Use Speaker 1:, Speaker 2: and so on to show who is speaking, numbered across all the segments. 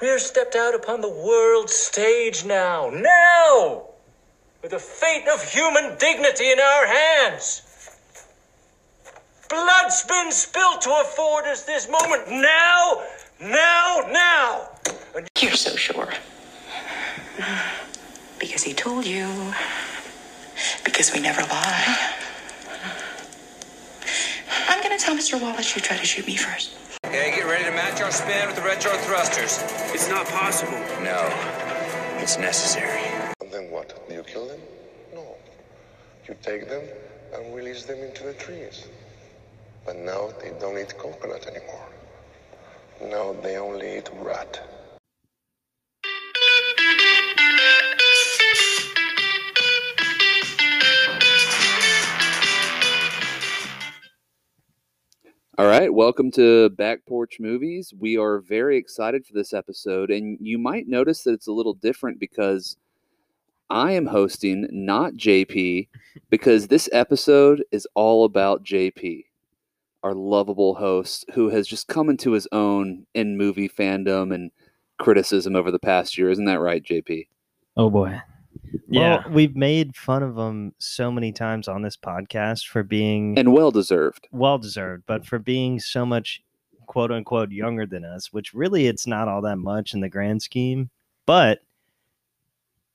Speaker 1: We're stepped out upon the world stage now, now! With the fate of human dignity in our hands! Blood's been spilled to afford us this moment, now, now, now! And
Speaker 2: You're so sure. Because he told you. Because we never lie. I'm gonna tell Mr. Wallace you tried to shoot me first.
Speaker 3: Okay, get ready to match our spin with the retro thrusters.
Speaker 4: It's not possible.
Speaker 3: No, it's necessary.
Speaker 5: And then what? Do you kill them? No. You take them and release them into the trees. But now they don't eat coconut anymore. Now they only eat rat.
Speaker 6: All right, welcome to Back Porch Movies. We are very excited for this episode, and you might notice that it's a little different because I am hosting, not JP, because this episode is all about JP, our lovable host who has just come into his own in movie fandom and criticism over the past year. Isn't that right, JP?
Speaker 7: Oh boy.
Speaker 4: Yeah.
Speaker 7: Well, we've made fun of him so many times on this podcast for being
Speaker 6: And well deserved.
Speaker 7: well deserved, but for being so much quote unquote younger than us, which really it's not all that much in the grand scheme. But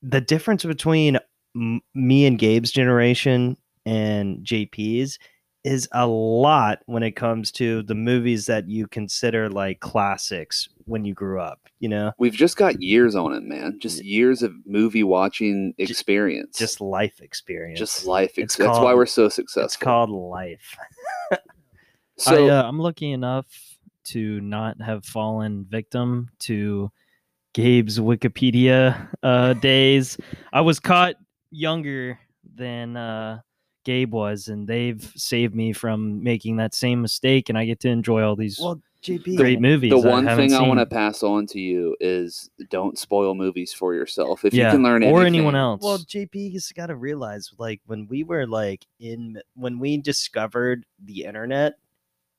Speaker 7: the difference between m- me and Gabe's generation and JP's is a lot when it comes to the movies that you consider like classics when you grew up, you know?
Speaker 6: We've just got years on it, man. Just years of movie watching experience.
Speaker 7: Just life experience.
Speaker 6: just life.
Speaker 7: It's
Speaker 6: Ex- that's why
Speaker 7: called-
Speaker 6: we're so successful.
Speaker 7: it's called life.
Speaker 6: so.
Speaker 4: I, uh, I'm lucky enough to not have fallen victim to Gabe's Wikipedia uh, days. I was caught younger than uh, Gabe was, and they've saved me from making that same mistake. And I get to enjoy all these
Speaker 7: Well, JP,
Speaker 4: great movies.
Speaker 6: the
Speaker 4: I
Speaker 6: one
Speaker 4: haven't
Speaker 6: thing I want to
Speaker 4: seen.
Speaker 6: pass on to you is don't spoil movies for yourself. If
Speaker 4: yeah,
Speaker 6: you can learn
Speaker 4: or
Speaker 6: anything-
Speaker 4: anyone else.
Speaker 7: Well, JP's got to realize, like, when we were like in, when we discovered the internet,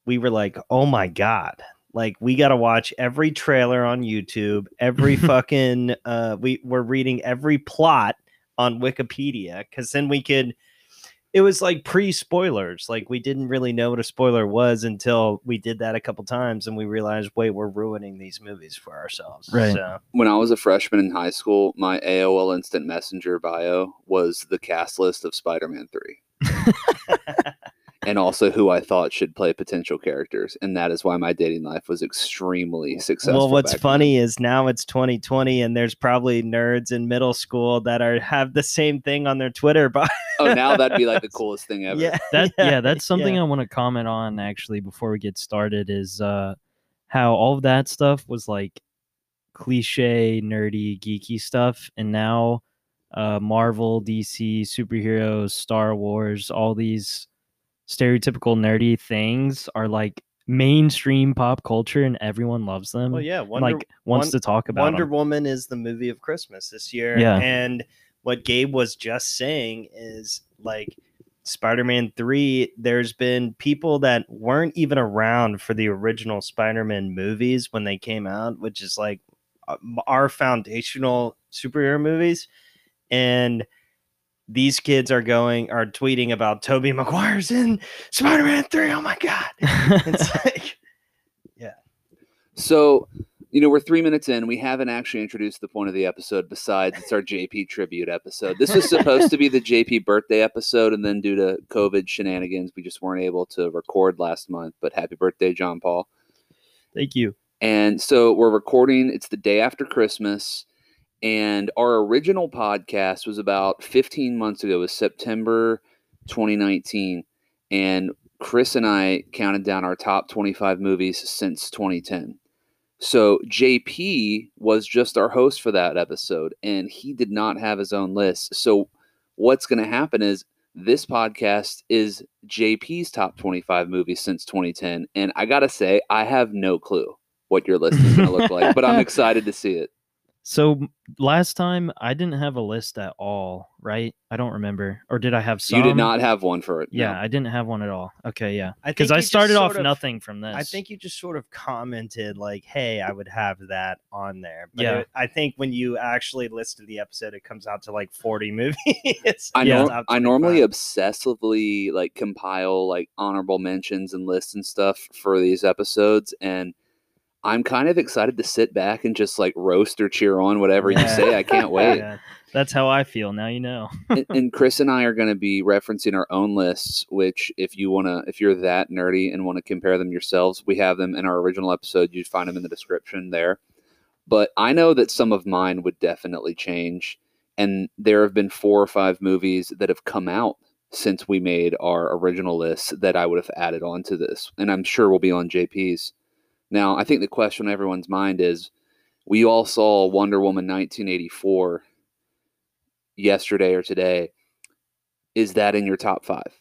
Speaker 7: we were like, oh my god, like we got to watch every trailer on YouTube, every fucking, uh, we were reading every plot on Wikipedia because then we could. It was like pre spoilers. Like we didn't really know what a spoiler was until we did that a couple times, and we realized, wait, we're ruining these movies for ourselves.
Speaker 4: Right.
Speaker 7: So,
Speaker 6: when I was a freshman in high school, my AOL Instant Messenger bio was the cast list of Spider-Man Three, and also who I thought should play potential characters, and that is why my dating life was extremely successful.
Speaker 7: Well, what's
Speaker 6: back
Speaker 7: funny is now it's 2020, and there's probably nerds in middle school that are have the same thing on their Twitter. But
Speaker 6: then. Oh, now that'd be like the coolest thing ever.
Speaker 7: yeah,
Speaker 4: that yeah, that's something
Speaker 7: yeah.
Speaker 4: I want to comment on actually before we get started is uh how all of that stuff was like cliche, nerdy, geeky stuff and now uh Marvel, DC, superheroes, Star Wars, all these stereotypical nerdy things are like mainstream pop culture and everyone loves them.
Speaker 7: Well, yeah,
Speaker 4: and,
Speaker 7: Wonder,
Speaker 4: like wants
Speaker 7: Won-
Speaker 4: to talk about
Speaker 7: Wonder
Speaker 4: 'em.
Speaker 7: Woman is the movie of Christmas this year.
Speaker 4: Yeah.
Speaker 7: and what Gabe was just saying is like Spider-Man Three. There's been people that weren't even around for the original Spider-Man movies when they came out, which is like uh, our foundational superhero movies, and these kids are going are tweeting about Toby Maguire's in Spider-Man 3. Oh my god. It's like
Speaker 6: So, you know, we're three minutes in. We haven't actually introduced the point of the episode. Besides, it's our JP tribute episode. This was supposed to be the JP birthday episode, and then due to COVID shenanigans, we just weren't able to record last month. But happy birthday, John Paul!
Speaker 4: Thank you.
Speaker 6: And so we're recording. It's the day after Christmas, and our original podcast was about 15 months ago. It was September 2019, and Chris and I counted down our top 25 movies since 2010. So JP was just our host for that episode, and he did not have his own list. So what's going to happen is this podcast is JP's top 25 movies since 2010, and I gotta say I have no clue what your list is going to look like, but I'm excited to see it.
Speaker 4: So m- last time I didn't have a list at all, right? I don't remember, or did I have some?
Speaker 6: You did not have one for it. no.
Speaker 4: Yeah, I didn't have one at all. Okay, yeah,
Speaker 7: I
Speaker 4: because
Speaker 7: think
Speaker 4: I
Speaker 7: you just
Speaker 4: started off
Speaker 7: sort of-
Speaker 4: nothing from this.
Speaker 7: I think you just sort of commented like, "Hey, I would have that on there." But
Speaker 4: Yeah.
Speaker 7: it- I think when you actually listed the episode, it comes out to like forty movies.
Speaker 6: I,
Speaker 4: Yeah.
Speaker 6: nor-
Speaker 7: It's up to
Speaker 6: I normally
Speaker 7: 25.
Speaker 6: obsessively like compile like honorable mentions and lists and stuff for these episodes and I'm kind of excited to sit back and just like roast or cheer on whatever you
Speaker 4: Yeah.
Speaker 6: say. I can't wait.
Speaker 4: Yeah, that's how I feel now. You know.
Speaker 6: and, and Chris and I are going to be referencing our own lists, which if you want to, if you're that nerdy and want to compare them yourselves, we have them in our original episode. You find them in the description there. But I know that some of mine would definitely change. And there have been four or five movies that have come out since we made our original list that I would have added on to this. And I'm sure will be on JP's. Now, I think the question on everyone's mind is we all saw Wonder Woman 1984 yesterday or today. Is that in your top five?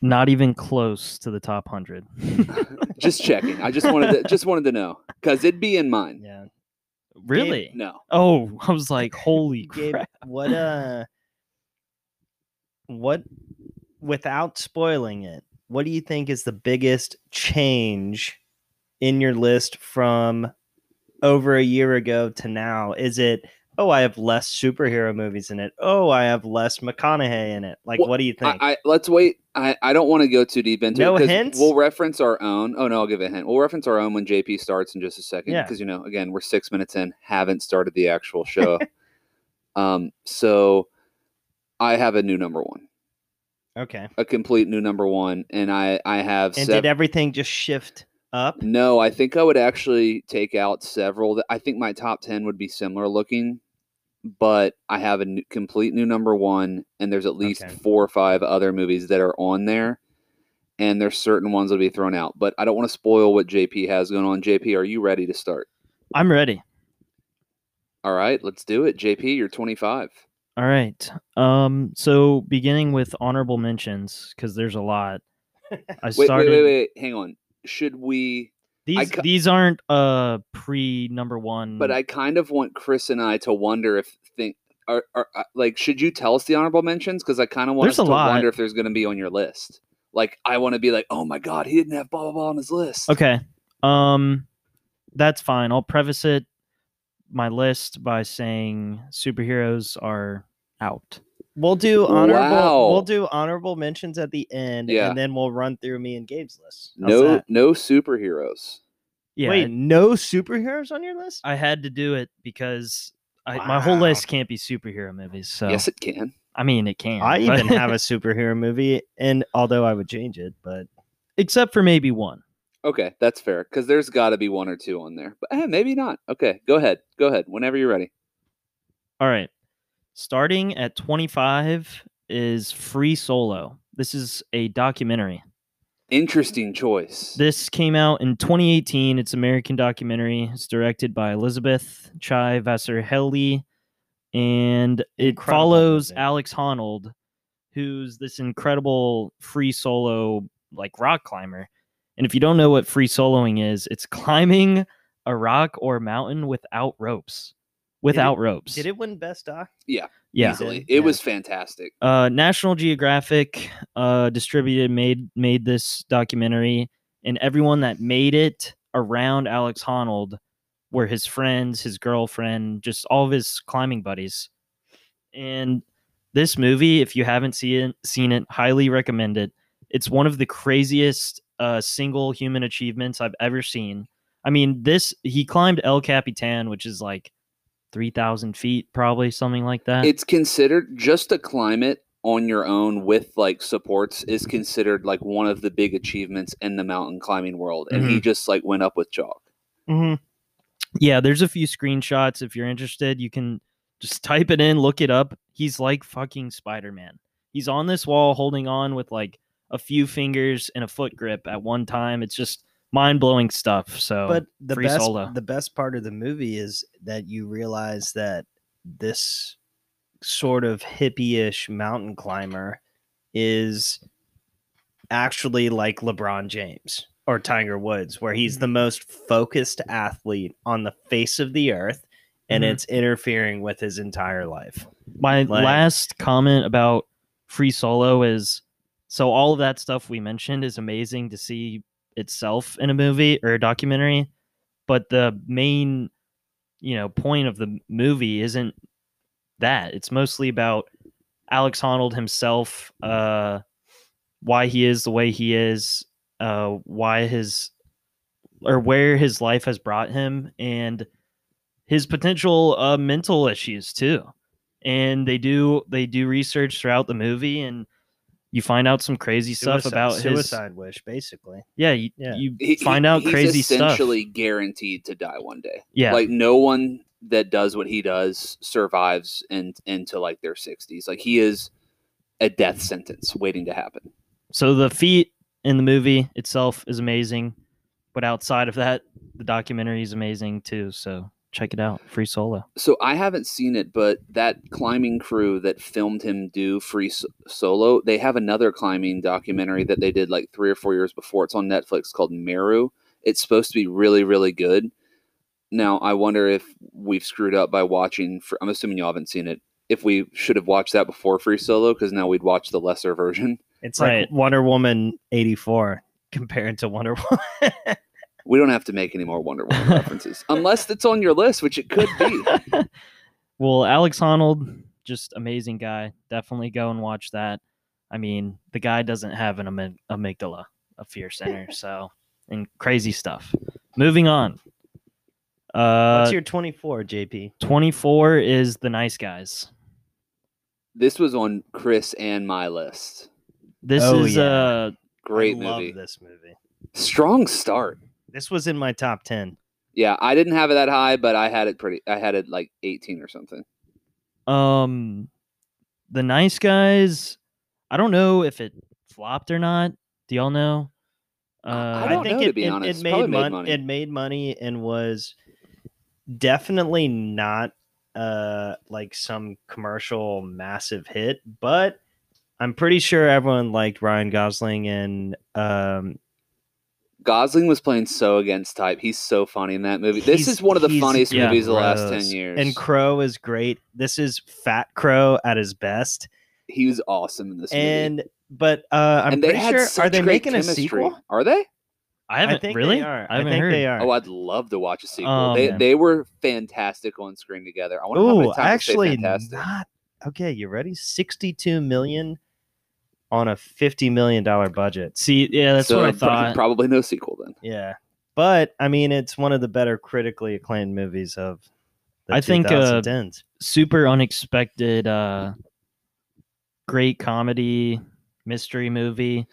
Speaker 4: Not even close to the top hundred.
Speaker 6: Just checking. I just wanted to just wanted to know because it'd be in mine.
Speaker 7: yeah.
Speaker 4: really?
Speaker 6: No,
Speaker 4: Oh, I was like, holy
Speaker 7: Gabe,
Speaker 4: crap!
Speaker 7: what uh, what without spoiling it, what do you think is the biggest change in your list from over a year ago to now? Is it oh, I have less superhero movies in it. Oh, I have less McConaughey in it. Like,
Speaker 6: Well,
Speaker 7: what do you think?
Speaker 6: I, I let's wait. I, I don't want to go too deep into
Speaker 7: No
Speaker 6: it. 'cause
Speaker 7: hints?
Speaker 6: We'll reference our own. Oh no, I'll give a hint. We'll reference our own when JP starts in just a second
Speaker 7: Yeah.
Speaker 6: because you know again we're six minutes in, haven't started the actual show. um, so I have a new number one,
Speaker 7: okay.
Speaker 6: a complete new number one, and I I have
Speaker 7: And
Speaker 6: sev-
Speaker 7: did everything just shift up?
Speaker 6: No, I think I would actually take out several. that- I think my top 10 would be similar looking, but I have a n- complete new number one, and there's at least
Speaker 7: Okay.
Speaker 6: four or five other movies that are on there, and there's certain ones that'll be thrown out. But I don't want to spoil what JP has going on. JP, are you ready to start?
Speaker 4: I'm ready.
Speaker 6: All right, let's do it. JP, you're 25.
Speaker 4: All right. Um. So beginning with honorable mentions because there's a lot. I
Speaker 6: Wait,
Speaker 4: started.
Speaker 6: wait, wait, wait. Hang on. Should we?
Speaker 4: These
Speaker 6: ca-
Speaker 4: these aren't uh pre number one.
Speaker 6: But I kind of want Chris and I to wonder if think. Are, are, uh, like, should you tell us the honorable mentions? Because I kind of want
Speaker 4: There's
Speaker 6: us
Speaker 4: a
Speaker 6: to
Speaker 4: lot.
Speaker 6: wonder if there's going to be on your list. Like, I want to be like, oh my god, he didn't have blah blah blah on his list.
Speaker 4: Okay. Um that's fine. I'll preface it my list by saying superheroes are out.
Speaker 7: We'll do honorable.
Speaker 6: Wow.
Speaker 7: We'll do honorable mentions at the end,
Speaker 6: Yeah.
Speaker 7: and then we'll run through me and Gabe's list. How's
Speaker 6: No,
Speaker 7: that?
Speaker 6: no superheroes.
Speaker 4: Yeah.
Speaker 7: Wait,
Speaker 4: and
Speaker 7: no superheroes on your list?
Speaker 4: I had to do it because I, my whole
Speaker 7: Wow.
Speaker 4: list can't be superhero movies. So
Speaker 6: Yes, it can.
Speaker 4: I mean it can.
Speaker 7: I
Speaker 4: but-
Speaker 7: even have a superhero movie, and although I would change it, but
Speaker 4: except for maybe one.
Speaker 6: Okay, that's fair. Because there's got to be one or two on there, but eh, maybe not. Okay, go ahead. Go ahead. Whenever you're ready.
Speaker 4: All right. Starting at 25 is Free Solo. This is a documentary.
Speaker 6: Interesting choice.
Speaker 4: This came out in 2018. It's an American documentary. It's directed by Elizabeth Chai Vasarhelyi, and it
Speaker 7: Incredible
Speaker 4: follows
Speaker 7: movie.
Speaker 4: Alex Honnold, who's this incredible free solo like rock climber. And if you don't know what free soloing is, it's climbing a rock or mountain without ropes. Without ropes.
Speaker 7: did it win Best Doc?
Speaker 4: yeah.
Speaker 6: Easily.
Speaker 7: Yeah.
Speaker 6: It was fantastic.
Speaker 4: Uh, National Geographic uh, distributed made made this documentary, and everyone that made it around Alex Honnold were his friends, his girlfriend, just all of his climbing buddies. And this movie, if you haven't seen it, seen it, highly recommend it. It's one of the craziest uh, single human achievements I've ever seen. I mean, this he climbed El Capitan, which is like three thousand feet, probably something like that.
Speaker 6: it's considered just to climb it on your own with like supports is considered like one of the big achievements in the mountain climbing world and
Speaker 4: Mm-hmm.
Speaker 6: he just like went up with chalk
Speaker 4: Yeah, there's a few screenshots. If you're interested, you can just type it in, look it up. He's like fucking Spider Man. He's on this wall holding on with like a few fingers and a foot grip at one time. It's just mind blowing stuff. So,
Speaker 7: But the
Speaker 4: Oh, Free
Speaker 7: best
Speaker 4: Solo.
Speaker 7: the best part of the movie is that you realize that this sort of hippie-ish mountain climber is actually like LeBron James. or Tiger Woods, where he's the
Speaker 4: Mm.
Speaker 7: most focused athlete on the face of the earth, and
Speaker 4: Mhm.
Speaker 7: it's interfering with his entire life.
Speaker 4: My
Speaker 7: Like-
Speaker 4: last comment about free solo is so all of that stuff we mentioned is amazing to see itself in a movie or a documentary, but the main, you know, point of the movie isn't that. It's mostly about Alex Honnold himself, uh, why he is the way he is, uh, why his or where his life has brought him, and his potential uh, mental issues too and they do they do research throughout the movie and you find out some crazy stuff
Speaker 7: Suicide-
Speaker 4: about his
Speaker 7: suicide wish, basically.
Speaker 4: yeah you,
Speaker 7: Yeah.
Speaker 4: you
Speaker 6: He-
Speaker 4: find
Speaker 6: he-
Speaker 4: out
Speaker 6: he's
Speaker 4: crazy stuff
Speaker 6: essentially guaranteed to die one day.
Speaker 4: yeah
Speaker 6: Like no one that does what he does survives and into like their 60s. Like he is a death sentence waiting to happen.
Speaker 4: so the feat in the movie itself is amazing but outside of that the documentary is amazing too so check it out free solo
Speaker 6: So I haven't seen it, but that climbing crew that filmed him do free S- solo, they have another climbing documentary that they did like 3 or 4 years before. It's on Netflix called Meru. It's supposed to be really really good. Now, I wonder if we've screwed up by watching fr- I'm assuming you haven't seen it. If we should have watched that before Free Solo, because now we'd watch the lesser version.
Speaker 7: It's like
Speaker 4: Right.
Speaker 7: Wonder Woman eighty four compared to Wonder Woman.
Speaker 6: We don't have to make any more Wonder Woman references, unless it's on your list, which it could be.
Speaker 4: well alex honnold just amazing guy definitely go and watch that i mean the guy doesn't have an amy- amygdala a fear center so and crazy stuff moving on uh
Speaker 7: What's your twenty four, JP?
Speaker 4: 24 is the nice guys
Speaker 6: This was on Chris and my list.
Speaker 4: this
Speaker 7: Oh,
Speaker 4: is
Speaker 7: yeah.
Speaker 4: uh
Speaker 6: Great
Speaker 7: I love
Speaker 6: movie.
Speaker 7: this movie.
Speaker 6: Strong start.
Speaker 7: This was in my top ten.
Speaker 6: Yeah, I didn't have it that high, but I had it pretty. I had it like 18 or something.
Speaker 4: Um, the nice guys. I don't know if it flopped or not. Do y'all know? Uh,
Speaker 6: I don't
Speaker 7: think
Speaker 6: know, to
Speaker 7: it,
Speaker 6: be
Speaker 7: it-
Speaker 6: honest.
Speaker 7: it
Speaker 6: Probably
Speaker 7: made,
Speaker 6: made
Speaker 7: mon-
Speaker 6: money.
Speaker 7: It made money and was definitely not uh like some commercial massive hit, but I'm pretty sure everyone liked Ryan Gosling and um
Speaker 6: Gosling was playing so against type. He's so funny in that movie. This
Speaker 7: he's-
Speaker 6: is one of the
Speaker 7: he's
Speaker 6: funniest
Speaker 4: yeah,
Speaker 6: movies of the last 10
Speaker 7: gross.
Speaker 6: years.
Speaker 7: And Crow is great. This is Fat Crow at his best.
Speaker 6: he was awesome in this movie.
Speaker 7: And but uh I'm
Speaker 6: and they
Speaker 7: pretty
Speaker 6: had
Speaker 7: sure are
Speaker 6: such
Speaker 7: they
Speaker 6: great
Speaker 7: making
Speaker 6: chemistry.
Speaker 7: a sequel?
Speaker 6: Are they?
Speaker 4: I haven't
Speaker 7: think
Speaker 4: really.
Speaker 7: they are.
Speaker 4: I haven't
Speaker 7: think
Speaker 4: heard.
Speaker 7: they are.
Speaker 6: Oh, I'd love to watch a sequel.
Speaker 4: Oh,
Speaker 6: they,
Speaker 4: man.
Speaker 6: they were fantastic on screen together. I want to
Speaker 7: Oh,
Speaker 6: time
Speaker 7: actually,
Speaker 6: to say fantastic.
Speaker 7: not okay. You ready? Sixty-two million on a fifty million dollar budget.
Speaker 4: See, yeah, that's what I
Speaker 6: pro-
Speaker 4: thought.
Speaker 6: Probably no sequel then.
Speaker 7: Yeah, but I mean, it's one of the better critically acclaimed movies of. The
Speaker 4: I think, uh,
Speaker 7: 2010s.
Speaker 4: Super unexpected. Uh, great comedy mystery movie.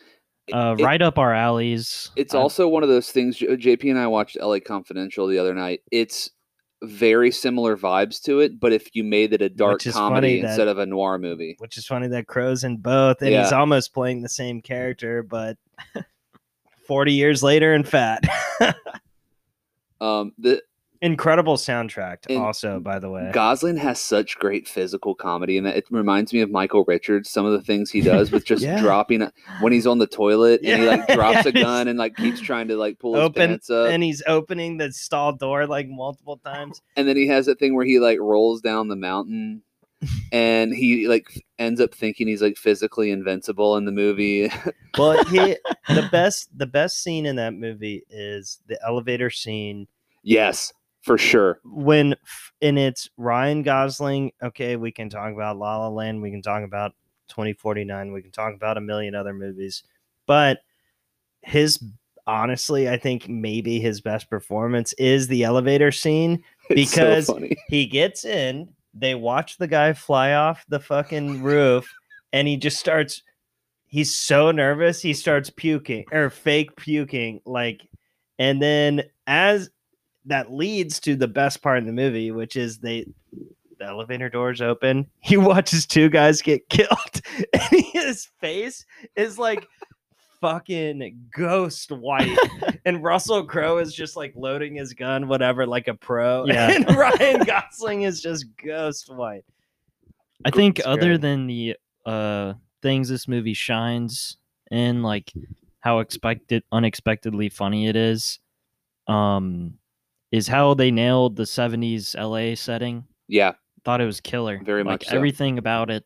Speaker 4: Uh,
Speaker 6: It-
Speaker 4: right up our alleys.
Speaker 6: It's
Speaker 7: Uh-huh.
Speaker 4: I-
Speaker 6: also one of those things. J- JP and I watched LA Confidential the other night. It's very similar vibes to it, but if you made it a dark
Speaker 7: is
Speaker 6: comedy
Speaker 7: funny that-
Speaker 6: instead of a noir movie,
Speaker 7: which is funny that Crow's in both, and he's
Speaker 6: Yeah.
Speaker 7: almost playing the same character, but forty years later and fat.
Speaker 6: um, the
Speaker 7: Incredible soundtrack,
Speaker 6: And
Speaker 7: also by the way.
Speaker 6: Gosling has such great physical comedy, and it reminds me of Michael Richards. Some of the things he does with just
Speaker 7: Yeah.
Speaker 6: dropping a- when he's on the toilet and he like
Speaker 7: Yeah.
Speaker 6: drops a
Speaker 7: Yes.
Speaker 6: gun and like keeps trying to like pull his
Speaker 7: Open
Speaker 6: pants up.
Speaker 7: and he's opening the stall door like multiple times.
Speaker 6: and then he has that thing where he like rolls down the mountain and he like f- ends up thinking he's like physically invincible in the movie
Speaker 7: Well, he, the best the best scene in that movie is the elevator scene
Speaker 6: yes for sure
Speaker 7: when f- and it's Ryan Gosling. Okay, we can talk about La La Land, we can talk about 2049, we can talk about a million other movies, but his honestly, I think maybe his best performance is the elevator scene.
Speaker 6: It's so
Speaker 7: Because-
Speaker 6: funny.
Speaker 7: He gets in, they watch the guy fly off the fucking roof, and he just starts. He's so nervous, he starts puking or fake puking, like, and then as that leads to the best part in the movie, which is they the elevator doors open. He watches two guys get killed, and his face is like fucking ghost white. and Russell Crowe is just like loading his gun, whatever, like a pro.
Speaker 4: Yeah.
Speaker 7: And Ryan Gosling is just ghost white.
Speaker 4: I think
Speaker 7: It's
Speaker 4: other
Speaker 7: great.
Speaker 4: than the uh things this movie shines in, like how expected unexpectedly funny it is um is how they nailed the 70s LA setting.
Speaker 6: Yeah,
Speaker 4: Thought it was killer.
Speaker 6: Very
Speaker 4: like,
Speaker 6: much so.
Speaker 4: Everything about it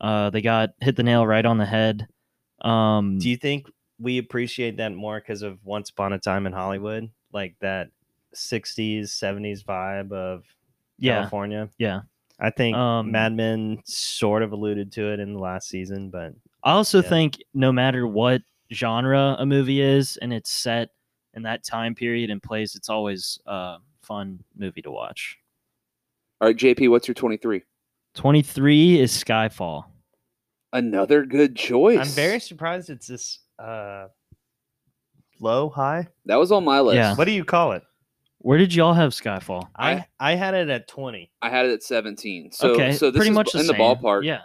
Speaker 4: uh they got hit the nail right on the head. Um
Speaker 7: Do you think we appreciate that more because of Once Upon a Time in Hollywood, like that '60s, '70s vibe of
Speaker 4: yeah.
Speaker 7: California?
Speaker 4: Yeah.
Speaker 7: I think
Speaker 4: Um,
Speaker 7: Mad Men sort of alluded to it in the last season, but
Speaker 4: I also
Speaker 7: Yeah.
Speaker 4: think no matter what genre a movie is and it's set in that time period and place, it's always a fun movie to watch.
Speaker 6: All right, JP, what's your 23?
Speaker 4: 23 is Skyfall.
Speaker 6: Another good choice.
Speaker 7: I'm very surprised it's this uh, low high.
Speaker 6: That was on my list.
Speaker 4: Yeah.
Speaker 7: What do you call it?
Speaker 4: Where did y'all have Skyfall?
Speaker 7: I I had it at 20.
Speaker 6: I had it at 17. So,
Speaker 4: okay,
Speaker 6: so this
Speaker 4: pretty
Speaker 6: is
Speaker 4: much
Speaker 6: in the
Speaker 4: same.
Speaker 6: ballpark.
Speaker 4: Yeah,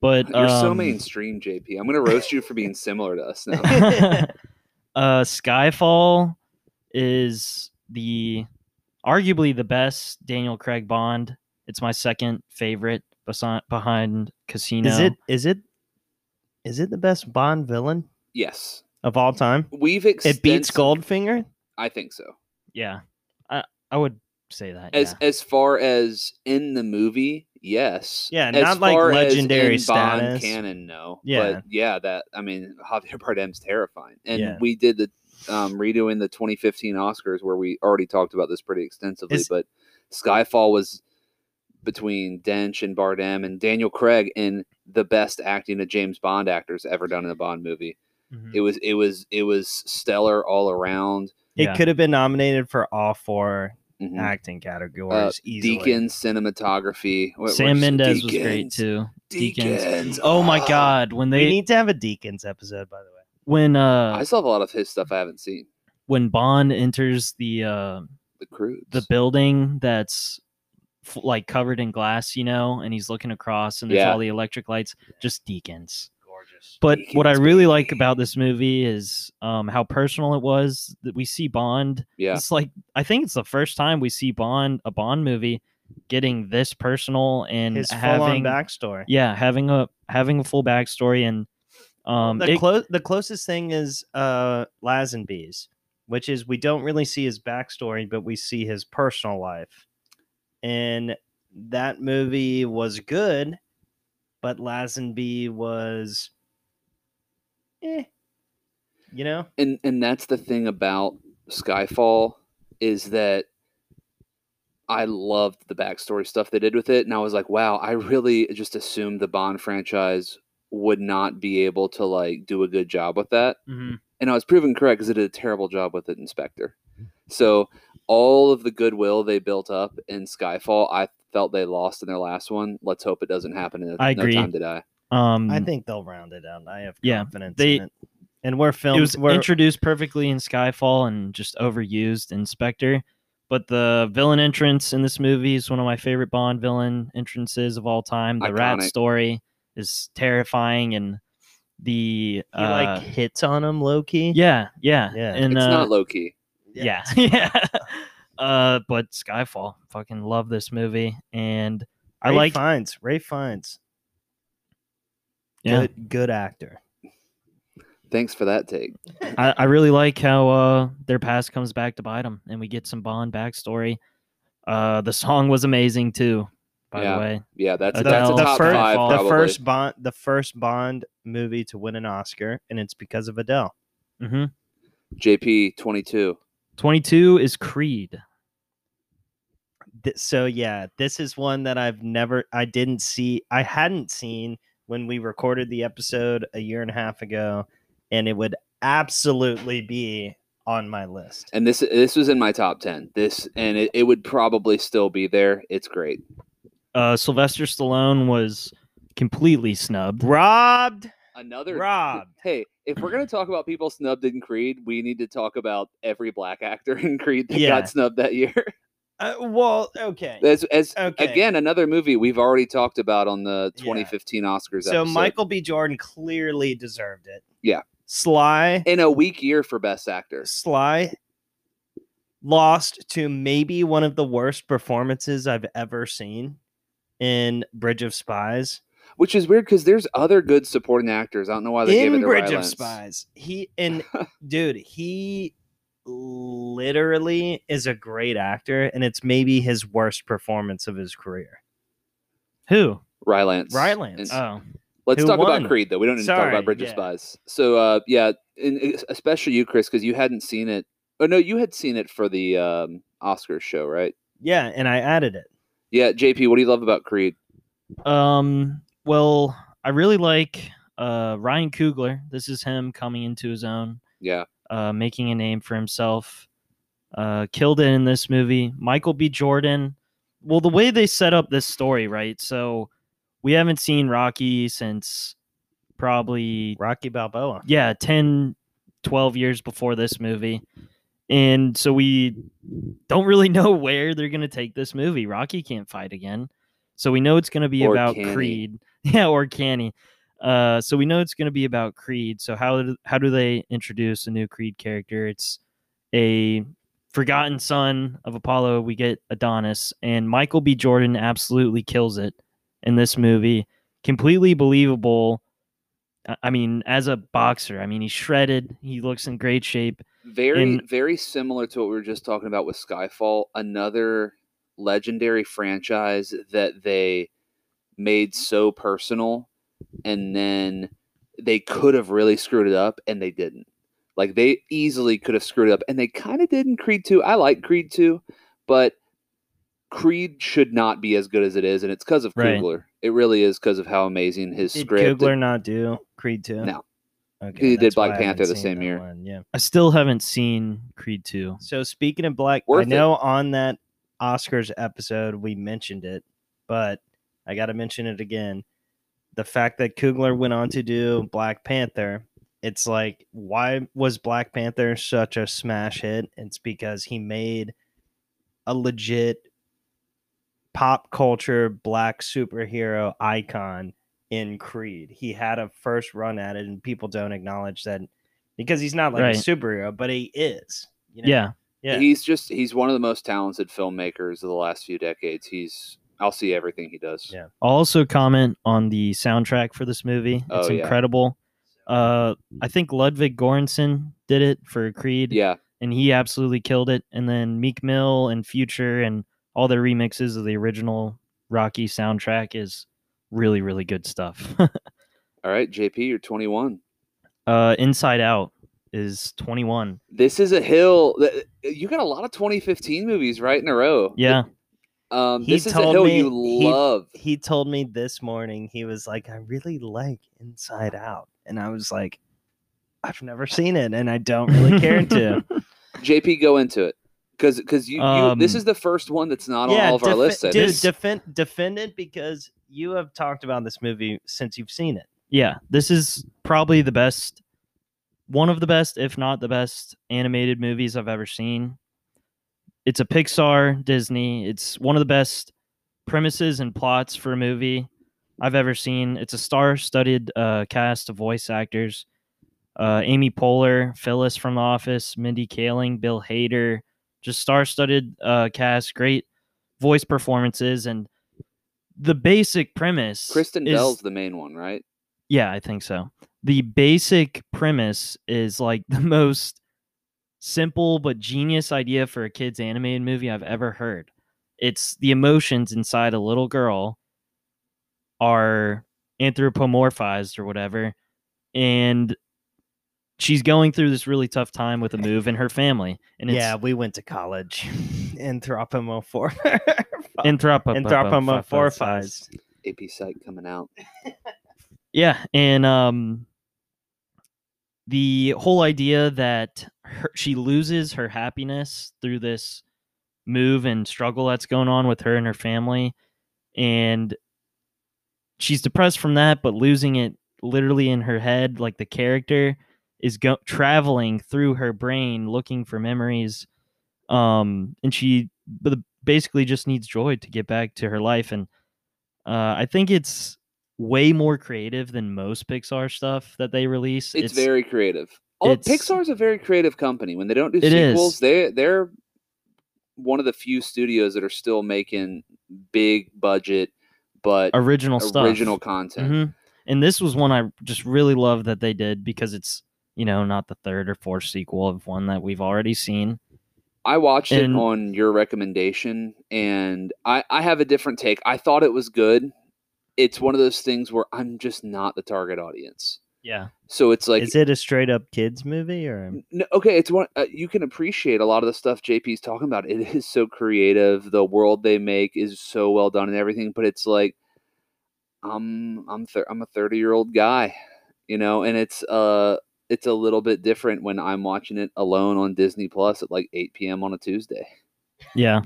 Speaker 4: but
Speaker 6: You're so
Speaker 4: um,
Speaker 6: mainstream, JP. I'm going to roast you for being similar to us now.
Speaker 4: uh, Skyfall is the arguably the best Daniel Craig Bond. It's my second favorite besi- behind Casino.
Speaker 7: Is it is it is it the best Bond villain
Speaker 6: Yes.
Speaker 7: of all time?
Speaker 6: We've extensive,
Speaker 7: It beats Goldfinger.
Speaker 6: I think so.
Speaker 4: Yeah, I I would say that.
Speaker 6: As as far as in the movie, yes.
Speaker 7: Yeah,
Speaker 6: As
Speaker 7: not like
Speaker 6: far as
Speaker 7: legendary
Speaker 6: in Bond
Speaker 7: status.
Speaker 6: canon, no.
Speaker 7: Yeah.
Speaker 6: But yeah, that I mean Javier Bardem's terrifying. And
Speaker 7: Yeah.
Speaker 6: we did the um redoing the 2015 Oscars where we already talked about this pretty extensively,
Speaker 7: Is-
Speaker 6: but Skyfall was between Dench and Bardem and Daniel Craig and the best acting a James Bond actor's ever done in a Bond movie.
Speaker 4: yeah. Mhm.
Speaker 6: It
Speaker 7: Mm.
Speaker 6: was it was it was stellar all around.
Speaker 7: It
Speaker 4: Yeah.
Speaker 7: could have been nominated for all 4
Speaker 6: Mhm.
Speaker 7: acting categories easily.
Speaker 6: Deacon cinematography. What-
Speaker 4: Sam
Speaker 6: what's-
Speaker 4: Mendes was great
Speaker 6: Deacons.
Speaker 4: too. Deacons.
Speaker 6: Deacons.
Speaker 4: Oh my
Speaker 6: Ah.
Speaker 4: God! When
Speaker 7: We
Speaker 4: they
Speaker 7: need to have a Deacons episode, by the way.
Speaker 4: when uh
Speaker 6: I still have a lot of his stuff I haven't seen.
Speaker 4: when Bond enters the uh
Speaker 6: The cruise.
Speaker 4: the building that's f- like covered in glass, you know, and he's looking across and there's
Speaker 6: Yeah.
Speaker 4: all the electric lights, just deacons.
Speaker 7: Gorgeous.
Speaker 4: But what I
Speaker 6: Deacons,
Speaker 4: really like
Speaker 6: baby.
Speaker 4: about this movie is um, how personal it was that we see Bond.
Speaker 6: yeah.
Speaker 4: It's like I think it's the first time we see Bond a Bond movie getting this personal and
Speaker 7: His full-on
Speaker 4: having
Speaker 7: backstory.
Speaker 4: yeah having a having a full backstory and um
Speaker 7: the,
Speaker 4: it-
Speaker 7: clo- the closest thing is uh, Lazenby's, which is we don't really see his backstory, but we see his personal life. And that movie was good, but Lazenby was, eh, you know,
Speaker 6: And and that's the thing about Skyfall is that I loved the backstory stuff they did with it, and I was like, wow, I really just assumed the Bond franchise would not be able to like do a good job with that.
Speaker 4: mhm.
Speaker 6: and I was proven correct because it did a terrible job with it, Inspector. So all of the goodwill they built up in Skyfall, I felt they lost in their last one. Let's hope it doesn't happen in
Speaker 4: I
Speaker 6: no
Speaker 4: agree.
Speaker 6: time to die.
Speaker 4: um
Speaker 7: I think they'll round it out. I have
Speaker 4: Yeah,
Speaker 7: confidence
Speaker 4: they-
Speaker 7: in it. And we're filmed.
Speaker 4: it was
Speaker 7: we're,
Speaker 4: introduced perfectly in Skyfall and just overused in Spectre. But the villain entrance in this movie is one of my favorite Bond villain entrances of all time. The rat
Speaker 6: Iconic.
Speaker 4: story is terrifying, and
Speaker 7: he
Speaker 4: the uh,
Speaker 7: like hits on him low key.
Speaker 4: yeah, yeah,
Speaker 7: Yeah.
Speaker 4: and
Speaker 6: it's
Speaker 4: uh,
Speaker 6: not low key.
Speaker 4: yeah, yeah. uh, but Skyfall, fucking love this movie, and I
Speaker 7: Ray
Speaker 4: like
Speaker 7: Fiennes. Ray Fiennes.
Speaker 4: yeah,
Speaker 7: Good, good actor.
Speaker 6: Thanks for that take.
Speaker 4: I, I really like how uh, their past comes back to bite them, and we get some Bond backstory. Uh, the song was amazing too, by
Speaker 6: Yeah.
Speaker 4: the way.
Speaker 6: Yeah, that's
Speaker 4: The-
Speaker 6: that's a
Speaker 4: Uh, the
Speaker 6: top
Speaker 4: fir-
Speaker 6: five.
Speaker 4: the
Speaker 6: Probably.
Speaker 7: the first Bond, the first Bond movie to win an Oscar, and it's because of Adele.
Speaker 4: hmm
Speaker 6: JP twenty two.
Speaker 4: Twenty-two is Creed.
Speaker 7: Th- So yeah, this is one that I've never, I didn't see, I hadn't seen when we recorded the episode a year and a half ago, and it would absolutely be on my list.
Speaker 6: And this this was in my top ten. This and it, it would probably still be there. It's great.
Speaker 4: Uh, Sylvester Stallone was completely snubbed.
Speaker 7: Robbed,
Speaker 6: Another
Speaker 7: robbed.
Speaker 6: Hey, if we're gonna talk about people snubbed in Creed, we need to talk about every black actor in Creed that
Speaker 7: Yeah.
Speaker 6: got snubbed that year.
Speaker 7: Uh, well, okay.
Speaker 6: As, as
Speaker 7: Okay.
Speaker 6: again, another movie we've already talked about on the
Speaker 7: Yeah.
Speaker 6: 2015 Oscars.
Speaker 7: So
Speaker 6: episode.
Speaker 7: Michael B. Jordan clearly deserved it.
Speaker 6: Yeah.
Speaker 7: Sly.
Speaker 6: in a weak year for Best Actor,
Speaker 7: Sly lost to maybe one of the worst performances I've ever seen in Bridge of Spies.
Speaker 6: Which is weird because there's other good supporting actors. I don't know why they gave it
Speaker 7: in
Speaker 6: to
Speaker 7: Bridge
Speaker 6: Rylance.
Speaker 7: of Spies. He and dude, he literally is a great actor, and it's maybe his worst performance of his career.
Speaker 4: Who?
Speaker 6: Rylance.
Speaker 7: Rylance.
Speaker 6: And-
Speaker 4: Oh,
Speaker 6: Let's
Speaker 7: who
Speaker 6: talk
Speaker 7: won?
Speaker 6: about Creed though. We don't need to talk
Speaker 7: Sorry,
Speaker 6: about Bridge of
Speaker 7: yeah.
Speaker 6: Spies. So uh, yeah, and es- especially you, Chris, because you hadn't seen it. Oh no, you had seen it for the um, Oscars show, right?
Speaker 7: Yeah, and I added it.
Speaker 6: Yeah, JP, what do you love about Creed?
Speaker 4: Um, well, I really like uh, Ryan Coogler. This is him coming into his own,
Speaker 6: Yeah,
Speaker 4: uh, making a name for himself. Uh, killed it in this movie. Michael B. Jordan. Well, the way they set up this story, right? So we haven't seen Rocky since probably
Speaker 7: Rocky Balboa.
Speaker 4: yeah 10 12 years before this movie and so we don't really know where they're going to take this movie rocky can't fight again so we know it's going to be
Speaker 6: Or
Speaker 4: about
Speaker 6: can he?
Speaker 4: creed yeah or canny uh, so we know it's going to be about creed so how do, how do they introduce a new creed character it's a forgotten son of apollo we get adonis and michael b jordan absolutely kills it in this movie completely believable I- I mean, as a boxer, I mean, he's shredded. He looks in great shape.
Speaker 6: very
Speaker 4: And-
Speaker 6: very similar to what we were just talking about with Skyfall, another legendary franchise that they made so personal, and then they could have really screwed it up, and they didn't. Like they easily could have screwed it up, and they kind of did in Creed Two. I like Creed Two, but Creed should not be as good as it is, and it's because of
Speaker 4: Right.
Speaker 6: Coogler. It really is because of how amazing his
Speaker 7: Did
Speaker 6: script.
Speaker 7: Coogler not do Creed two?
Speaker 6: No.
Speaker 7: Okay,
Speaker 6: He did
Speaker 7: that's
Speaker 6: Black
Speaker 7: why I haven't
Speaker 6: Panther the
Speaker 7: seen
Speaker 6: same
Speaker 7: that
Speaker 6: year.
Speaker 7: one, Yeah.
Speaker 4: I still haven't seen Creed 2.
Speaker 7: So speaking of black,
Speaker 6: Worth it.
Speaker 7: I know on that Oscars episode we mentioned it, but I got to mention it again. The fact that Kugler went on to do Black Panther, it's like why was Black Panther such a smash hit? It's because he made a legit pop culture black superhero icon in Creed. He had a first run at it and people don't acknowledge that because he's not like
Speaker 4: Right.
Speaker 7: a superhero, but he is. you know?
Speaker 4: Yeah.
Speaker 7: Yeah.
Speaker 6: He's just he's one of the most talented filmmakers of the last few decades. He's I'll see everything he does.
Speaker 7: Yeah.
Speaker 4: I'll also comment on the soundtrack for this movie. It's
Speaker 6: Oh, yeah.
Speaker 4: incredible. Uh, I think Ludwig Göransson did it for Creed,
Speaker 6: Yeah.
Speaker 4: and he absolutely killed it. And then Meek Mill and Future and all the remixes of the original Rocky soundtrack is really, really good stuff.
Speaker 6: All right, JP, you're 21.
Speaker 4: uh, Inside Out is 21.
Speaker 6: This is a hill that uh, you got a lot of 2015 movies right in a row.
Speaker 4: Yeah.
Speaker 6: Um,
Speaker 7: He
Speaker 6: this is a
Speaker 7: told
Speaker 6: hill
Speaker 7: me
Speaker 6: you
Speaker 7: he-
Speaker 6: love.
Speaker 7: He told me this morning, he was like, I really like Inside Out. And I was like, I've never seen it and I don't really care to.
Speaker 6: JP, go into it because because you, you this
Speaker 4: Um,
Speaker 6: is the first one that's not on all of our
Speaker 7: defe-
Speaker 6: lists. I
Speaker 7: dude,
Speaker 6: think.
Speaker 7: defend, defend it because you have talked about this movie since you've seen it.
Speaker 4: yeah, this is probably the best, one of the best, if not the best, animated movies I've ever seen. It's a Pixar, Disney. It's one of the best premises and plots for a movie I've ever seen. It's a star-studded uh, cast of voice actors: uh, Amy Poehler, Phyllis from The Office, Mindy Kaling, Bill Hader. Just star-studded uh, cast, great voice performances, and the basic premise.
Speaker 6: Kristen
Speaker 4: is-
Speaker 6: Bell's the main one, right?
Speaker 4: yeah, I think so. The basic premise is like the most simple but genius idea for a kids animated movie I've ever heard. It's the emotions inside a little girl are anthropomorphized or whatever and she's going through this really tough time with a move in her family and it's
Speaker 7: Eh. yeah, we went to college. Anthropomorph.
Speaker 4: anthropo-
Speaker 7: Anthropomorphized.
Speaker 6: AP Psych coming out.
Speaker 4: Yeah, and um the whole idea that her, she loses her happiness through this move and struggle that's going on with her and her family and she's depressed from that but losing it literally in her head like the character is go- traveling through her brain looking for memories um and she b- basically just needs joy to get back to her life and uh i think it's way more creative than most pixar stuff that they release
Speaker 6: It's, very creative. All,
Speaker 4: it's-
Speaker 6: Pixar's a very creative company. When they don't do
Speaker 4: It is.
Speaker 6: sequels, they they're one of the few studios that are still making big budget but
Speaker 4: original stuff.
Speaker 6: original content.
Speaker 4: hmm And this was one I just really love that they did because it's you know not the third or fourth sequel of one that we've already seen.
Speaker 6: I watched
Speaker 4: And-
Speaker 6: it on your recommendation, and I, I have a different take. I thought it was good. It's one of those things where I'm just not the target audience.
Speaker 4: Yeah,
Speaker 6: So it's like,
Speaker 7: is it a straight up kids movie or
Speaker 6: N- okay, it's one uh, you can appreciate a lot of the stuff JP's talking about. It is so creative. The world they make is so well done and everything. But it's like, I'm I'm thir- I'm a 30 year old guy, you know, and it's uh it's a little bit different when I'm watching it alone on Disney Plus at like 8 p.m. on a Tuesday.
Speaker 4: yeah.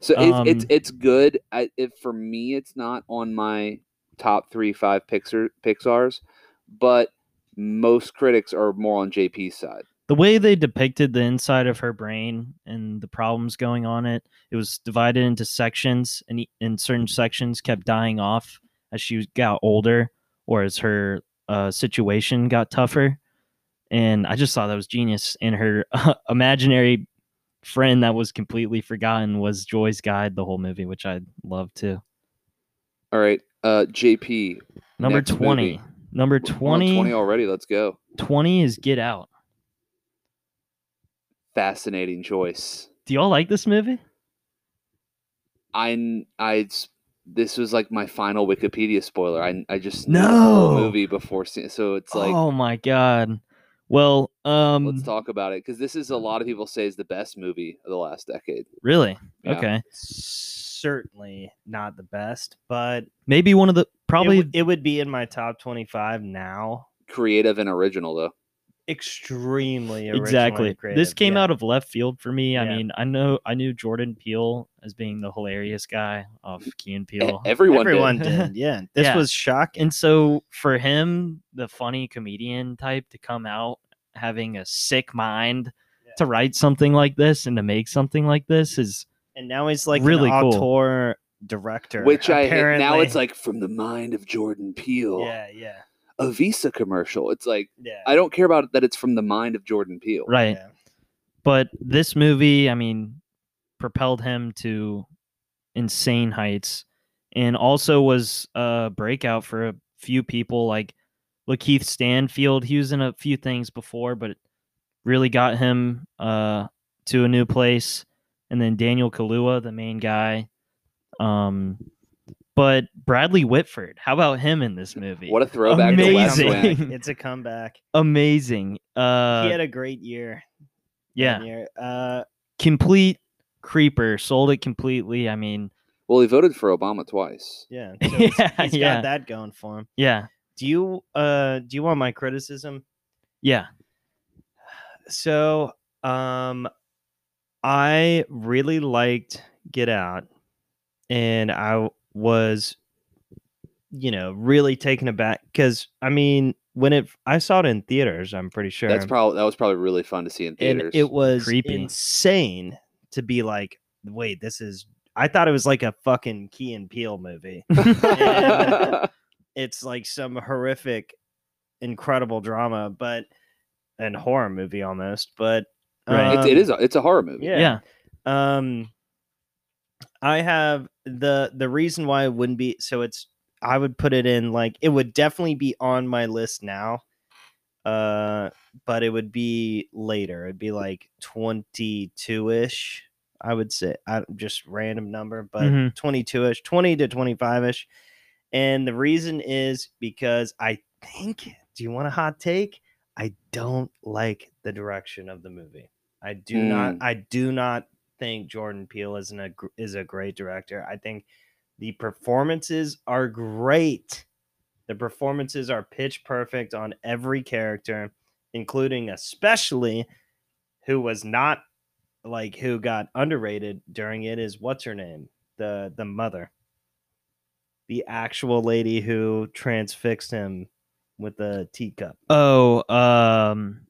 Speaker 6: So it's it's
Speaker 4: Um,
Speaker 6: it's good. I, it, for me, it's not on my top three five Pixar Pixar's, but most critics are more on JP's side.
Speaker 4: The way they depicted the inside of her brain and the problems going on it, it was divided into sections, and e- and certain sections kept dying off as she got older or as her uh, situation got tougher. And I just thought that was genius. And her imaginary friend that was completely forgotten was Joy's guide the whole movie, which I love too.
Speaker 6: All right, uh, JP
Speaker 4: Number
Speaker 6: Next movie.
Speaker 4: twenty. Number
Speaker 6: we're on
Speaker 4: 20,
Speaker 6: 20
Speaker 4: 20
Speaker 6: already. Let's go.
Speaker 4: is Get Out.
Speaker 6: Fascinating choice.
Speaker 4: Do y'all like this movie?
Speaker 6: I kn- I s- this was like my final Wikipedia spoiler. I I just knew the whole
Speaker 4: No.
Speaker 6: movie before seeing. So it's like
Speaker 4: oh my god. Well, um
Speaker 6: let's talk about it because this is a lot of people say is the best movie of the last decade.
Speaker 4: Really?
Speaker 6: Yeah.
Speaker 4: Okay.
Speaker 7: certainly not the best, but it
Speaker 4: Maybe one of the probably
Speaker 7: w- it would be in my top 25 now.
Speaker 6: Creative and original though.
Speaker 7: Extremely original
Speaker 4: exactly.
Speaker 7: and creative,
Speaker 4: This came
Speaker 7: yeah.
Speaker 4: out of left field for me. I
Speaker 7: Yeah.
Speaker 4: mean, I know I knew Jordan Peele as being the hilarious guy off Key and
Speaker 6: E-
Speaker 4: Peele.
Speaker 6: Everyone, did.
Speaker 7: Everyone did. Yeah. This
Speaker 4: Yeah.
Speaker 7: was shocking.
Speaker 4: and so for him, the funny comedian type to come out having a sick mind to write something like this and to make something like this is
Speaker 7: And now he's like
Speaker 4: Really
Speaker 7: really an
Speaker 4: cool.
Speaker 7: auteur director.
Speaker 6: Which I hate. now
Speaker 7: apparently.
Speaker 6: it's like from the mind of Jordan Peele,
Speaker 7: Yeah, yeah.
Speaker 6: a Visa commercial. It's like
Speaker 7: Yeah.
Speaker 6: I don't care about that. It's from the mind of Jordan Peele.
Speaker 4: right.
Speaker 7: Yeah.
Speaker 4: But this movie, I mean, propelled him to insane heights and also was a breakout for a few people like Lakeith Stanfield. He was in a few things before, but it really got him uh, to a new place. And then Daniel Kalua, the main guy. Um, but Bradley Whitford, how about him in this movie?
Speaker 6: What a throwback to West
Speaker 4: Amazing.
Speaker 6: Wing.
Speaker 7: It's a comeback.
Speaker 4: amazing! Uh,
Speaker 7: he had a great year.
Speaker 4: yeah,
Speaker 7: that year. Uh,
Speaker 4: complete creeper sold it completely i mean
Speaker 6: Well, he voted for Obama twice.
Speaker 7: yeah. So he's-
Speaker 4: yeah
Speaker 7: he's
Speaker 4: yeah,
Speaker 7: got that going for him.
Speaker 4: yeah
Speaker 7: Do you uh do you want my criticism?
Speaker 4: yeah
Speaker 7: So, um I really liked Get Out and I w- was you know, really taken aback cuz I mean, when it I saw it in theaters, I'm pretty sure.
Speaker 6: That's probably that was probably really fun to see in theaters.
Speaker 7: and it was
Speaker 4: Creepy.
Speaker 7: insane to be like, wait, this is I thought it was like a fucking Key and Peele movie. and- it's like some horrific, incredible drama, but and horror movie almost. But
Speaker 4: Right.
Speaker 6: It's- it is. A, it's a horror movie.
Speaker 7: Yeah.
Speaker 4: yeah
Speaker 7: Um, I have the the reason why it wouldn't be so. It's I would put it in like it would definitely be on my list now. Uh, but it would be later. It'd be like twenty two ish. I would say I just random number, but
Speaker 4: Mhm.
Speaker 7: twenty two ish, twenty to twenty five ish. And the reason is because I think. Do you want a hot take? I don't like the direction of the movie. I do not. I do not think Jordan Peele is an ag- is a great director. I think the performances are great. The performances are pitch perfect on every character, including especially who was not like who got underrated during it is what's her name the the mother, the actual lady who transfixed him with the teacup.
Speaker 4: oh um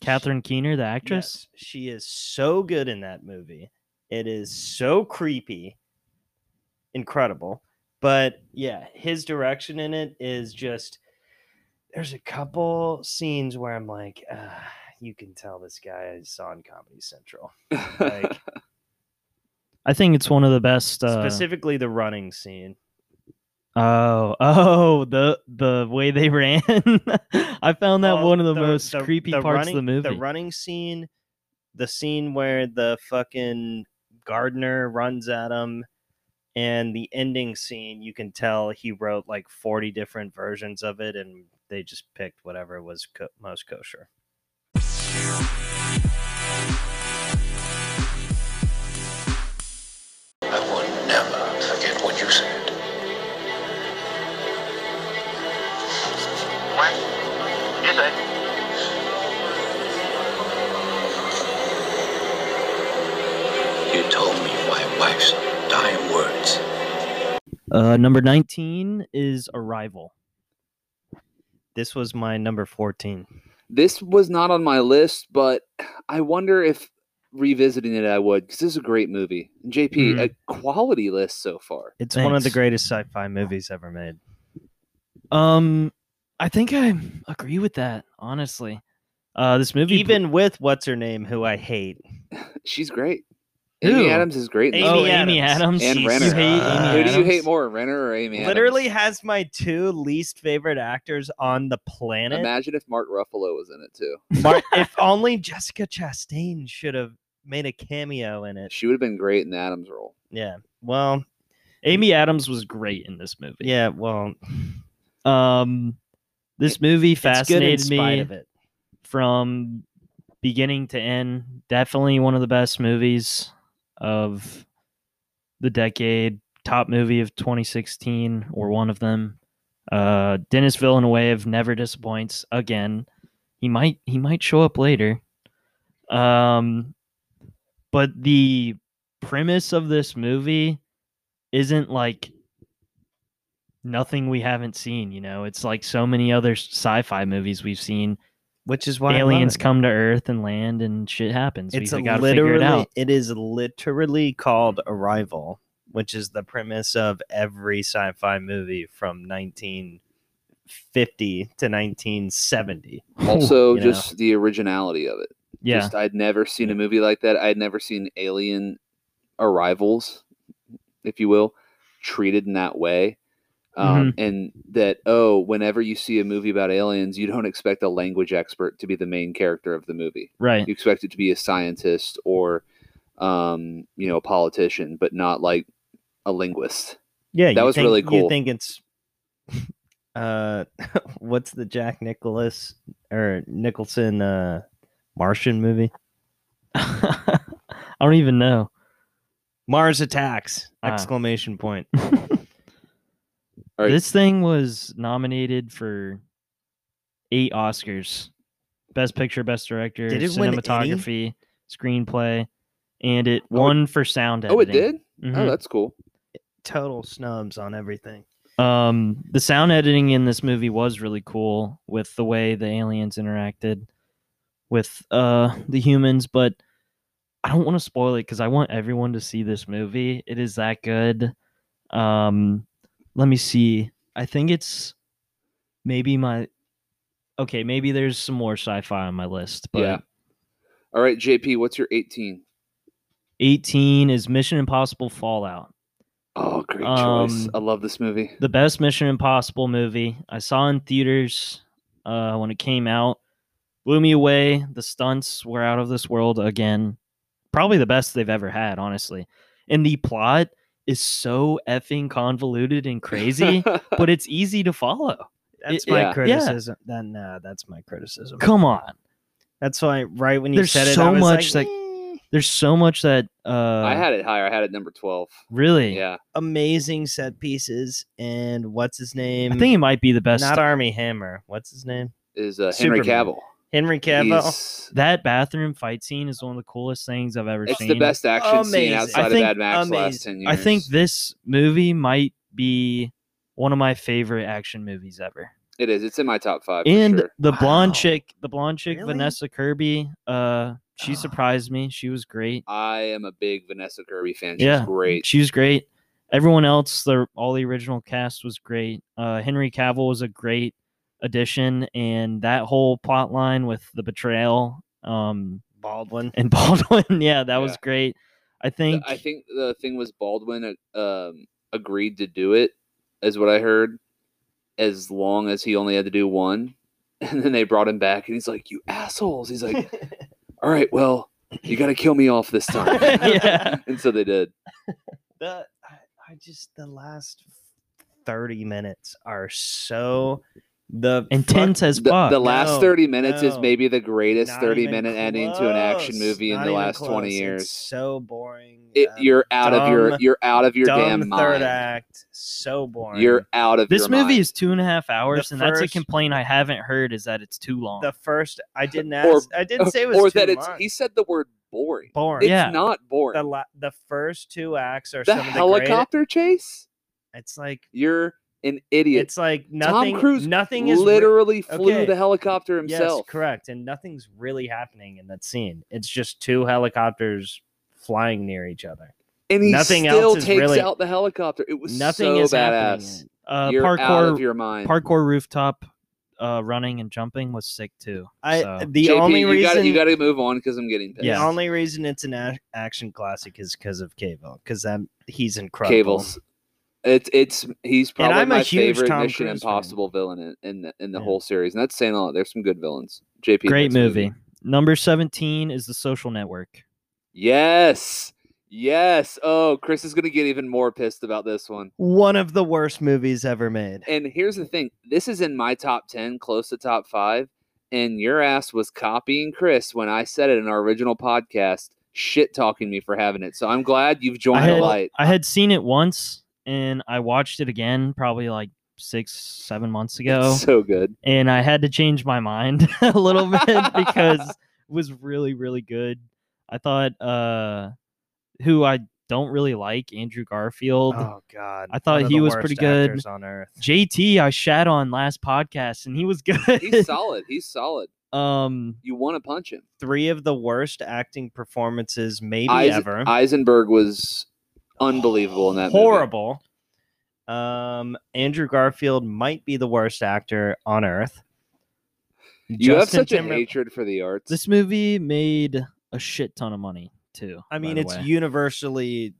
Speaker 4: catherine keener the actress
Speaker 7: Yes, she is so good in that movie. It is so creepy, incredible. But yeah, his direction in it is just. There's a couple scenes where I'm like, uh, you can tell this guy is on Comedy Central. Like
Speaker 4: i think it's one of the best uh,
Speaker 7: specifically the running scene.
Speaker 4: Oh, oh, the the way they ran. I found that
Speaker 7: Oh,
Speaker 4: one of the, most creepy
Speaker 7: the
Speaker 4: parts
Speaker 7: running,
Speaker 4: of the movie.
Speaker 7: The running scene, the scene where the fucking gardener runs at him, and the ending scene. You can tell he wrote like forty different versions of it, and they just picked whatever was co- most kosher.
Speaker 5: I will never forget what you said.
Speaker 8: What? You say?
Speaker 5: You told me my wife's dying words.
Speaker 4: Uh, number nineteen is Arrival.
Speaker 7: This was my number fourteen.
Speaker 6: This was not on my list, but I wonder if revisiting it I would because this is a great movie. JP, a
Speaker 4: Mm-hmm.
Speaker 6: quality list so far.
Speaker 7: It's one of the
Speaker 4: Thanks.
Speaker 7: greatest sci-fi movies ever made.
Speaker 4: Um, I think I agree with that. Honestly, uh, this movie bl-
Speaker 7: Even with what's her name, who I hate.
Speaker 6: She's great.
Speaker 4: Who?
Speaker 6: Amy Adams is great. in this
Speaker 7: Amy
Speaker 4: oh,
Speaker 6: movie.
Speaker 4: Amy Adams.
Speaker 7: Adams.
Speaker 6: and
Speaker 7: She's-
Speaker 6: Renner.
Speaker 4: You hate Amy
Speaker 7: Uh,
Speaker 6: Who do you hate
Speaker 4: Adams?
Speaker 6: more, Renner or Amy Adams?
Speaker 7: Literally has my two least favorite actors on the planet.
Speaker 6: Imagine if Mark Ruffalo was in it too.
Speaker 7: Mar- if only Jessica Chastain should have made a cameo in it.
Speaker 6: She would have been great in Adams' role.
Speaker 7: Yeah. Well,
Speaker 4: Amy Adams was great in this movie.
Speaker 7: yeah, well,
Speaker 4: Um, this movie
Speaker 7: it's good in
Speaker 4: fascinated
Speaker 7: spite
Speaker 4: me
Speaker 7: of it.
Speaker 4: from beginning to end. Definitely one of the best movies of the decade. Top movie of 2016, or one of them. Uh, Dennis Villeneuve never disappoints again. He might he might show up later. Um, but the premise of this movie isn't like nothing we haven't seen. You know, it's like so many other sci-fi movies we've seen
Speaker 7: Which is why I love
Speaker 4: aliens
Speaker 7: it.
Speaker 4: come to Earth and land and shit happens.
Speaker 7: It's
Speaker 4: we
Speaker 7: a
Speaker 4: got to figure it
Speaker 7: literally
Speaker 4: out.
Speaker 7: it is literally called Arrival, which is the premise of every sci-fi movie from 1950 to 1970.
Speaker 6: Also,
Speaker 7: You know.
Speaker 6: just the originality of it.
Speaker 4: Yeah,
Speaker 6: Just, I'd never seen a movie like that. I'd never seen Alien Arrivals, if you will, treated in that way. Um,
Speaker 4: Mm-hmm.
Speaker 6: And that, oh, whenever you see a movie about aliens, you don't expect a language expert to be the main character of the movie.
Speaker 4: right.
Speaker 6: You expect it to be a scientist or, um, you know, a politician, but not like a linguist.
Speaker 7: Yeah,
Speaker 6: That
Speaker 7: you
Speaker 6: was
Speaker 7: think-
Speaker 6: really
Speaker 7: You
Speaker 6: cool.
Speaker 7: think it's uh, what's the Jack Nicholas or Nicholson uh Martian movie?
Speaker 4: I don't even know.
Speaker 7: Mars Attacks!
Speaker 4: Ah.
Speaker 7: Exclamation point.
Speaker 6: All right.
Speaker 4: This thing was nominated for eight Oscars: Best Picture, Best Director,
Speaker 7: Did it win any?
Speaker 4: cinematography, screenplay, and it won for sound editing.
Speaker 6: Oh, it did? Oh,
Speaker 4: Mhm.
Speaker 6: that's cool.
Speaker 7: Total snubs on everything.
Speaker 4: Um, the sound editing in this movie was really cool with the way the aliens interacted with uh the humans, but I don't want to spoil it because I want everyone to see this movie. It is that good. Um, let me see. I think it's maybe my okay. Maybe there's some more sci-fi on my list, but
Speaker 6: Yeah. All right, JP, what's your 18?
Speaker 4: 18 is Mission Impossible Fallout.
Speaker 6: Oh, great choice.
Speaker 4: Um,
Speaker 6: I love this movie.
Speaker 4: the best Mission Impossible movie I saw in theaters uh, when it came out. Blew me away. The stunts were out of this world again. Probably the best they've ever had, honestly. And the plot is so effing convoluted and crazy, but it's easy to follow.
Speaker 7: That's
Speaker 4: It-
Speaker 7: my
Speaker 6: yeah.
Speaker 7: criticism. That nah, that's my criticism.
Speaker 4: Come on.
Speaker 7: That's why right when you
Speaker 4: There's
Speaker 7: said it, I
Speaker 4: so
Speaker 7: was
Speaker 4: much
Speaker 7: like,
Speaker 4: that-
Speaker 7: "Eh,
Speaker 4: There's so much that uh
Speaker 6: I had it higher. I had it number 12.
Speaker 4: really
Speaker 6: Yeah.
Speaker 7: amazing set pieces and what's his name?
Speaker 4: I think it might be the best
Speaker 7: not Army Hammer. What's his name?
Speaker 6: Is uh, Henry
Speaker 7: Superman.
Speaker 6: Cavill.
Speaker 7: Henry Cavill.
Speaker 6: He's-
Speaker 4: that bathroom fight scene is one of the coolest things I've ever
Speaker 6: it's
Speaker 4: seen.
Speaker 6: the best action scene
Speaker 7: Amazing.
Speaker 6: outside
Speaker 4: I
Speaker 6: of
Speaker 4: think-
Speaker 6: Mad Max last
Speaker 7: amazing.
Speaker 6: 10 years.
Speaker 4: I think this movie might be one of my favorite action movies ever.
Speaker 6: it is. It's in my top five. for
Speaker 4: And
Speaker 6: sure.
Speaker 4: the blonde
Speaker 7: Wow.
Speaker 4: chick, the blonde chick
Speaker 7: Really?
Speaker 4: Vanessa Kirby, uh she
Speaker 7: Ah.
Speaker 4: surprised me. She was great.
Speaker 6: I am a big Vanessa Kirby fan. She's
Speaker 4: Yeah.
Speaker 6: great.
Speaker 4: She was great. Everyone else, the all the original cast was great. Uh Henry Cavill was a great addition and that whole plot line with the betrayal um
Speaker 7: Baldwin.
Speaker 4: and Baldwin, yeah, that was
Speaker 6: Yeah.
Speaker 4: great. I
Speaker 6: The-
Speaker 4: think
Speaker 6: I think the thing was Baldwin uh, um, agreed to do it is what I heard, as long as he only had to do one. And then they brought him back, and he's like, "You assholes!" He's like, "All right, well, you got to kill me off this time."
Speaker 4: yeah.
Speaker 6: and so they did.
Speaker 7: the I, I just the last thirty minutes are so the
Speaker 4: Intense as
Speaker 6: The,
Speaker 4: fuck.
Speaker 6: the last
Speaker 7: no,
Speaker 6: thirty minutes is
Speaker 7: no.
Speaker 6: maybe the greatest
Speaker 7: Not
Speaker 6: thirty
Speaker 7: even
Speaker 6: minute ending to an action
Speaker 7: close,
Speaker 6: movie in
Speaker 7: not
Speaker 6: the
Speaker 7: even
Speaker 6: last twenty
Speaker 7: close, it's
Speaker 6: years.
Speaker 7: so boring.
Speaker 6: It,
Speaker 7: um,
Speaker 6: you're out of your
Speaker 7: dumb-
Speaker 6: you're out of your
Speaker 7: dumb
Speaker 6: damn
Speaker 7: third
Speaker 6: mind.
Speaker 7: act. So boring.
Speaker 6: You're out of
Speaker 4: this
Speaker 6: your
Speaker 4: movie
Speaker 6: mind.
Speaker 4: is two and a half hours, and that's
Speaker 7: first-
Speaker 4: a complaint I haven't heard is that it's too long.
Speaker 7: the first. I didn't ask.
Speaker 6: Or-
Speaker 7: I didn't say it was
Speaker 6: or
Speaker 7: too
Speaker 6: that it's
Speaker 7: long.
Speaker 6: he said the word boring.
Speaker 7: boring.
Speaker 6: It's
Speaker 4: Yeah.
Speaker 6: not boring.
Speaker 7: The la- the first two acts are
Speaker 6: The,
Speaker 7: some of the greatest.
Speaker 6: helicopter chase?
Speaker 7: It's like
Speaker 6: You're an idiot.
Speaker 7: it's like nothing.
Speaker 6: Cruise
Speaker 7: nothing is re-
Speaker 6: literally flew
Speaker 7: okay.
Speaker 6: the helicopter
Speaker 7: Yes,
Speaker 6: himself.
Speaker 7: correct. And nothing's really happening in that scene. It's just two helicopters flying near each other.
Speaker 6: and he
Speaker 7: Nothing
Speaker 6: still
Speaker 7: else is
Speaker 6: takes
Speaker 7: really-
Speaker 6: out the helicopter. It was
Speaker 7: Nothing
Speaker 6: so
Speaker 7: is happening.
Speaker 6: badass.
Speaker 7: in-
Speaker 4: uh,
Speaker 6: You're
Speaker 4: parkour,
Speaker 6: out of your mind.
Speaker 4: parkour rooftop uh, running and jumping was sick too.
Speaker 7: I
Speaker 4: so.
Speaker 7: the
Speaker 6: JP,
Speaker 7: only
Speaker 6: you
Speaker 7: reason
Speaker 6: gotta, you got to move on because I'm getting pissed.
Speaker 7: the
Speaker 4: Yeah.
Speaker 7: only reason it's an a- action classic is because of Cable because I'm he's incredible.
Speaker 6: Cables. It's it's he's probably
Speaker 7: I'm a
Speaker 6: my
Speaker 7: huge
Speaker 6: favorite
Speaker 7: Tom
Speaker 6: Mission
Speaker 7: Cruise fan.
Speaker 6: Impossible villain in in the, in the
Speaker 7: Yeah.
Speaker 6: whole series, and that's saying a lot. There's some good villains. JP,
Speaker 4: Great
Speaker 6: next
Speaker 4: movie. Number seventeen is The Social Network.
Speaker 6: Yes, yes. Oh, Chris is gonna get even more pissed about this one.
Speaker 7: One of the worst movies ever made.
Speaker 6: And here's the thing: this is in my top ten, close to top five. And your ass was copying Chris when I said it in our original podcast, shit talking me for having it. So I'm glad you've joined
Speaker 4: I
Speaker 6: the
Speaker 4: had,
Speaker 6: light.
Speaker 4: I had seen it once, and I watched it again probably like six, seven months ago,
Speaker 6: It's so good.
Speaker 4: and I had to change my mind a little bit because it was really, really good. I thought, uh, who I don't really like, Andrew Garfield.
Speaker 7: Oh God!
Speaker 4: I thought
Speaker 7: one of
Speaker 4: he
Speaker 7: the
Speaker 4: was
Speaker 7: worst
Speaker 4: pretty good.
Speaker 7: actors on earth.
Speaker 4: JT, I shat on last podcast, and he was good.
Speaker 6: He's solid. He's solid.
Speaker 4: um,
Speaker 6: You want to punch him.
Speaker 7: Three of the worst acting performances maybe
Speaker 6: Eisen-
Speaker 7: ever.
Speaker 6: Eisenberg was unbelievable in that movie.
Speaker 7: horrible. Um, Andrew Garfield might be the worst actor on earth.
Speaker 6: You have such a
Speaker 7: Timber-
Speaker 6: hatred for the arts.
Speaker 4: this movie made a shit ton of money too.
Speaker 7: I
Speaker 4: by
Speaker 7: mean,
Speaker 4: the
Speaker 7: it's
Speaker 4: way.
Speaker 7: universally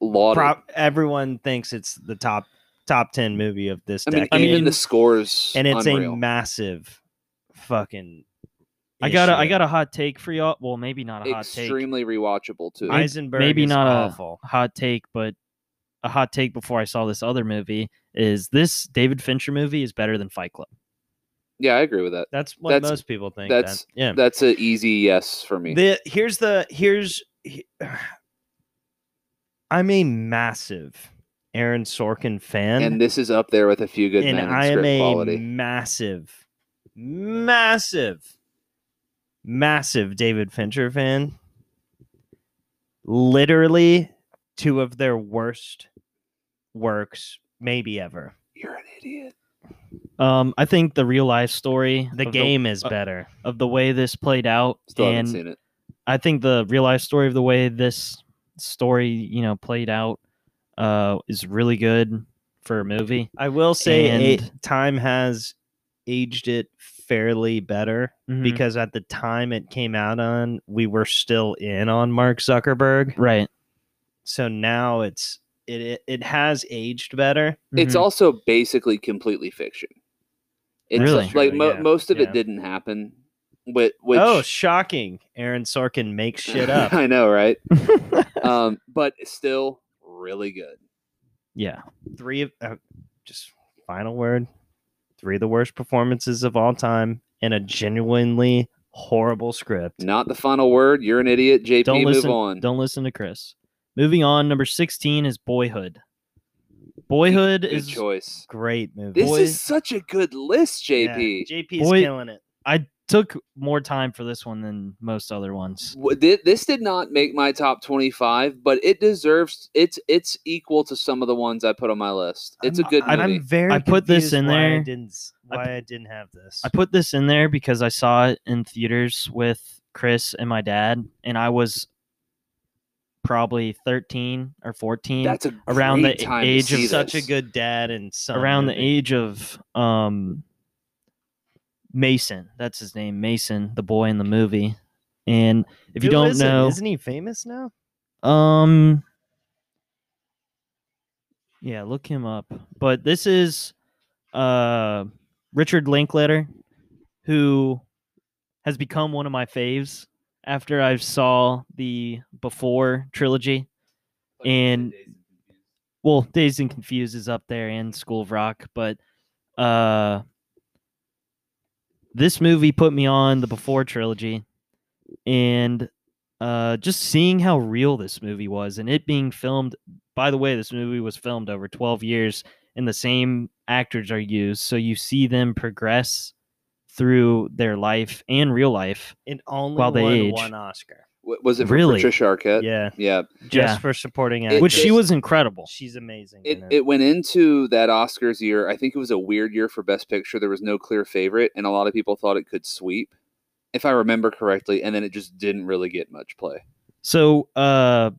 Speaker 6: Lauded.
Speaker 7: prop. Everyone thinks it's the top top ten movie of this
Speaker 6: I mean,
Speaker 7: decade,
Speaker 6: even the scores.
Speaker 7: and it's
Speaker 6: unreal.
Speaker 7: a massive fucking.
Speaker 4: I got a, I
Speaker 7: issue.
Speaker 4: got a hot take for y'all. Well, maybe not a hot take.
Speaker 6: extremely rewatchable too.
Speaker 7: Eisenberg.
Speaker 4: maybe
Speaker 7: is
Speaker 4: not a-
Speaker 7: awful.
Speaker 4: Hot take, but a hot take before I saw this other movie is this David Fincher movie is better than Fight Club.
Speaker 6: yeah, I agree with that.
Speaker 7: That's what
Speaker 6: that's-
Speaker 7: most people think.
Speaker 6: that's-
Speaker 7: that. yeah.
Speaker 6: That's an easy yes for me.
Speaker 7: The here's the here's he- I'm a massive Aaron Sorkin fan,
Speaker 6: and this is up there with a few good
Speaker 7: and
Speaker 6: men in
Speaker 7: I am
Speaker 6: script
Speaker 7: a
Speaker 6: quality.
Speaker 7: massive, massive, massive David Fincher fan. Literally, two of their worst works maybe ever.
Speaker 6: You're an idiot.
Speaker 4: Um, I think the real life story,
Speaker 7: The
Speaker 4: of
Speaker 7: game is
Speaker 4: uh,
Speaker 7: better.
Speaker 4: of the way this played out,
Speaker 6: Still haven't
Speaker 4: and
Speaker 6: seen it.
Speaker 4: I think the real life story of the way this story, you know, played out, uh, is really good for a movie.
Speaker 7: I will say a-
Speaker 4: and-
Speaker 7: time has aged it fairly better.
Speaker 4: Mhm.
Speaker 7: because at the time it came out on, we were still in on Mark Zuckerberg.
Speaker 4: right,
Speaker 7: So now it's it it, it has aged better.
Speaker 6: It's
Speaker 4: Mhm.
Speaker 6: also basically completely fiction. It's
Speaker 4: Really?
Speaker 6: uh, like
Speaker 7: True,
Speaker 6: mo-
Speaker 7: yeah,
Speaker 6: most of
Speaker 7: yeah.
Speaker 6: it didn't happen. But which
Speaker 7: oh, shocking! Aaron Sorkin makes shit up.
Speaker 6: I know, right? um, but still really good.
Speaker 4: yeah.
Speaker 7: Three of uh, just final word. Three of the worst performances of all time in a genuinely horrible script.
Speaker 6: Not the final word. You're an idiot, JP.
Speaker 4: Don't
Speaker 6: move
Speaker 4: listen.
Speaker 6: on.
Speaker 4: Don't listen to Chris. Moving on, number sixteen is Boyhood. Boyhood
Speaker 6: Good
Speaker 4: is
Speaker 6: choice.
Speaker 7: Great movie.
Speaker 6: This
Speaker 4: Boy-
Speaker 6: is such a good list,
Speaker 7: Yeah,
Speaker 6: JP.
Speaker 7: JP's
Speaker 4: Boy-
Speaker 7: killing it.
Speaker 4: I took more time for this one than most other ones.
Speaker 6: W- thi- This did not make my top twenty-five, but it deserves. It's it's equal to some of the ones I put on my list. It's a good
Speaker 7: I'm,
Speaker 6: movie.
Speaker 7: I'm very.
Speaker 4: I put this
Speaker 7: confused
Speaker 4: in
Speaker 7: why I
Speaker 4: there.
Speaker 7: didn't s-
Speaker 4: I
Speaker 7: why I didn't have this.
Speaker 4: I put this in there because I saw it in theaters with Chris and my dad, and I was probably thirteen or fourteen.
Speaker 6: That's a
Speaker 4: around
Speaker 6: great
Speaker 4: the
Speaker 6: time to
Speaker 4: age of
Speaker 6: see
Speaker 7: such a
Speaker 6: this.
Speaker 7: good dad and son
Speaker 4: around the
Speaker 7: movie.
Speaker 4: age of um Mason. That's his name, Mason, the boy in the movie. And if you
Speaker 7: Who
Speaker 4: don't
Speaker 7: is it?
Speaker 4: know,
Speaker 7: isn't he famous now
Speaker 4: um Yeah, look him up. But this is uh Richard Linklater, who has become one of my faves after I saw the before trilogy. And- well, Dazed and Confused is up there and School of Rock, but uh this movie put me on the Before trilogy and uh just seeing how real this movie was and it being filmed by the way, this movie was filmed over 12 years and the same actors are used, so you see them progress through their life and real life.
Speaker 7: It only
Speaker 4: While they
Speaker 7: won
Speaker 4: age.
Speaker 7: one Oscar.
Speaker 6: W- was it for
Speaker 4: Really?
Speaker 6: Patricia Arquette?
Speaker 7: Yeah,
Speaker 6: Yeah.
Speaker 7: just
Speaker 4: Yeah.
Speaker 7: for supporting
Speaker 6: Uh, It-
Speaker 7: actress.
Speaker 4: Which she was incredible.
Speaker 7: She's amazing.
Speaker 6: It,
Speaker 7: in
Speaker 6: it went into that Oscars year. I think it was a weird year for Best Picture. There was no clear favorite, and a lot of people thought it could sweep, if I remember correctly. And then it just didn't really get much play.
Speaker 4: So uh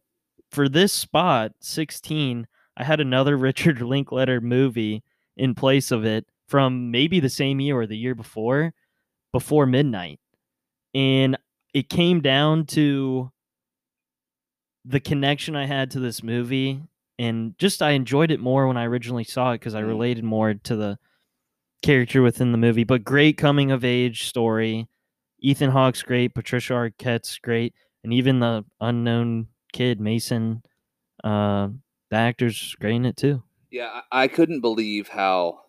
Speaker 4: for this spot, 16, I had another Richard Linkletter movie in place of it from maybe the same year or the year before, before midnight. And it came down to the connection I had to this movie and just I enjoyed it more when I originally saw it because I
Speaker 6: Mm.
Speaker 4: related more to the character within the movie. But great coming of age story. Ethan Hawke's great, Patricia Arquette's great, and even the unknown kid Mason, uh, the actor's great in it too.
Speaker 6: Yeah, I, I couldn't believe how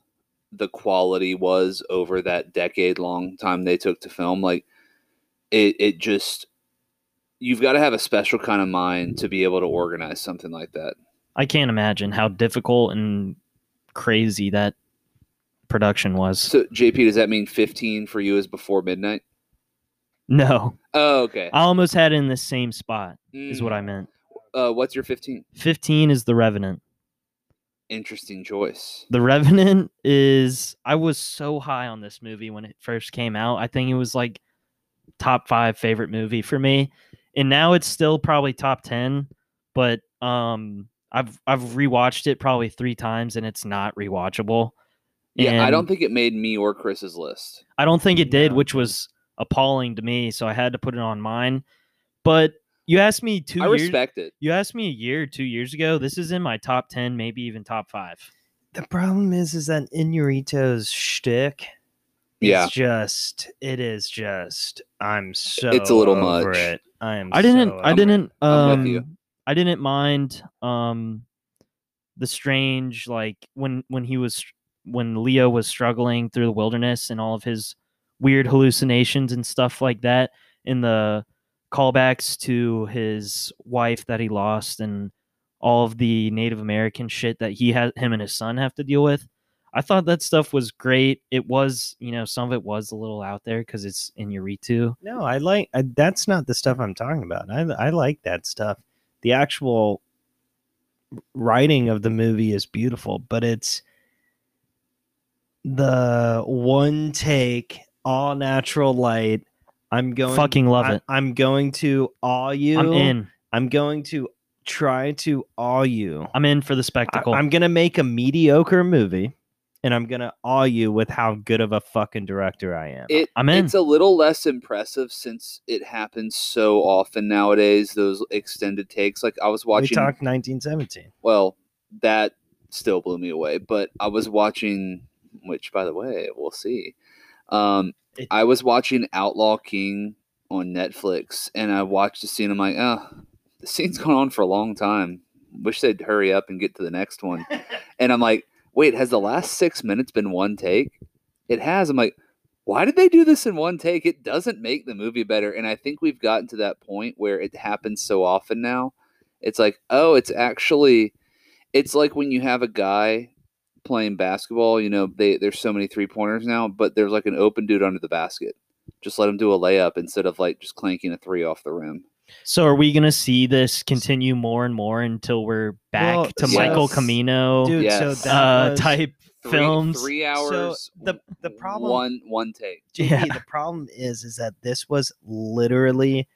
Speaker 6: the quality was over that decade long time they took to film. Like it it just you've got to have a special kind of mind to be able to organize something like that.
Speaker 4: I can't imagine how difficult and crazy that production was.
Speaker 6: So JP, does that mean fifteen for you is before midnight?
Speaker 4: No,
Speaker 6: Oh, okay.
Speaker 4: I almost had it in the same spot, is
Speaker 6: Mm.
Speaker 4: what I meant.
Speaker 6: Uh, what's your fifteen?
Speaker 4: 15 is The Revenant.
Speaker 6: Interesting choice.
Speaker 4: The Revenant is I was so high on this movie when it first came out. I think it was like top 5 favorite movie for me. And now it's still probably top 10, but um I've I've rewatched it probably 3 times and it's not rewatchable.
Speaker 6: Yeah, I don't
Speaker 4: And
Speaker 6: think it made me or Chris's list.
Speaker 4: I don't think it did,
Speaker 7: No.
Speaker 4: which was appalling to me, so I had to put it on mine. But you asked me 2
Speaker 6: I
Speaker 4: years
Speaker 6: respect it.
Speaker 4: you asked me a year, 2 years ago. This is in my top 10, maybe even top 5.
Speaker 7: the problem is, is that Inurito's shtick. is
Speaker 6: Yeah.
Speaker 7: just it is just. I'm so.
Speaker 6: It's a little
Speaker 7: over
Speaker 6: much.
Speaker 7: It. I am.
Speaker 4: I didn't.
Speaker 7: so
Speaker 4: I
Speaker 7: over
Speaker 4: didn't.
Speaker 6: I'm with you.
Speaker 4: Um, I didn't mind. Um, the strange like when when he was when Leo was struggling through the wilderness and all of his weird hallucinations and stuff like that, and the callbacks to his wife that he lost and all of the Native American shit that he had him and his son have to deal with. I thought that stuff was great. It was, you know, some of it was a little out there because it's in Yuritu.
Speaker 7: No, I like I, that's not the stuff I'm talking about. I I like that stuff. The actual writing of the movie is beautiful, but it's the one take, all natural light. I'm going
Speaker 4: Fucking love
Speaker 7: I,
Speaker 4: it.
Speaker 7: I'm going to awe you.
Speaker 4: I'm in.
Speaker 7: I'm going to try to awe you.
Speaker 4: I'm in for the
Speaker 7: I,
Speaker 4: spectacle.
Speaker 7: I'm gonna make a mediocre movie, and I'm gonna awe you with how good of a fucking director I am.
Speaker 6: It,
Speaker 4: I'm in.
Speaker 6: It's a little less impressive since it happens so often nowadays. Those extended takes, like I was
Speaker 7: we
Speaker 6: watching.
Speaker 7: talked 1917.
Speaker 6: well, that still blew me away. But I was watching, which by the way, we'll see. Um,
Speaker 7: It-
Speaker 6: I was watching Outlaw King on Netflix, and I watched the scene. I'm like, oh, the scene's gone on for a long time. Wish they'd hurry up and get to the next one. and I'm like, wait, has the last six minutes been one take? It has. I'm like, why did they do this in one take? It doesn't make the movie better. And I think we've gotten to that point where it happens so often now. It's like, oh, it's actually, it's like when you have a guy playing basketball, you know, they, there's so many three pointers now, but there's like an open dude under the basket. Just let him do a layup instead of like just clanking a three off the rim.
Speaker 4: so are we going to see this continue more and more until we're back
Speaker 7: Well,
Speaker 4: to
Speaker 6: so-
Speaker 4: Michael Camino
Speaker 7: Dude,
Speaker 6: Yes.
Speaker 7: so that
Speaker 4: uh,
Speaker 7: was-
Speaker 4: type
Speaker 6: Three,
Speaker 4: films?
Speaker 6: three
Speaker 7: So
Speaker 6: hours.
Speaker 7: the the problem,
Speaker 6: one one take.
Speaker 7: JP,
Speaker 4: Yeah.
Speaker 7: the problem is, is that this was literally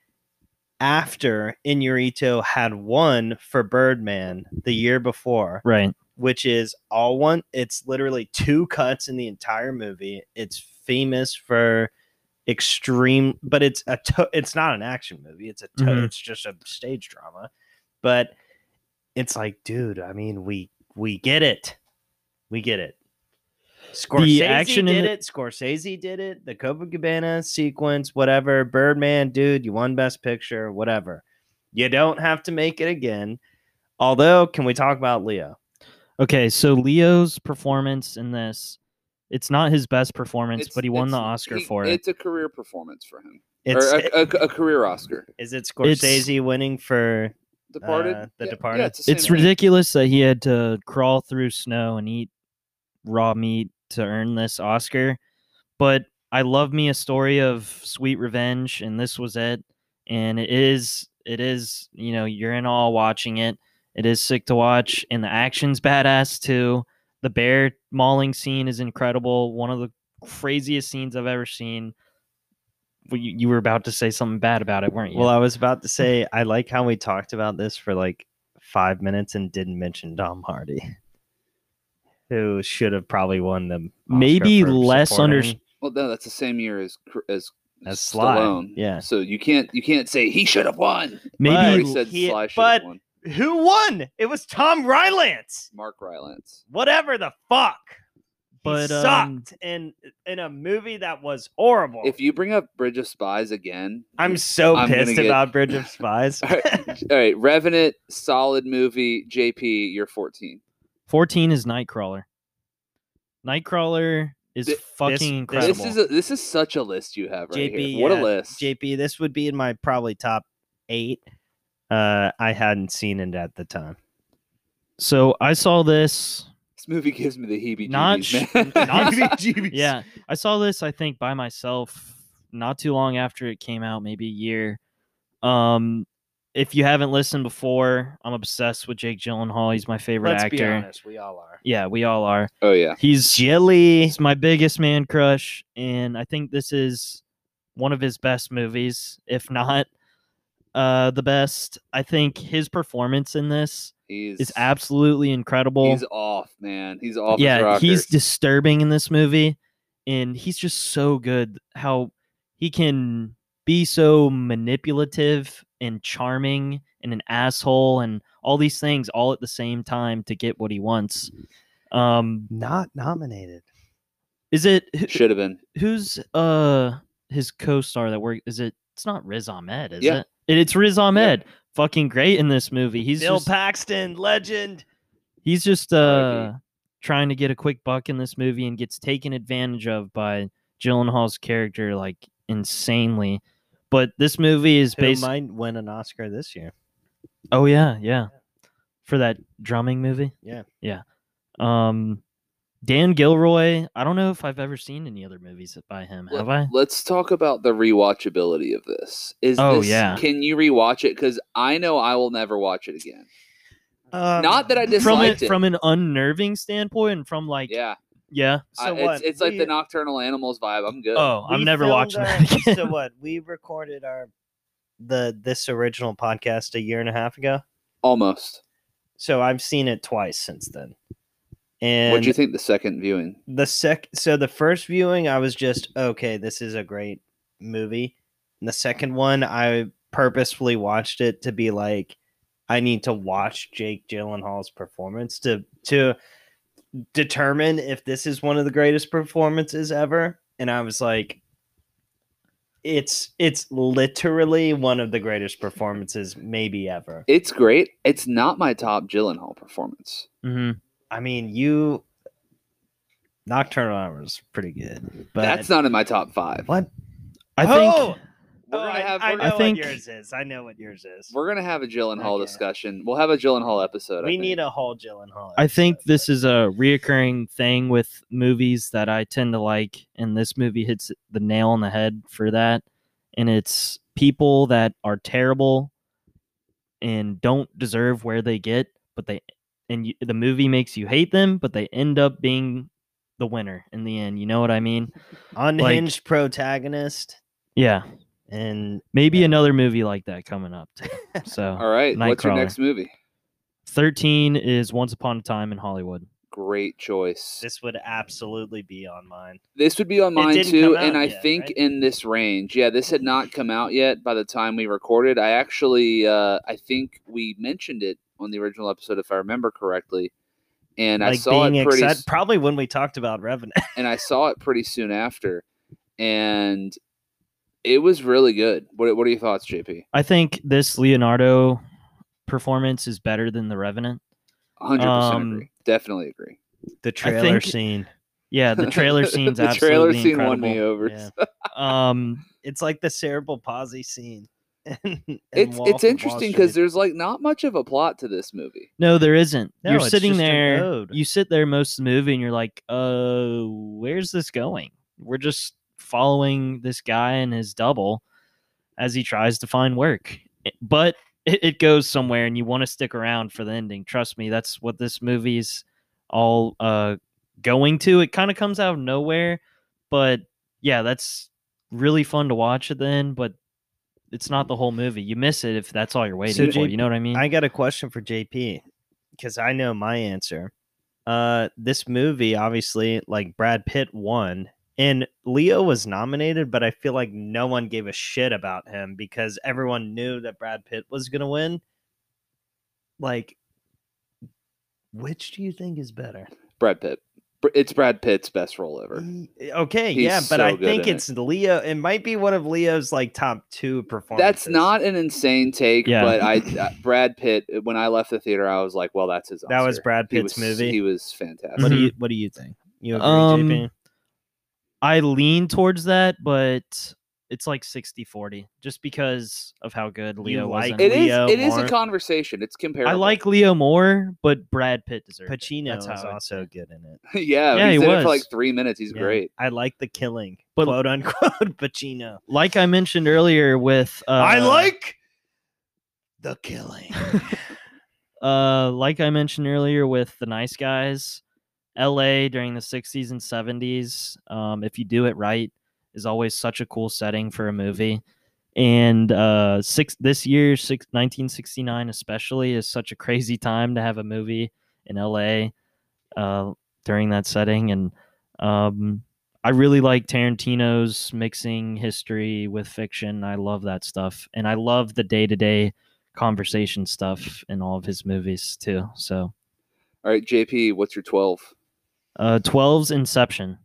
Speaker 7: after Inurito had won for Birdman the year before,
Speaker 4: Right.
Speaker 7: which is all one. It's literally two cuts in the entire movie. It's famous for extreme, but it's a to- it's not an action movie. It's a to-
Speaker 4: Mhm.
Speaker 7: it's just a stage drama, but it's like, dude. I mean, we we get it. We get it. Scorsese
Speaker 4: action in
Speaker 7: did
Speaker 4: the-
Speaker 7: it. Scorsese did it. The Copacabana sequence, whatever. Birdman, dude, you won Best Picture, whatever. You don't have to make it again. Although, can we talk about Leo?
Speaker 4: Okay, so Leo's performance in this, it's not his best performance,
Speaker 6: It's-
Speaker 4: but he won the
Speaker 6: it's-
Speaker 4: Oscar
Speaker 6: he-
Speaker 4: for it.
Speaker 6: It's a career performance for him,
Speaker 7: It's
Speaker 6: or a, a, a career Oscar.
Speaker 7: is it Scorsese winning for?
Speaker 6: Departed.
Speaker 7: Uh, The
Speaker 6: Yeah, yeah,
Speaker 7: Departed.
Speaker 6: the
Speaker 4: It's
Speaker 6: same thing.
Speaker 4: ridiculous that he had to crawl through snow and eat raw meat to earn this Oscar. But I love me a story of sweet revenge, and this was it. And it is, it is, you know, you're in awe watching it. It is sick to watch, and the action's badass too. The bear mauling scene is incredible. One of the craziest scenes I've ever seen. Well, you, you were about to say something bad about it, weren't you?
Speaker 7: Well, I was about to say I like how we talked about this for like five minutes and didn't mention Dom Hardy, who should have probably won the Oscar
Speaker 4: Maybe
Speaker 7: for
Speaker 4: less under-
Speaker 7: supporting.
Speaker 6: Well, no, that's the same year as Cr- as
Speaker 7: As Sly,
Speaker 6: Stallone.
Speaker 7: yeah.
Speaker 6: So you can't you can't say he should have won.
Speaker 4: maybe
Speaker 7: But-
Speaker 6: He
Speaker 7: Well,
Speaker 6: said
Speaker 7: he-
Speaker 6: Sly should
Speaker 7: but-
Speaker 6: have won.
Speaker 7: Who won? It was Tom Rylance.
Speaker 6: Mark Rylance.
Speaker 7: Whatever the fuck.
Speaker 4: But,
Speaker 7: he
Speaker 4: um,
Speaker 7: sucked in in a movie that was horrible.
Speaker 6: If you bring up Bridge of Spies again,
Speaker 7: I'm so
Speaker 6: I'm gonna
Speaker 7: pissed
Speaker 6: get-
Speaker 7: about Bridge of Spies.
Speaker 6: all right, all right, Revenant, solid movie. JP, you're 14.
Speaker 4: 14 is Nightcrawler. Nightcrawler is
Speaker 6: Th-
Speaker 4: fucking
Speaker 7: this
Speaker 4: incredible.
Speaker 6: This is a, this is such a list you have right
Speaker 7: JP,
Speaker 6: here. What
Speaker 7: yeah,
Speaker 6: a list!
Speaker 7: JP, this would be in my probably top eight. Uh, I hadn't seen it at the time.
Speaker 4: so I saw this.
Speaker 6: This movie gives me the heebie-jeebies.
Speaker 4: Not sh-
Speaker 6: man.
Speaker 4: not sh-
Speaker 7: GBGBs.
Speaker 4: Yeah, I saw this. I think by myself, not too long after it came out, maybe a year. Um, if you haven't listened before, I'm obsessed with Jake Gyllenhaal. He's my favorite
Speaker 7: Let's
Speaker 4: actor.
Speaker 7: be honest, we all are.
Speaker 4: Yeah, we all are.
Speaker 6: oh yeah,
Speaker 4: He's
Speaker 7: Jilly.
Speaker 4: He's my biggest man crush, and I think this is one of his best movies, if not uh, the best. I think his performance in this
Speaker 6: he's
Speaker 4: is absolutely incredible.
Speaker 6: He's off, man. He's off. his
Speaker 4: yeah,
Speaker 6: rocker.
Speaker 4: he's disturbing in this movie, and he's just so good. How he can be so manipulative and charming and an asshole and all these things all at the same time to get what he wants. Um,
Speaker 7: Not nominated.
Speaker 4: is it who-
Speaker 6: should have been.
Speaker 4: who's uh his co-star that work is it it's not Riz Ahmed, is
Speaker 6: Yeah.
Speaker 4: it? It- It's Riz Ahmed. Fucking great in this movie. He's
Speaker 7: Bill
Speaker 4: just,
Speaker 7: Paxton, legend.
Speaker 4: he's just
Speaker 6: R.I.P.
Speaker 4: uh trying to get a quick buck in this movie and gets taken advantage of by Gyllenhaal's character like insanely. But this movie is
Speaker 7: Who
Speaker 4: based
Speaker 7: might win an Oscar this year?
Speaker 4: Oh yeah, yeah. For that drumming movie?
Speaker 7: Yeah.
Speaker 4: Yeah. Um Dan Gilroy, I don't know if I've ever seen any other movies by him,
Speaker 6: Let-
Speaker 4: have I?
Speaker 6: Let's talk about the rewatchability of this. Is
Speaker 4: Oh,
Speaker 6: this,
Speaker 4: yeah.
Speaker 6: Can you rewatch it? Because I know I will never watch it again.
Speaker 7: Um,
Speaker 6: Not that I
Speaker 4: from
Speaker 6: disliked it.
Speaker 4: from an unnerving standpoint and from like yeah,
Speaker 6: yeah, I-
Speaker 7: So
Speaker 6: it's,
Speaker 7: what?
Speaker 6: it's like the
Speaker 7: we-
Speaker 6: Nocturnal Animals vibe. I'm good.
Speaker 4: oh i'm
Speaker 7: we
Speaker 4: never
Speaker 7: filmed
Speaker 4: watching
Speaker 7: our-
Speaker 4: that again
Speaker 7: so what? We recorded our the this original podcast a year and a half ago.
Speaker 6: Almost.
Speaker 7: So I've seen it twice since then. And
Speaker 6: What do you think the second viewing?
Speaker 7: the sec so the first viewing i was just okay this is a great movie and the second one i purposefully watched it to be like i need to watch jake gyllenhaal's performance to to determine if this is one of the greatest performances ever and i was like it's it's literally one of the greatest performances maybe ever
Speaker 6: It's great. It's not my top Gyllenhaal performance.
Speaker 4: Mhm.
Speaker 7: i mean you nocturnal hours is pretty good but
Speaker 6: That's not in my top five.
Speaker 7: what
Speaker 4: i
Speaker 7: Oh!
Speaker 4: think
Speaker 6: We're gonna have.
Speaker 7: I,
Speaker 6: we're,
Speaker 7: know
Speaker 6: gonna,
Speaker 4: I think-
Speaker 7: what yours is. I know what yours is.
Speaker 6: we're gonna have a Gyllenhaal
Speaker 7: Okay.
Speaker 6: discussion. We'll have a Gyllenhaal episode. I
Speaker 7: We
Speaker 6: think.
Speaker 7: need a whole Gyllenhaal.
Speaker 4: i think
Speaker 7: episode,
Speaker 4: this is a reoccurring thing with movies that i tend to like and this movie hits the nail on the head for that and it's people that are terrible and don't deserve where they get but they and you, the movie makes you hate them but they end up being the winner in the end you know what i mean
Speaker 7: but- unhinged protagonist
Speaker 4: yeah
Speaker 7: and
Speaker 4: maybe
Speaker 7: Yeah.
Speaker 4: another movie like that coming up too. so
Speaker 6: All right. What's your
Speaker 4: Nightcrawler.
Speaker 6: next movie?
Speaker 4: 13 is Once Upon a Time in Hollywood.
Speaker 6: Great choice. This,
Speaker 7: this would absolutely be on mine.
Speaker 6: would be on mine
Speaker 7: didn't
Speaker 6: too,
Speaker 7: come
Speaker 6: and
Speaker 7: out
Speaker 6: I
Speaker 7: yet,
Speaker 6: think
Speaker 7: right?
Speaker 6: in this range. Yeah, this had not come out yet by the time we recorded. I actually, uh, I think we mentioned it on the original episode, if I remember correctly. and I
Speaker 7: like
Speaker 6: saw
Speaker 7: being
Speaker 6: it pretty
Speaker 7: excited.
Speaker 6: s-
Speaker 7: Probably when we talked about Revenant.
Speaker 6: and I saw it pretty soon after, and it was really good. What What are your thoughts, JP?
Speaker 4: I think this Leonardo performance is better than the Revenant.
Speaker 6: Hundred percent
Speaker 4: Um,
Speaker 6: agree. Definitely agree.
Speaker 7: The trailer
Speaker 4: think-
Speaker 7: scene.
Speaker 4: Yeah, the trailer scene's
Speaker 6: the
Speaker 4: absolutely
Speaker 6: trailer scene won
Speaker 4: incredible.
Speaker 6: me over.
Speaker 7: Yeah.
Speaker 4: Um,
Speaker 7: It's like the cerebral palsy scene.
Speaker 6: It's it's interesting because there's like not much of a plot to this movie.
Speaker 4: no, there isn't.
Speaker 7: No,
Speaker 4: you're
Speaker 7: it's
Speaker 4: sitting
Speaker 7: just a
Speaker 4: there.
Speaker 7: node.
Speaker 4: You sit there most of the movie, and you're like, "Uh, where's this going? We're just following this guy and his double as he tries to find work, It- but it, it goes somewhere, and you want to stick around for the ending. Trust me, that's what this movie's all uh going to. It kind of comes out of nowhere, but yeah, that's really fun to watch at the end, but it's not the whole movie. You miss it if that's all you're waiting for.
Speaker 7: JP
Speaker 4: you know what I mean?
Speaker 7: I got a question for JP because I know my answer. Uh, this movie, obviously, like Brad Pitt won, and Leo was nominated, but I feel like no one gave a shit about him because everyone knew that Brad Pitt was gonna win. Like, which do you think is better?
Speaker 6: Brad Pitt. Br- It's Brad Pitt's best role ever.
Speaker 7: Y- Eh, Okay,
Speaker 6: He's
Speaker 7: yeah, but
Speaker 6: so
Speaker 7: I
Speaker 6: good
Speaker 7: think
Speaker 6: in it.
Speaker 7: it's Leo. It might be one of Leo's like top two performances.
Speaker 6: That's not an insane take,
Speaker 4: Yeah.
Speaker 6: but I uh, Brad Pitt. When I left the theater, I was like, "Well, that's his."
Speaker 7: That was
Speaker 6: Oscar.
Speaker 7: Brad
Speaker 6: He
Speaker 7: Pitt's
Speaker 6: was-
Speaker 7: movie.
Speaker 6: He was fantastic.
Speaker 7: What do you What do you think? You agree,
Speaker 4: Um,
Speaker 7: JP?
Speaker 4: I lean towards that, but it's like 60 40 just because of how good Leo was.
Speaker 7: like
Speaker 4: in
Speaker 6: It
Speaker 4: it.
Speaker 6: is.
Speaker 7: Leo
Speaker 6: It is a
Speaker 7: Mark-
Speaker 6: conversation. It's comparable.
Speaker 4: I like Leo more, but Brad Pitt deserves it.
Speaker 7: Pacino
Speaker 4: That's
Speaker 7: is
Speaker 4: how I would
Speaker 7: also
Speaker 4: say it.
Speaker 7: good in it.
Speaker 6: yeah,
Speaker 4: Yeah,
Speaker 6: he's
Speaker 4: he
Speaker 6: in it for
Speaker 4: was.
Speaker 6: like three minutes. He's
Speaker 7: Yeah.
Speaker 6: great.
Speaker 7: I like the killing,
Speaker 4: But-
Speaker 7: quote unquote, Pacino.
Speaker 4: Like I mentioned earlier with uh,
Speaker 7: the killing.
Speaker 4: uh like I mentioned earlier with the nice guys, LA during the 60s and 70s, um, if you do it right, is always such a cool setting for a movie. And uh, six this year, six, 1969 especially, is such a crazy time to have a movie in LA uh, during that setting. And um, I really like Tarantino's mixing history with fiction. I love that stuff, and I love the day to day conversation stuff in all of his movies too. So,
Speaker 6: All right, JP, what's your twelve?
Speaker 4: uh, 12's Inception.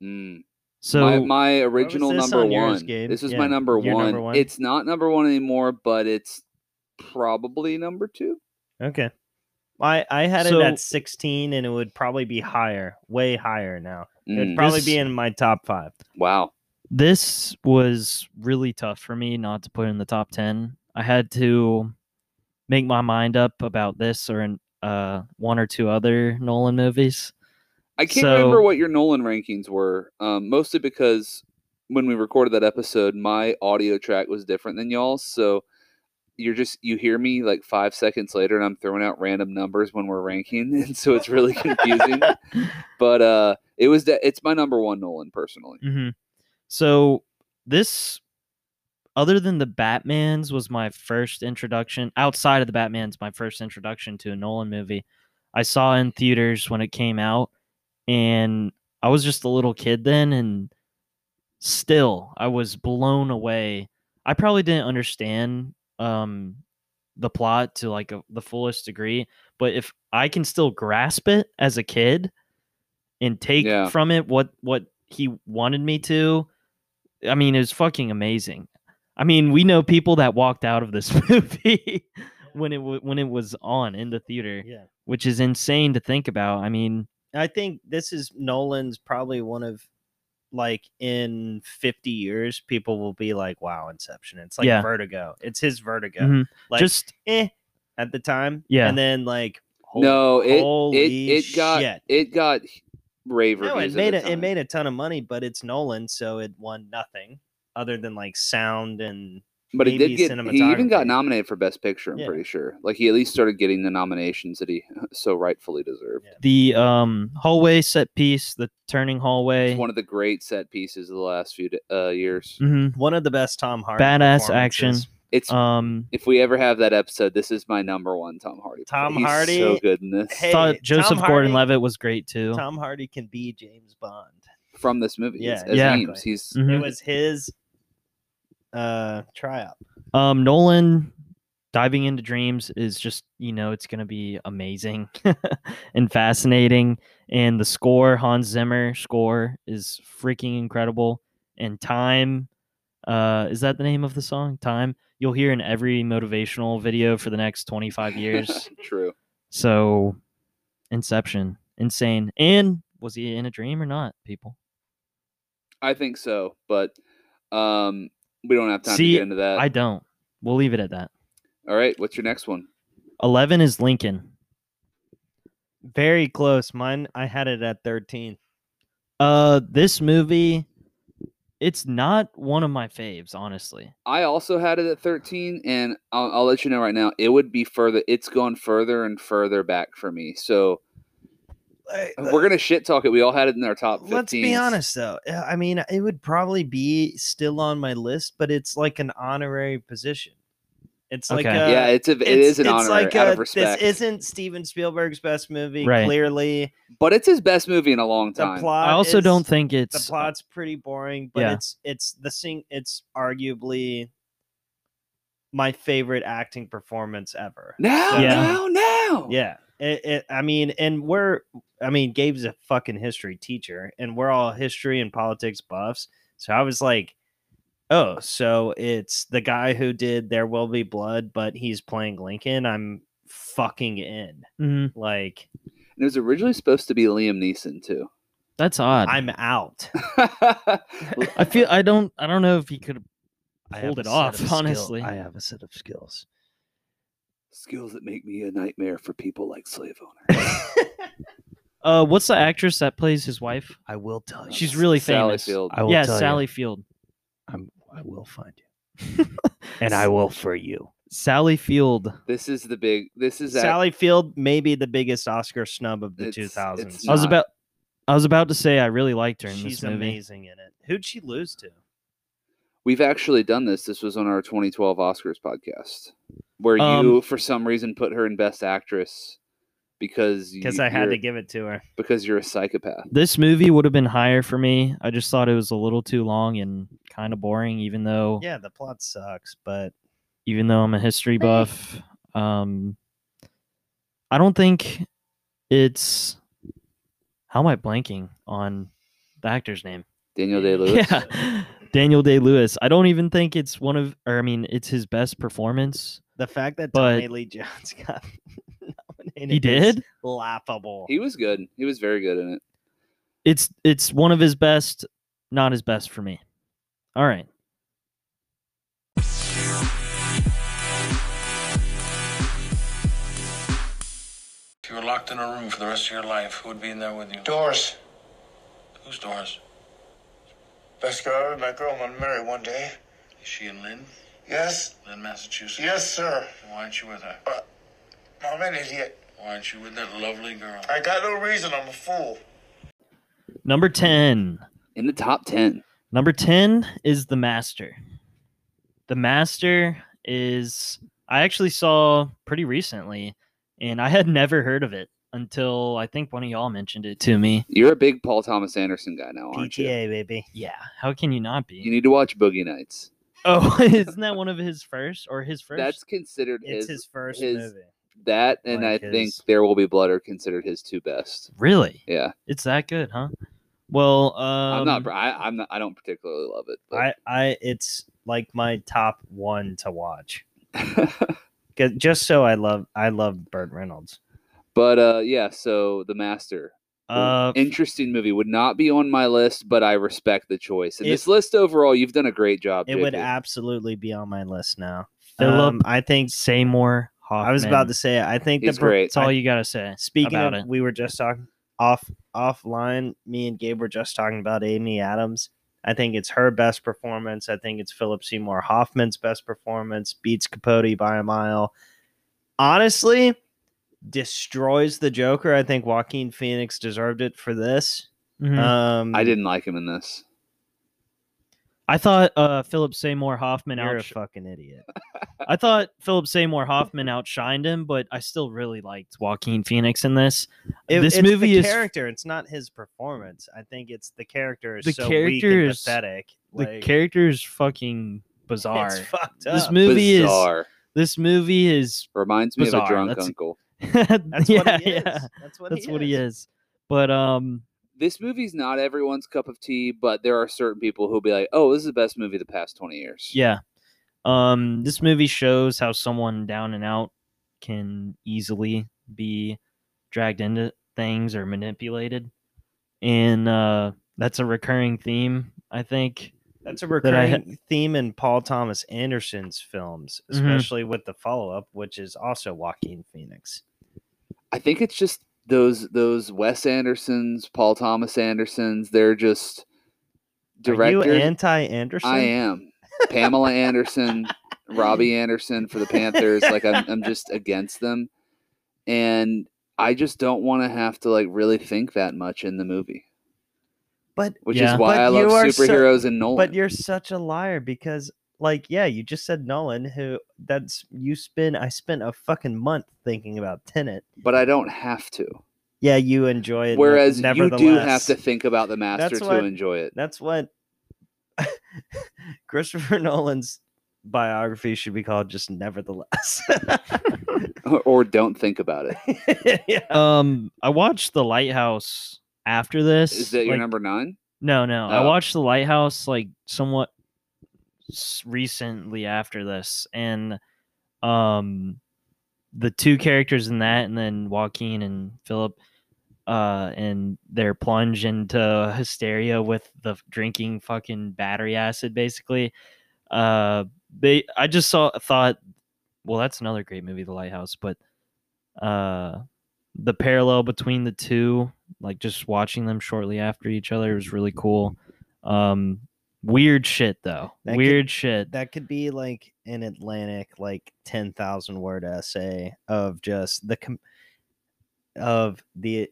Speaker 6: Mm.
Speaker 4: So
Speaker 6: my, my original
Speaker 7: this
Speaker 6: number
Speaker 7: on yours,
Speaker 6: one.
Speaker 7: Gabe?
Speaker 6: This is
Speaker 7: Yeah,
Speaker 6: my number
Speaker 7: your
Speaker 6: one.
Speaker 7: number one?
Speaker 6: It's not number one anymore, but it's probably number two.
Speaker 7: okay. I, I had it at
Speaker 4: So-
Speaker 7: 16 and it would probably be higher, way higher now. It
Speaker 6: Mm,
Speaker 7: would probably
Speaker 4: This-
Speaker 7: be in my top five.
Speaker 6: Wow.
Speaker 4: this was really tough for me not to put in the top 10 i had to make my mind up about this or in uh one or two other nolan movies
Speaker 6: I can't remember
Speaker 4: So-
Speaker 6: what your Nolan rankings were, um, mostly because when we recorded that episode, my audio track was different than y'all's. So you're just you hear me like five seconds later, and I'm throwing out random numbers when we're ranking, and so it's really confusing. but uh, it was that it's my number one Nolan personally.
Speaker 4: hmm so this other than the batmans was my first introduction outside of the batmans my first introduction to a nolan movie i saw in theaters when it came out and i was just a little kid then and still i was blown away i probably didn't understand um the plot to like a, the fullest degree but if i can still grasp it as a kid and take
Speaker 6: Yeah.
Speaker 4: from it what what he wanted me to i mean it was fucking amazing i mean we know people that walked out of this movie when it w- when it was on in the theater
Speaker 7: Yeah.
Speaker 4: which is insane to think about i mean
Speaker 7: I think this is Nolan's probably one of like in 50 years, people will be like, wow, Inception. It's like
Speaker 4: Yeah.
Speaker 7: Vertigo. It's his Vertigo.
Speaker 4: mhm.
Speaker 7: Like,
Speaker 4: just
Speaker 7: eh at the time.
Speaker 4: Yeah.
Speaker 7: And then like hol-
Speaker 6: no, it it
Speaker 7: holy
Speaker 6: it got
Speaker 7: shit.
Speaker 6: it got rave reviews.
Speaker 7: No, it
Speaker 6: at
Speaker 7: made
Speaker 6: the
Speaker 7: a, it
Speaker 6: time.
Speaker 7: made a ton of money, but it's Nolan, so it won nothing other than like sound and
Speaker 6: but it did
Speaker 7: maybe
Speaker 6: get he even got
Speaker 7: cinematography.
Speaker 6: nominated for best picture. I'm
Speaker 7: Yeah.
Speaker 6: pretty sure. Like he at least started getting the nominations that he so rightfully deserved.
Speaker 4: the um hallway set piece the turning hallway
Speaker 6: It's one of the great set pieces of the last few d- uh,
Speaker 7: Mm,
Speaker 6: years.
Speaker 4: hmm
Speaker 7: one of the best Tom Hardy
Speaker 4: Badass action.
Speaker 7: performances.
Speaker 6: It's
Speaker 4: um
Speaker 6: if we ever have that episode, this is my number one Tom Hardy. play.
Speaker 7: Tom
Speaker 6: He's so
Speaker 7: Hardy-
Speaker 6: good in this
Speaker 7: Hey,
Speaker 4: thought joseph
Speaker 7: Tom Hardy-
Speaker 4: gordon-levitt was great too
Speaker 7: Tom Hardy can be James Bond.
Speaker 6: from this movie. Yeah,
Speaker 7: Yeah,
Speaker 6: as
Speaker 4: Yeah.
Speaker 6: Eames. he's
Speaker 4: Mhm.
Speaker 7: It was his uh tryout.
Speaker 4: um nolan diving into dreams is just you know it's going to be amazing and fascinating and the score hans zimmer score is freaking incredible and time uh is that the name of the song time you'll hear in every motivational video for the next 25 years
Speaker 7: Mm-hmm.
Speaker 6: True.
Speaker 4: so inception insane and was he in a dream or not people
Speaker 6: I think so, but um, we don't have time
Speaker 4: See,
Speaker 6: to get into that.
Speaker 4: i don't we'll leave it at that
Speaker 6: All right, what's your next one?
Speaker 4: 11 is lincoln
Speaker 7: Very close. Mine, I had it at 13.
Speaker 4: Uh, this movie, it's not one of my faves, honestly.
Speaker 6: I also had it at 13, and I'll, I'll let you know right now, it would be further. It's gone further and further back for me. So we're gonna shit talk it. We all had it in our top. 15s.
Speaker 7: Uh, Let's be honest, though. Uh, I mean, it would probably be still on my list, but it's like an honorary position. It's like
Speaker 4: Okay.
Speaker 7: a,
Speaker 6: yeah, it's a it is an honor out
Speaker 7: uh,
Speaker 6: of respect,
Speaker 7: This isn't Steven Spielberg's best movie.
Speaker 4: Right.
Speaker 7: Clearly,
Speaker 6: but it's his best movie in a long
Speaker 7: the
Speaker 6: time.
Speaker 7: plot.
Speaker 4: I also
Speaker 7: is-
Speaker 4: don't
Speaker 7: Uh,
Speaker 4: think
Speaker 7: the
Speaker 4: it's uh,
Speaker 7: plot's pretty boring, but
Speaker 4: Yeah.
Speaker 7: it's it's the sing. It's arguably my favorite acting performance ever.
Speaker 6: now,
Speaker 4: Yeah.
Speaker 6: now, now.
Speaker 7: Yeah. It, it, I mean, and we're, I mean, Gabe's a fucking history teacher, and we're all history and politics buffs. So I was like, oh, so it's the guy who did There Will Be Blood, but he's playing Lincoln. I'm fucking in.
Speaker 4: Mhm,
Speaker 7: Like,
Speaker 6: And it was originally supposed to be Liam Neeson too.
Speaker 4: that's odd.
Speaker 7: I'm out.
Speaker 4: I feel I don't I don't know if he could
Speaker 7: I have
Speaker 4: Pulled
Speaker 7: a
Speaker 4: it
Speaker 7: set
Speaker 4: off,
Speaker 7: of skill-
Speaker 4: honestly.
Speaker 7: I have a set of skills.
Speaker 6: skills that make me a nightmare for people like slave owners.
Speaker 4: uh what's the actress that plays his wife?
Speaker 7: I will tell you.
Speaker 4: She's really
Speaker 6: Sally
Speaker 4: famous.
Speaker 6: Field.
Speaker 7: I will
Speaker 4: yeah,
Speaker 7: tell you.
Speaker 4: Sally Field.
Speaker 7: I'm, I will find you, and I will free you.
Speaker 4: Sally Field.
Speaker 6: This is the big. This is that.
Speaker 7: Sally Field may be the biggest Oscar snub of the
Speaker 6: It's-
Speaker 7: two
Speaker 6: it's
Speaker 7: thousands.
Speaker 4: I was
Speaker 6: Not-
Speaker 4: about I was about to say I really liked her in
Speaker 7: She's
Speaker 4: this movie.
Speaker 7: amazing in it. Who'd she lose to?
Speaker 6: We've actually done this. This was on our 2012 Oscars podcast, where you
Speaker 4: Um,
Speaker 6: for some reason put her in Best Actress because
Speaker 7: Because
Speaker 6: you-
Speaker 7: I had
Speaker 6: you're-
Speaker 7: to give it to her.
Speaker 6: because you're a psychopath.
Speaker 4: This movie would have been higher for me. I just thought it was a little too long and kind of boring, even though
Speaker 7: Yeah, the plot sucks, but
Speaker 4: even though I'm a history buff. Um, I don't think it's. How am I blanking on the actor's name?
Speaker 6: Daniel Day Lewis.
Speaker 4: Yeah, Daniel Day Lewis. I don't even think it's one of, or I mean, it's his best performance.
Speaker 7: the fact that
Speaker 4: But-
Speaker 7: Tommy Lee Jones got nominated
Speaker 4: He
Speaker 7: is
Speaker 4: did.
Speaker 7: laughable.
Speaker 6: He was good. He was very good in it.
Speaker 4: It's it's one of his best, not his best for me. All right,
Speaker 8: If you were locked in a room for the rest of your life, who would be in there with you?
Speaker 5: Doris,
Speaker 8: Who's Doris?
Speaker 5: best girl I ever met, girl I'm gonna marry one day.
Speaker 8: Is she in Lynn?
Speaker 5: Yes,
Speaker 8: Lynn, Massachusetts?
Speaker 5: yes, sir. Uh,
Speaker 8: Then Why aren't you with her?
Speaker 5: I'm an idiot.
Speaker 8: Why aren't you with that lovely girl?
Speaker 5: I got no reason. I'm a fool.
Speaker 4: number ten.
Speaker 6: In the top ten.
Speaker 4: Number 10 is The Master. The Master is, I actually saw pretty recently, and I had never heard of it until I think one of y'all mentioned it to me.
Speaker 6: You're a big Paul Thomas Anderson guy now, aren't you?
Speaker 7: PTA baby.
Speaker 4: Yeah, how can you not be?
Speaker 6: You need to watch Boogie Nights.
Speaker 4: oh, isn't that one of his first or his first?
Speaker 6: That's considered
Speaker 7: It's
Speaker 6: his,
Speaker 7: his first
Speaker 6: his-
Speaker 7: movie.
Speaker 6: that, and
Speaker 7: like
Speaker 6: I think
Speaker 7: his-
Speaker 6: There Will Be Blood are considered his two best.
Speaker 4: really?
Speaker 6: Yeah,
Speaker 4: It's that good, huh? Well, um,
Speaker 6: I'm not. br- I, I'm not. I don't particularly love it.
Speaker 7: I,
Speaker 6: But
Speaker 7: I it's like my top one to watch. 'Cause- Just so I love I love Burt Reynolds.
Speaker 6: but uh, yeah. So The Master,
Speaker 4: uh,
Speaker 6: interesting movie, would not be on my list, but I respect the choice. And
Speaker 7: It-
Speaker 6: this list overall, you've done a great job.
Speaker 7: It would
Speaker 6: JP.
Speaker 7: absolutely be on my list now.
Speaker 4: Philip
Speaker 7: Um, I think
Speaker 4: Seymour Hoffman.
Speaker 7: I was about to say I think
Speaker 6: He's
Speaker 7: the per-
Speaker 6: great.
Speaker 4: That's all you gotta say.
Speaker 7: Speaking
Speaker 4: about
Speaker 7: of,
Speaker 4: it.
Speaker 7: we were just talking off offline. Me and Gabe were just talking about Amy Adams. I think it's her best performance. I think it's Philip Seymour Hoffman's best performance. Beats Capote by a mile. Honestly, destroys the Joker. I think Joaquin Phoenix deserved it for this.
Speaker 4: Mhm.
Speaker 7: Um,
Speaker 6: I didn't like him in this.
Speaker 4: I thought uh, Philip Seymour Hoffman
Speaker 7: You're a
Speaker 4: outsh-
Speaker 7: fucking idiot.
Speaker 4: I thought Philip Seymour Hoffman outshined him, but I still really liked Joaquin Phoenix in this.
Speaker 7: It-
Speaker 4: this
Speaker 7: it's
Speaker 4: movie
Speaker 7: the
Speaker 4: is
Speaker 7: character. It's not his performance. I think it's the character is
Speaker 4: The
Speaker 7: so weak
Speaker 4: character
Speaker 7: and
Speaker 4: is-
Speaker 7: pathetic.
Speaker 4: the
Speaker 7: like,
Speaker 4: character is fucking bizarre.
Speaker 7: It's fucked up.
Speaker 4: This movie
Speaker 6: Bizarre.
Speaker 4: is This movie is
Speaker 6: Reminds me of
Speaker 4: Bizarre,
Speaker 6: a drunk
Speaker 4: that's-
Speaker 6: uncle.
Speaker 7: That's
Speaker 4: yeah,
Speaker 7: what he is.
Speaker 4: yeah.
Speaker 7: That's what
Speaker 4: That's
Speaker 7: he
Speaker 4: what
Speaker 7: is.
Speaker 4: he is. But um
Speaker 6: This movie's not everyone's cup of tea, but there are certain people who'll be like, "Oh, this is the best movie of the past twenty years."
Speaker 4: yeah. Um this movie shows how someone down and out can easily be dragged into things or manipulated. And uh that's a recurring theme, I think.
Speaker 7: That's a
Speaker 4: that I ha-
Speaker 7: recurring theme in Paul Thomas Anderson's films,
Speaker 4: Mhm.
Speaker 7: especially with the follow up, which is also Joaquin Phoenix.
Speaker 6: I think it's just those those Wes Andersons, Paul Thomas Andersons. They're just
Speaker 7: Are you
Speaker 6: directors.
Speaker 7: anti Anderson?
Speaker 6: I am Pamela Anderson, Robbie Anderson for the Panthers. Like I'm, I'm just against them, and I just don't want to have to like really think that much in the movie,
Speaker 7: But
Speaker 6: which
Speaker 4: Yeah.
Speaker 6: is why
Speaker 7: But
Speaker 6: I love
Speaker 7: you are so-
Speaker 6: superheroes and Nolan.
Speaker 7: but you're such a liar because like yeah, you just said Nolan who that's you spend I spent a fucking month thinking about Tenet.
Speaker 6: But I don't have to.
Speaker 7: Yeah, you enjoy it.
Speaker 6: Whereas you
Speaker 7: nevertheless.
Speaker 6: do have to think about the master
Speaker 7: That's
Speaker 6: to
Speaker 7: what-
Speaker 6: enjoy it.
Speaker 7: That's what Christopher Nolan's biography should be called just nevertheless.
Speaker 6: or, or don't think about it.
Speaker 7: yeah.
Speaker 6: Uh,
Speaker 4: Um I watched The Lighthouse after this.
Speaker 6: Is that your
Speaker 4: like,
Speaker 6: number nine?
Speaker 4: No, no. I
Speaker 6: Oh.
Speaker 4: watched The Lighthouse like somewhat s- recently after this, and um, the two characters in that, and then Joaquin and Philip, uh, and their plunge into hysteria with the f- drinking fucking battery acid, basically. Uh, they, I just saw thought, well, that's another great movie, The Lighthouse, but uh, the parallel between the two like just watching them shortly after each other was really cool. Um, weird shit though.
Speaker 7: That could-
Speaker 4: weird shit.
Speaker 7: That could be like an Atlantic, like ten thousand word essay of just the com- of the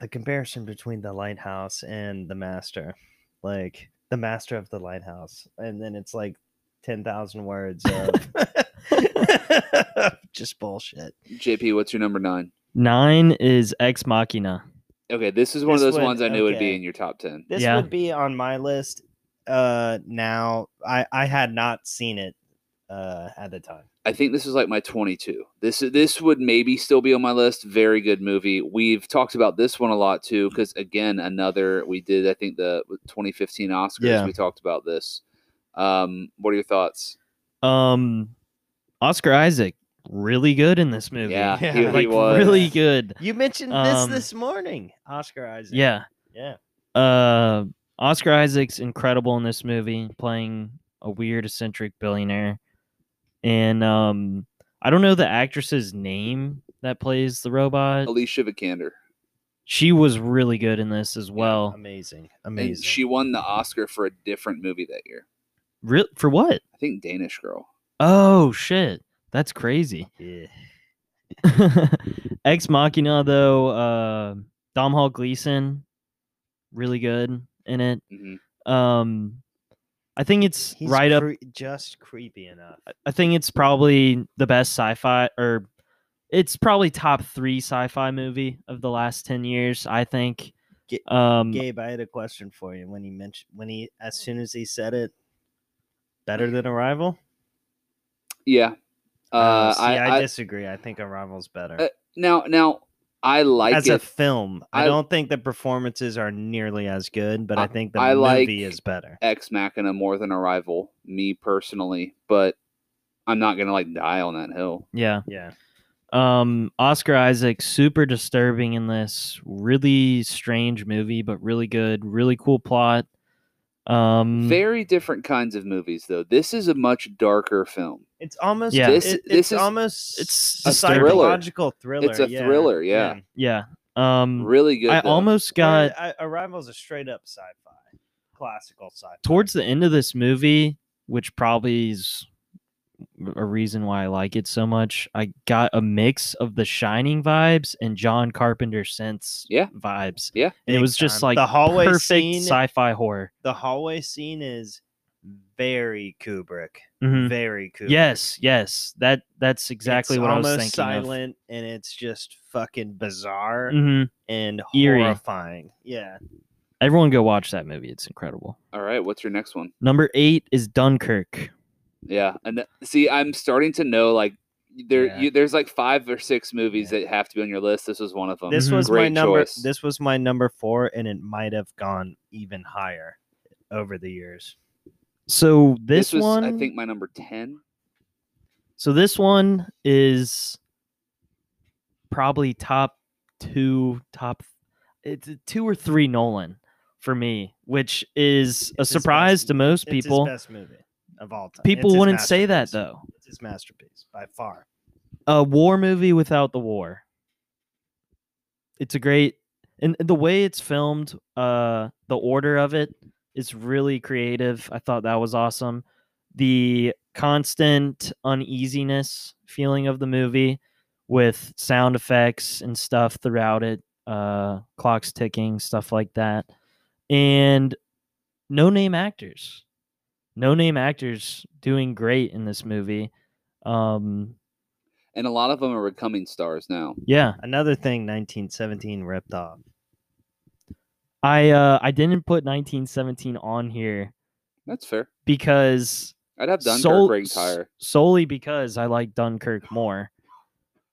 Speaker 7: the comparison between the lighthouse and the master, like the master of the lighthouse, and then it's like ten thousand words of just bullshit.
Speaker 6: JP, what's your number nine?
Speaker 4: Nine is Ex Machina.
Speaker 6: Okay, this is one
Speaker 7: This
Speaker 6: of those
Speaker 7: one,
Speaker 6: ones I knew would be
Speaker 7: okay.
Speaker 6: in your top ten.
Speaker 7: This
Speaker 4: Yeah.
Speaker 7: would be on my list. Uh, now I I had not seen it uh at the time.
Speaker 6: I think this is like my 22. This is- this would maybe still be on my list. Very good movie. We've talked about this one a lot too, because again, another we did. I think the 2015 Oscars.
Speaker 7: Yeah.
Speaker 6: We talked about this. Um, what are your thoughts?
Speaker 4: Um, Oscar Isaac really good in this movie.
Speaker 6: Yeah,
Speaker 7: Yeah.
Speaker 6: He, he
Speaker 4: like
Speaker 6: was
Speaker 4: really good.
Speaker 7: You mentioned
Speaker 4: Um,
Speaker 7: this this morning, Oscar Isaac.
Speaker 4: Yeah.
Speaker 7: yeah.
Speaker 4: Uh, Oscar Isaac's incredible in this movie, playing a weird eccentric billionaire. And um, I don't know the actress's name that plays the
Speaker 7: Uh,
Speaker 4: robot.
Speaker 6: Alicia Vikander,
Speaker 4: She was really good in this as well.
Speaker 7: amazing,
Speaker 6: and
Speaker 7: amazing.
Speaker 6: she won the Oscar for a different movie that year.
Speaker 4: Real for what?
Speaker 6: I think Danish Girl.
Speaker 4: Oh shit, that's crazy.
Speaker 7: yeah.
Speaker 4: Ex Machina though, uh, Dom Hall Gleason, really good in it.
Speaker 6: hmm
Speaker 4: Um, I think it's
Speaker 7: He's
Speaker 4: right up.
Speaker 7: cre- just creepy enough.
Speaker 4: I think it's probably the best sci-fi, or it's probably top three sci-fi movie of the last ten years. I think.
Speaker 7: Ga-
Speaker 4: Um,
Speaker 7: Gabe, I had a question for you. When he mentioned, when he, as soon as he said it, better than Arrival.
Speaker 6: Yeah. Uh,
Speaker 7: Oh, see,
Speaker 6: I,
Speaker 7: I,
Speaker 6: I-
Speaker 7: disagree. I think Arrival's better
Speaker 6: Uh, now now I like
Speaker 7: as
Speaker 6: it.
Speaker 7: a film. I,
Speaker 6: I-
Speaker 7: don't think the performances are nearly as good, but I,
Speaker 6: I-
Speaker 7: think the
Speaker 6: I
Speaker 7: movie
Speaker 6: like-
Speaker 7: is better.
Speaker 6: Ex Machina more than Arrival, me personally, but I'm not gonna like die on that hill.
Speaker 4: yeah.
Speaker 7: Yeah,
Speaker 4: Um, Oscar Isaac, super disturbing in this really strange movie, but really good, really cool plot.
Speaker 7: Mm.
Speaker 4: Um,
Speaker 6: Very different kinds of movies, though. This is a much darker film.
Speaker 7: it's almost
Speaker 4: Yeah.
Speaker 6: This-
Speaker 7: it-
Speaker 6: this
Speaker 7: it's
Speaker 6: is-
Speaker 7: almost
Speaker 4: it's
Speaker 7: a
Speaker 4: a thriller.
Speaker 7: psychological thriller.
Speaker 6: It's a
Speaker 7: yeah,
Speaker 6: thriller, yeah.
Speaker 4: yeah.
Speaker 7: Mm.
Speaker 4: Um,
Speaker 6: Really good.
Speaker 4: I
Speaker 6: though.
Speaker 4: almost got
Speaker 7: Whereas I, Arrival's a straight up sci-fi, classical sci-fi.
Speaker 4: towards the end of this movie, which probably is a reason why I like it so much. I got a mix of the Shining vibes and John Carpenter sense
Speaker 6: Yeah.
Speaker 4: vibes.
Speaker 6: Yeah.
Speaker 4: and it
Speaker 7: Big
Speaker 4: was just
Speaker 7: time.
Speaker 4: like
Speaker 7: The hallway
Speaker 4: perfect
Speaker 7: scene-
Speaker 4: sci-fi horror.
Speaker 7: the hallway scene is very Kubrick.
Speaker 4: Mhm.
Speaker 7: Very Kubrick.
Speaker 4: Yes, yes, that that's exactly
Speaker 7: Mm-hmm. It's
Speaker 4: what I was
Speaker 7: almost
Speaker 4: thinking. of.
Speaker 7: silent and it's just fucking bizarre
Speaker 4: Mhm.
Speaker 7: and
Speaker 4: Eerie.
Speaker 7: horrifying. Yeah.
Speaker 6: Mm-hmm.
Speaker 4: Everyone go watch that movie. It's incredible.
Speaker 6: All right, what's your next one?
Speaker 4: Number eight is Dunkirk.
Speaker 6: Yeah, and th- see, I'm starting to know like there
Speaker 4: Yeah.
Speaker 6: you, there's like five or six movies
Speaker 4: Yeah.
Speaker 6: that have to be on your list. This was one of them.
Speaker 7: This
Speaker 4: Mhm.
Speaker 7: was my
Speaker 6: Great
Speaker 7: number.
Speaker 6: choice.
Speaker 7: This was my number four, and it might have gone even higher over the years.
Speaker 4: So this,
Speaker 6: was,
Speaker 4: one,
Speaker 6: I think, my number ten.
Speaker 4: So this one is probably top two, top it's a two or three Nolan for me, which is a
Speaker 7: It's his
Speaker 4: surprise
Speaker 7: best-
Speaker 4: to most
Speaker 7: it's his
Speaker 4: people.
Speaker 7: best movie of all time. It's
Speaker 4: People
Speaker 7: his
Speaker 4: wouldn't say
Speaker 7: masterpiece.
Speaker 4: that though.
Speaker 7: It's his masterpiece by far.
Speaker 4: A war movie without the war. It's a great and the way it's filmed, uh the order of it is really creative. I thought that was awesome. The constant uneasiness feeling of the movie with sound effects and stuff throughout it, uh clocks ticking, stuff like that. And no name actors. No name actors doing great in this movie. Um
Speaker 6: And a lot of them are becoming stars now.
Speaker 4: yeah,
Speaker 7: Another thing, 1917 ripped off.
Speaker 4: I uh I didn't put 1917 on here
Speaker 6: That's fair.
Speaker 4: because
Speaker 6: I'd have Dunkirk
Speaker 4: sol-
Speaker 6: ranked higher.
Speaker 4: solely because I like Dunkirk more.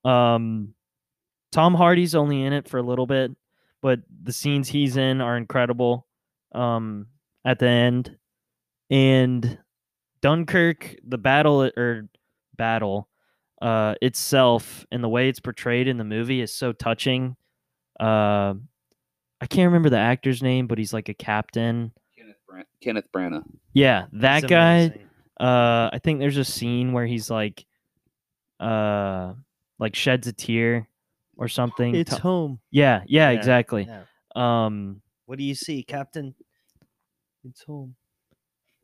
Speaker 4: Um Tom Hardy's only in it for a little bit, but the scenes he's in are incredible um at the end. And Dunkirk, the battle it- or battle uh itself and the way it's portrayed in the movie is so touching. Uh I can't remember the actor's name, but he's like a captain.
Speaker 6: Kenneth, Bran- Kenneth Branagh.
Speaker 4: Yeah, that
Speaker 7: It's
Speaker 4: guy
Speaker 7: amazing.
Speaker 4: uh i think there's a scene where he's like uh like sheds a tear or something
Speaker 7: It's
Speaker 4: To-
Speaker 7: home.
Speaker 4: yeah, yeah
Speaker 7: Yeah,
Speaker 4: exactly
Speaker 7: yeah.
Speaker 4: um
Speaker 7: What do you see, Captain? It's home.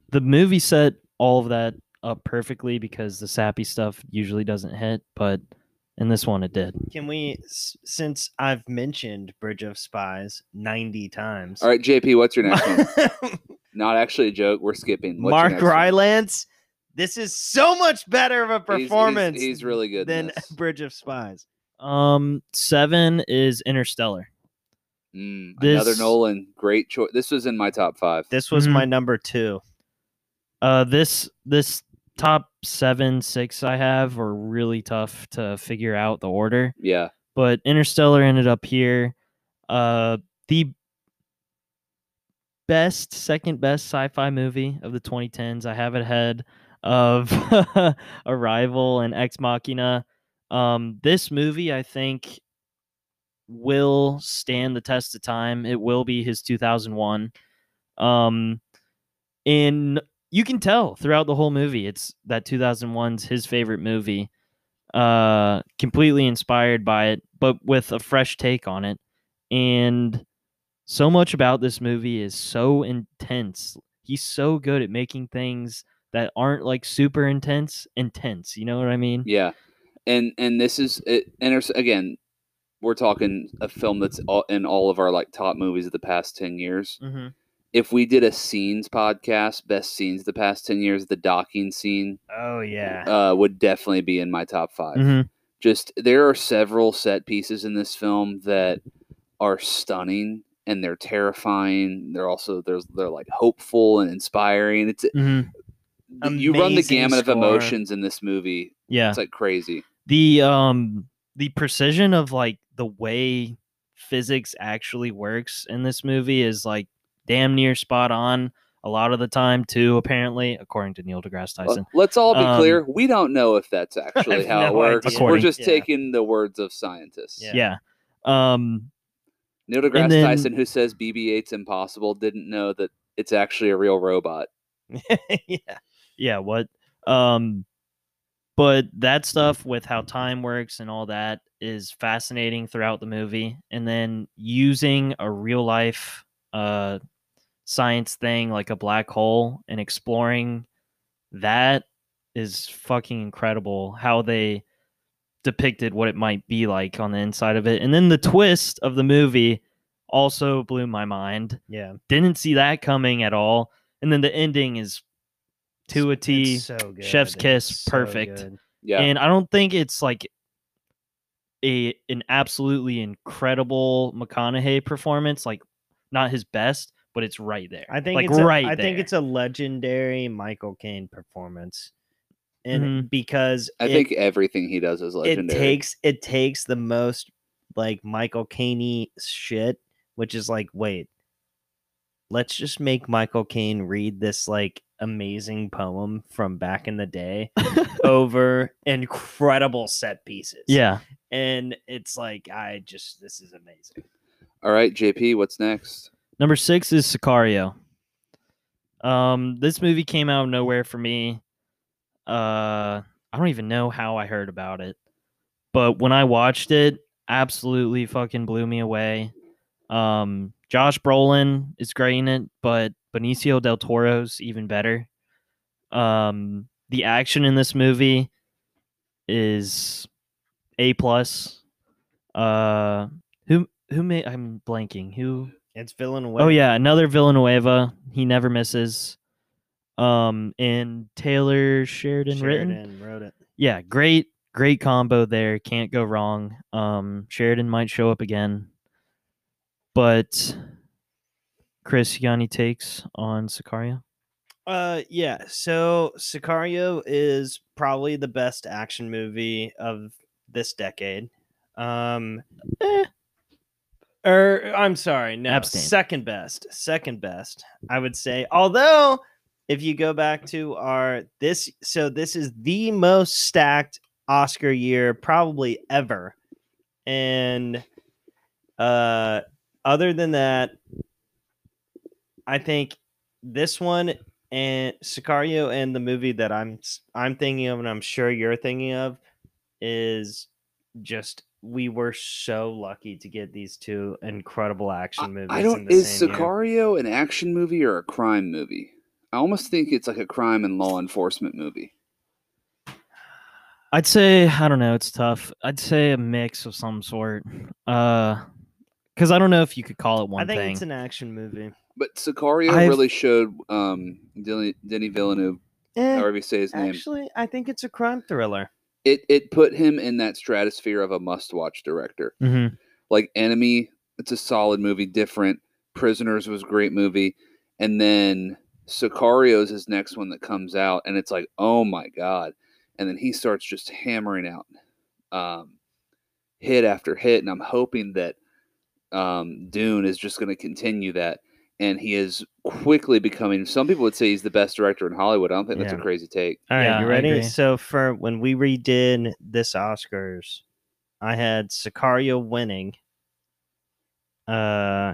Speaker 4: the movie set all of that up perfectly because the sappy stuff usually doesn't hit but in this one it did
Speaker 7: Can we, s- since I've mentioned Bridge of Spies 90 times,
Speaker 6: All right, JP, what's your next one? Not actually a joke. We're skipping. What's your
Speaker 7: Mark
Speaker 6: next one?
Speaker 7: Rylance, this is so much better of a
Speaker 6: He's- he's-
Speaker 7: performance
Speaker 6: He's, really good. in
Speaker 7: than
Speaker 6: this.
Speaker 7: Bridge of Spies.
Speaker 4: um seven is interstellar
Speaker 6: Mm, another
Speaker 4: this-
Speaker 6: Nolan. Great choice. This was in my top five.
Speaker 7: This was my number two.
Speaker 4: uh this this top seven six i have are really tough to figure out the order
Speaker 6: yeah.
Speaker 4: but Interstellar ended up here. Uh, the best, second best sci-fi movie of the 2010s. I have it ahead of Arrival and Ex Machina. Um, this movie, I think, will stand the test of time. It will be his 2001. Um, and you can tell throughout the whole movie, it's that 2001's his favorite movie uh completely inspired by it but with a fresh take on it and so much about this movie is so intense he's so good at making things that aren't like super intense intense you know what i mean
Speaker 6: Yeah, and and this is it. And it's- again, we're talking a film that's all, in all of our like top movies of the past ten years.
Speaker 4: mm-hmm.
Speaker 6: If we did a scenes podcast, best scenes of the past ten years, the docking scene
Speaker 7: Oh, yeah.
Speaker 6: uh, would definitely be in my top 5
Speaker 7: Mm-hmm.
Speaker 4: Mhm.
Speaker 6: Just there are several set pieces in this film that are stunning and they're terrifying. They're also there's they're like hopeful and inspiring. It's
Speaker 4: Mm-hmm.
Speaker 6: you run the
Speaker 7: Amazing
Speaker 6: gamut
Speaker 7: score.
Speaker 6: of emotions in this movie.
Speaker 4: yeah
Speaker 6: It's like crazy.
Speaker 4: the um the precision of like the way physics actually works in this movie is like damn near spot on a lot of the time too apparently according to neil degrasse
Speaker 6: Well,
Speaker 4: tyson
Speaker 6: Let's all be
Speaker 4: Um,
Speaker 6: clear. We don't know if that's actually
Speaker 7: have
Speaker 6: how it
Speaker 7: no
Speaker 6: works.
Speaker 4: idea.
Speaker 6: We're
Speaker 4: According-
Speaker 6: just
Speaker 7: yeah.
Speaker 6: taking the words of scientists.
Speaker 7: Yeah.
Speaker 4: yeah. Um,
Speaker 6: Neil deGrasse
Speaker 4: then-
Speaker 6: Tyson, who says BB-8's impossible, didn't know that it's actually a real robot.
Speaker 7: yeah.
Speaker 4: yeah, what? Um, but that stuff with how time works and all that is fascinating throughout the movie. And then using a real life uh, science thing like a black hole and exploring that is fucking incredible how they depicted what it might be like on the inside of it. And then the twist of the movie also blew my mind.
Speaker 7: Yeah.
Speaker 4: didn't see that coming at all. And then the ending is to a T.
Speaker 7: It's so good.
Speaker 4: Chef's kiss,
Speaker 7: It's so
Speaker 4: perfect.
Speaker 7: good.
Speaker 6: Yeah.
Speaker 4: And I don't think it's like a an absolutely incredible McConaughey performance, like not his best, but it's right there.
Speaker 7: I think
Speaker 4: like
Speaker 7: it's a-
Speaker 4: right
Speaker 7: I
Speaker 4: there.
Speaker 7: think it's a legendary Michael Caine performance. and
Speaker 4: Mhm.
Speaker 7: because
Speaker 6: I
Speaker 7: it,
Speaker 6: think everything he does is
Speaker 7: it
Speaker 6: legendary.
Speaker 7: takes it takes the most like Michael Caine shit, which is like, wait, let's just make Michael Caine read this like amazing poem from back in the day over incredible set pieces.
Speaker 4: yeah.
Speaker 7: and it's like I just this is amazing.
Speaker 6: All right, JP, what's next?
Speaker 4: Number six is Sicario. Um, this movie came out of nowhere for me. Uh, I don't even know how I heard about it, but when I watched it, absolutely fucking blew me away. Um, Josh Brolin is great in it, but Benicio del Toro's even better. Um, the action in this movie is a plus. Uh, who who made? I'm blanking. Who
Speaker 7: It's Villanueva.
Speaker 4: Oh yeah, another Villanueva. He never misses. Um, and Taylor Sheridan, written.
Speaker 7: Sheridan wrote it.
Speaker 4: Yeah, great, great combo there. Can't go wrong. Um, Sheridan might show up again, but Chris Yanni takes on Sicario.
Speaker 7: Uh yeah, so Sicario is probably the best action movie of this decade. Um eh. or I'm sorry, no.
Speaker 4: Abstain.
Speaker 7: Second best. Second best, I would say. Although if you go back to our this so this is the most stacked Oscar year probably ever. And uh other than that, I think this one and Sicario and the movie that I'm s- I'm thinking of and I'm sure you're thinking of is just we were so lucky to get these two incredible action
Speaker 6: I-
Speaker 7: movies.
Speaker 6: I
Speaker 7: in
Speaker 6: don't.
Speaker 7: the
Speaker 6: Is
Speaker 7: same year.
Speaker 6: Sicario an action movie or a crime movie? I almost think it's like a crime and law enforcement movie.
Speaker 4: I'd say I don't know. It's tough. I'd say a mix of some sort. Uh, because I don't know if you could call it one
Speaker 7: I think
Speaker 4: thing.
Speaker 7: it's an action movie.
Speaker 6: But Sicario
Speaker 4: I've-
Speaker 6: really showed um, Denny, Denny Villeneuve,
Speaker 7: Eh,
Speaker 6: however you say his name.
Speaker 7: actually, I think it's a crime thriller.
Speaker 6: It it put him in that stratosphere of a must-watch director.
Speaker 4: Mhm.
Speaker 6: Like Enemy, it's a solid movie. Different Prisoners was a great movie, and then Sicario's his next one that comes out, and it's like, oh my god! And then he starts just hammering out um, hit after hit, and I'm hoping that um, Dune is just going to continue that. And he is quickly becoming. Some people would say he's the best director in Hollywood. I don't think that's a
Speaker 7: Yeah.
Speaker 6: crazy take.
Speaker 7: All right,
Speaker 4: Yeah,
Speaker 7: you
Speaker 4: I
Speaker 7: ready?
Speaker 4: agree.
Speaker 7: So for when we redid this Oscars, I had Sicario winning. Uh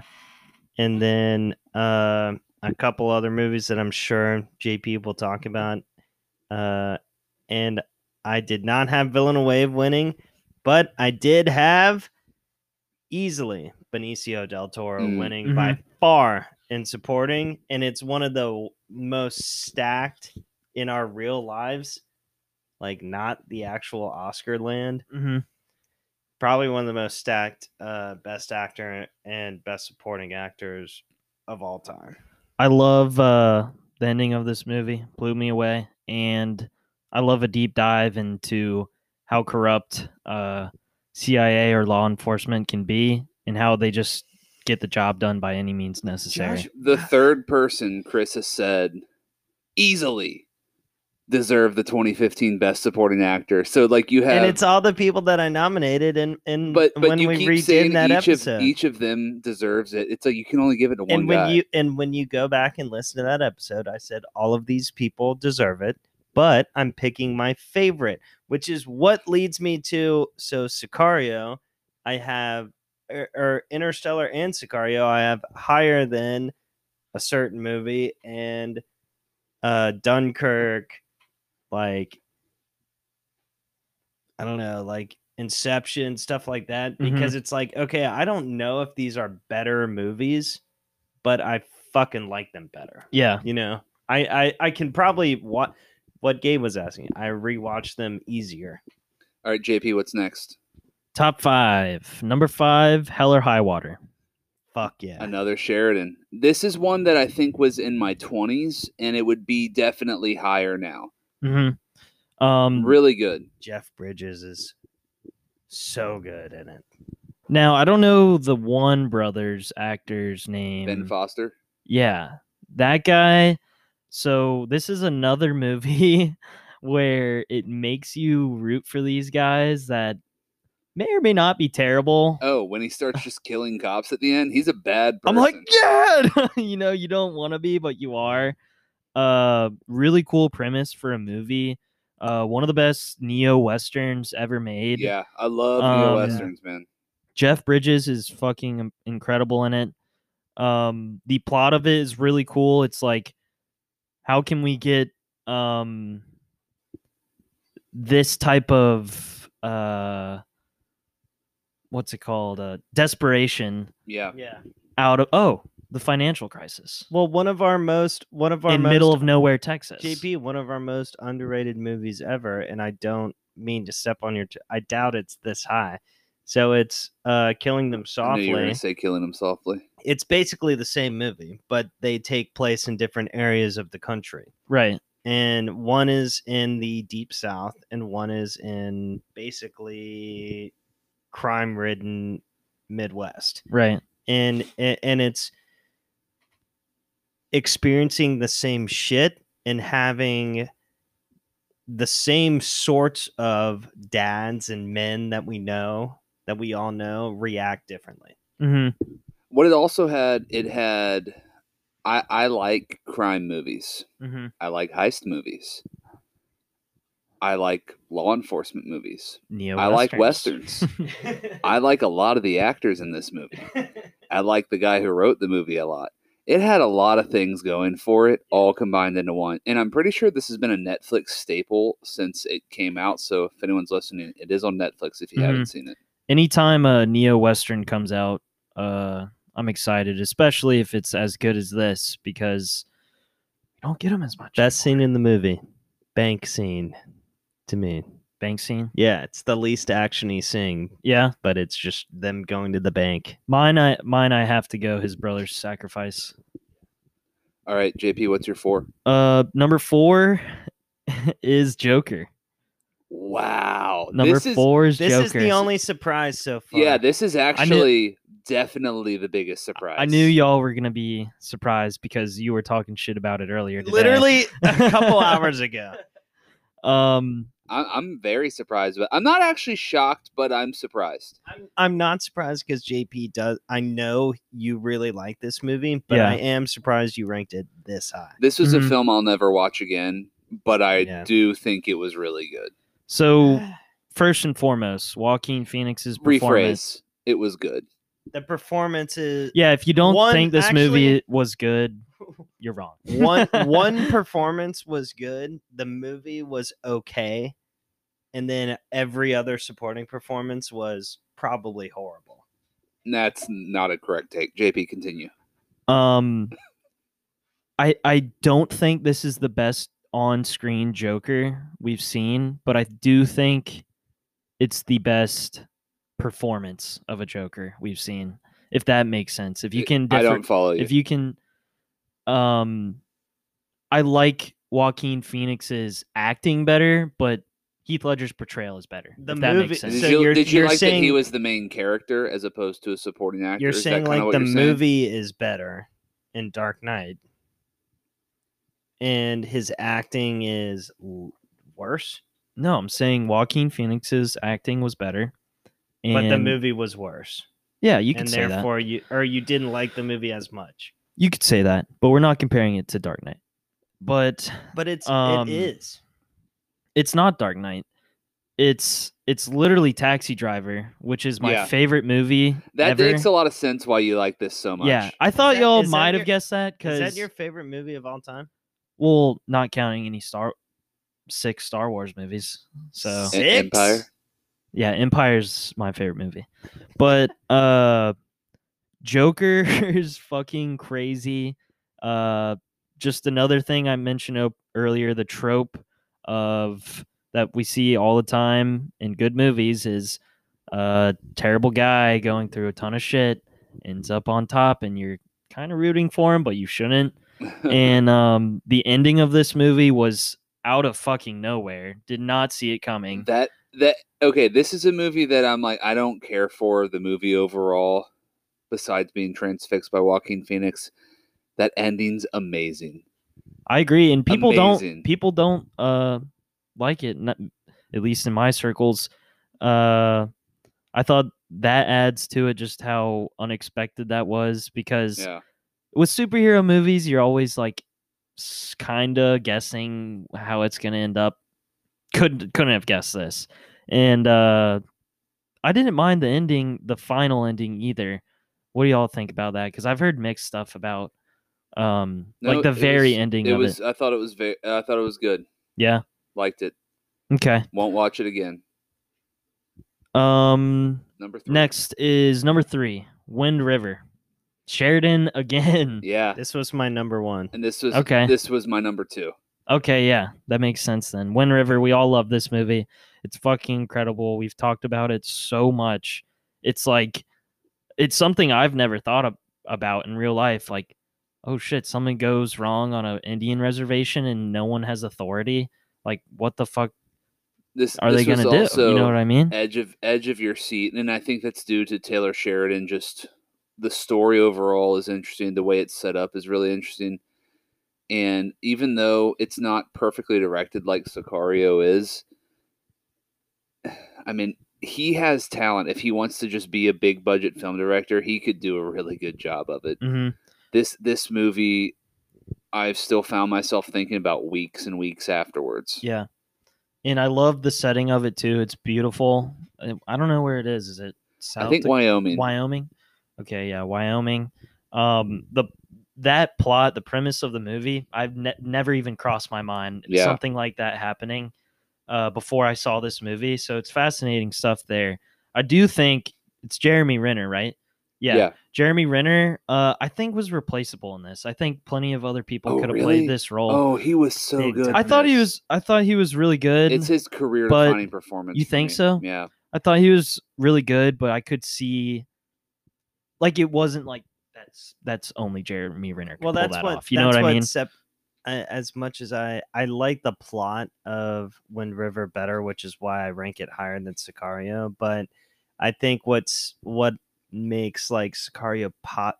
Speaker 7: and then uh a couple other movies that I'm sure JP will talk about. Uh and I did not have Villanueva winning, but I did have easily Benicio del Toro
Speaker 6: Mm.
Speaker 7: winning
Speaker 4: Mm-hmm.
Speaker 7: by far in supporting, and it's one of the most stacked in our real lives, like not the actual Oscar land.
Speaker 4: Mhm.
Speaker 7: Probably one of the most stacked uh, best actor and best supporting actors of all time.
Speaker 4: I love uh, the ending of this movie. Blew me away, and I love a deep dive into how corrupt uh, CIA or law enforcement can be, and how they just get the job done by any means necessary.
Speaker 6: Josh, the
Speaker 7: uh,
Speaker 6: third person Chris has said easily deserved the 2015 Best Supporting Actor. So like you have,
Speaker 7: And it's all the people that I nominated, and and
Speaker 6: but but
Speaker 7: when
Speaker 6: you
Speaker 7: we
Speaker 6: keep saying
Speaker 7: redid that
Speaker 6: each
Speaker 7: episode,
Speaker 6: of each of them deserves it. It's like you can only give it to one
Speaker 7: and when
Speaker 6: guy.
Speaker 7: you and when you go back and listen to that episode i said all of these people deserve it but i'm picking my favorite which is what leads me to so sicario i have or, or interstellar and sicario i have higher than a certain movie and uh dunkirk like i don't know like inception stuff like that
Speaker 6: Mm-hmm.
Speaker 4: Mhm.
Speaker 7: because it's like okay i don't know if these are better movies but I fucking like them better.
Speaker 4: yeah,
Speaker 7: You know, I I, I can probably what what Gabe was asking. I rewatch them easier.
Speaker 6: All right, JP, what's next?
Speaker 4: top five. Number five, Hell or High Water.
Speaker 7: Fuck yeah.
Speaker 6: Another Sheridan. This is one that I think was in my 20s, and it would be definitely higher now.
Speaker 4: Mm-hmm.
Speaker 7: Mm.
Speaker 4: Um,
Speaker 6: Really good.
Speaker 7: Jeff Bridges is so good in it.
Speaker 4: Now I don't know the one brothers actor's
Speaker 7: Mm.
Speaker 4: name.
Speaker 6: Ben Foster.
Speaker 4: Yeah, that guy. So this is another movie where it makes you root for these guys that may or may not be terrible.
Speaker 6: Oh, when he starts just killing cops at the end, he's a bad
Speaker 4: I'm
Speaker 6: person.
Speaker 4: like, yeah, you know, you don't want to be, but you are. Uh, really cool premise for a movie. Uh, one of the best neo westerns ever made.
Speaker 6: yeah, I love neo
Speaker 4: Um,
Speaker 6: westerns, man.
Speaker 4: Jeff Bridges is fucking im- incredible in it. Um, the plot of it is really cool. It's like, how can we get um this type of uh what's it called uh desperation
Speaker 6: Yeah,
Speaker 7: Yeah.
Speaker 4: out of oh the financial crisis
Speaker 7: Well, one of our most one of our
Speaker 4: in
Speaker 7: most,
Speaker 4: middle of nowhere Texas.
Speaker 7: JP, one of our most underrated movies ever, and I don't mean to step on your. T- I doubt it's this high. So it's uh, killing them
Speaker 6: I knew you were
Speaker 7: softly.
Speaker 6: gonna say killing him softly.
Speaker 7: It's basically the same movie, but they take place in different areas of the country.
Speaker 4: Right.
Speaker 7: And one is in the deep south, and one is in basically crime-ridden Midwest.
Speaker 4: Right.
Speaker 7: and a- and it's experiencing the same shit and having the same sorts of dads and men that we know that we all know react differently.
Speaker 4: Mm-hmm.
Speaker 6: What it also had, it had. I I like crime movies.
Speaker 4: Mm-hmm.
Speaker 6: I like heist movies. I like law enforcement movies.
Speaker 4: Neo.
Speaker 6: I like westerns. I like a lot of the actors in this movie. I like the guy who wrote the movie a lot. It had a lot of things going for it, all combined into one. And I'm pretty sure this has been a Netflix staple since it came out. So if anyone's listening, it is on Netflix if you haven't seen it.
Speaker 4: Anytime a neo western comes out, uh, I'm excited, especially if it's as good as this because you don't get them as much.
Speaker 7: Best scene in the movie, bank scene, to me.
Speaker 4: bank scene.
Speaker 7: Yeah, it's the least actiony scene,
Speaker 4: Yeah,
Speaker 7: but it's just them going to the bank.
Speaker 4: mine. I mine. I have to go. His brother's sacrifice.
Speaker 6: All right, JP, what's your four?
Speaker 4: Uh, number four is Joker.
Speaker 6: Wow.
Speaker 4: Number
Speaker 6: this
Speaker 4: four is,
Speaker 7: This
Speaker 4: Joker.
Speaker 7: is the only surprise so
Speaker 6: Is,
Speaker 7: far.
Speaker 6: yeah, this is actually definitely the biggest surprise.
Speaker 4: I knew y'all were gonna be surprised because you were talking shit about it earlier. Today.
Speaker 7: literally a couple hours ago.
Speaker 4: Um,
Speaker 6: I, I'm very surprised, but I'm not actually shocked, but I'm surprised.
Speaker 7: I'm I'm not surprised because JP does. I know you really like this movie, but I am surprised you ranked it this high.
Speaker 6: This was a
Speaker 4: Mhm.
Speaker 6: film I'll never watch again, but I
Speaker 7: Yeah.
Speaker 6: do think it was really good.
Speaker 4: so first and foremost, Joaquin Phoenix's performance.
Speaker 6: Rephrase. It was good.
Speaker 7: The performance is
Speaker 4: Yeah, if you don't
Speaker 7: One-
Speaker 4: think this
Speaker 7: actually-
Speaker 4: movie was good, you're wrong.
Speaker 7: one one performance was good. The movie was okay, and then every other supporting performance was probably horrible.
Speaker 6: That's not a correct take. JP, continue.
Speaker 4: Um, I I don't think this is the best on-screen Joker we've seen, but I do think it's the best performance of a Joker we've seen. If that makes sense, if you
Speaker 6: It-
Speaker 4: can,
Speaker 6: I
Speaker 4: differ-
Speaker 6: don't follow you.
Speaker 4: if you can, um, I like Joaquin Phoenix's acting better, but Heath Ledger's portrayal is better.
Speaker 7: The
Speaker 4: if that
Speaker 7: movie-
Speaker 4: makes
Speaker 6: did
Speaker 4: sense.
Speaker 7: so
Speaker 6: you,
Speaker 7: you're-
Speaker 6: did you
Speaker 7: you're
Speaker 6: like that he
Speaker 7: saying-
Speaker 6: was the main character as opposed to a supporting actor?
Speaker 7: You're
Speaker 6: Is that
Speaker 7: saying
Speaker 6: kinda
Speaker 7: like
Speaker 6: what
Speaker 7: the
Speaker 6: you're saying?
Speaker 7: movie is better in Dark Knight, and his acting is l- worse.
Speaker 4: No, I'm saying Joaquin Phoenix's acting was better. And,
Speaker 7: but the movie was worse.
Speaker 4: yeah, you could
Speaker 7: and
Speaker 4: say that.
Speaker 7: therefore you or you didn't like the movie as much.
Speaker 4: You could say that, but we're not comparing it to Dark Knight. But
Speaker 7: But it's
Speaker 4: Um,
Speaker 7: it is.
Speaker 4: it's not Dark Knight. It's it's literally Taxi Driver, which is my
Speaker 6: Yeah.
Speaker 4: favorite movie.
Speaker 6: That
Speaker 4: ever.
Speaker 6: makes a lot of sense why you like this so much.
Speaker 4: Yeah, I thought
Speaker 7: that-
Speaker 4: y'all
Speaker 7: is that
Speaker 4: might
Speaker 7: your-
Speaker 4: have guessed that
Speaker 7: Is
Speaker 4: because
Speaker 7: that your favorite movie of all time?
Speaker 4: well, not counting any Star six Star Wars movies. So
Speaker 6: E- Empire.
Speaker 4: Yeah, Empire's my favorite movie. But uh Joker is fucking crazy. Uh just another thing I mentioned op- earlier, the trope of that we see all the time in good movies is a terrible guy going through a ton of shit ends up on top and you're kind of rooting for him but you shouldn't and um the ending of this movie was out of fucking nowhere did not see it coming
Speaker 6: that that okay, this is a movie that I'm like I don't care for the movie overall, besides being transfixed by Joaquin Phoenix. That ending's amazing.
Speaker 4: I agree, and people
Speaker 6: Amazing.
Speaker 4: don't people don't uh like it. Not, at least in my circles, uh, I thought that adds to it just how unexpected that was because
Speaker 6: Yeah.
Speaker 4: with superhero movies, you're always like kind of guessing how it's going to end up. Couldn't couldn't have guessed this. And uh I didn't mind the ending, the final ending either. What do y'all think about that? Cuz I've heard mixed stuff about um
Speaker 6: No,
Speaker 4: like the
Speaker 6: it
Speaker 4: very
Speaker 6: was-
Speaker 4: ending
Speaker 6: It
Speaker 4: of
Speaker 6: was.
Speaker 4: it.
Speaker 6: I thought it was. Ve- I thought it was good.
Speaker 4: Yeah.
Speaker 6: Liked it.
Speaker 4: Okay.
Speaker 6: Won't watch it again.
Speaker 4: Um
Speaker 6: Number three.
Speaker 4: next is number 3, Wind River. Sheridan again.
Speaker 6: Yeah.
Speaker 7: This was my number one.
Speaker 6: And this was
Speaker 4: Okay.
Speaker 6: This was my number two.
Speaker 4: Okay, yeah, that makes sense then. Wind River, we all love this movie. It's fucking incredible. We've talked about it so much. It's like it's something I've never thought ab- about in real life. Like, oh shit, something goes wrong on an Indian reservation and no one has authority. Like, what the fuck
Speaker 6: This
Speaker 4: are
Speaker 6: this
Speaker 4: they gonna
Speaker 6: was
Speaker 4: do?
Speaker 6: Also
Speaker 4: you know what I mean?
Speaker 6: edge of edge of your seat, and I think that's due to Taylor Sheridan. Just the story overall is interesting. The way it's set up is really interesting. And even though it's not perfectly directed like Sicario is, I mean, he has talent. If he wants to just be a big budget film director, he could do a really good job of it.
Speaker 4: hmm
Speaker 6: this this movie I've still found myself thinking about weeks and weeks afterwards.
Speaker 4: Yeah, and I love the setting of it too. It's beautiful. I- I don't know where it is. Is it South?
Speaker 6: I think
Speaker 4: Dak-
Speaker 6: Wyoming.
Speaker 4: Wyoming. Okay, yeah, Wyoming. Um, the that plot, the premise of the movie, I've ne- never even crossed my mind
Speaker 6: Yeah.
Speaker 4: something like that happening uh, before I saw this movie. So it's fascinating stuff there. I do think it's Jeremy Renner, right? Yeah,
Speaker 6: Yeah.
Speaker 4: Jeremy Renner. Uh, I think was replaceable in this. I think plenty of other people
Speaker 6: Oh,
Speaker 4: could have
Speaker 6: really?
Speaker 4: played this role.
Speaker 6: Oh, he was so
Speaker 4: big
Speaker 6: good.
Speaker 4: time. I
Speaker 6: in
Speaker 4: thought he
Speaker 6: this.
Speaker 4: was. I thought he was really good.
Speaker 6: It's his career
Speaker 4: but
Speaker 6: defining performance.
Speaker 4: you
Speaker 6: for
Speaker 4: think
Speaker 6: me.
Speaker 4: so?
Speaker 6: Yeah.
Speaker 4: I thought he was really good, but I could see like it wasn't like that's that's only Jeremy Renner. Could
Speaker 7: well
Speaker 4: pull
Speaker 7: that's
Speaker 4: that
Speaker 7: what
Speaker 4: off. You know what
Speaker 7: that's
Speaker 4: I
Speaker 7: what
Speaker 4: mean?
Speaker 7: sep- I- as much as i i like the plot of wind river better which is why i rank it higher than sicario but i think what's what makes like sicario pot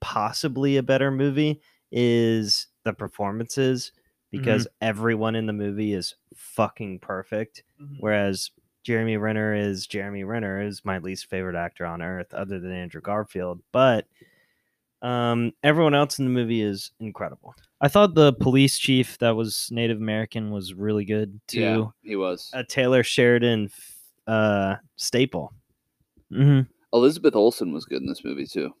Speaker 7: possibly a better movie is the performances because everyone in the movie is fucking perfect whereas jeremy renner is jeremy renner is my least favorite actor on earth other than andrew garfield but um, everyone else in the movie is incredible.
Speaker 4: I thought the police chief that was Native American was really good too.
Speaker 6: Yeah. He was.
Speaker 7: A uh, Taylor Sheridan f- uh, staple.
Speaker 4: Mm-hmm.
Speaker 6: Elizabeth Olsen was good in this movie too.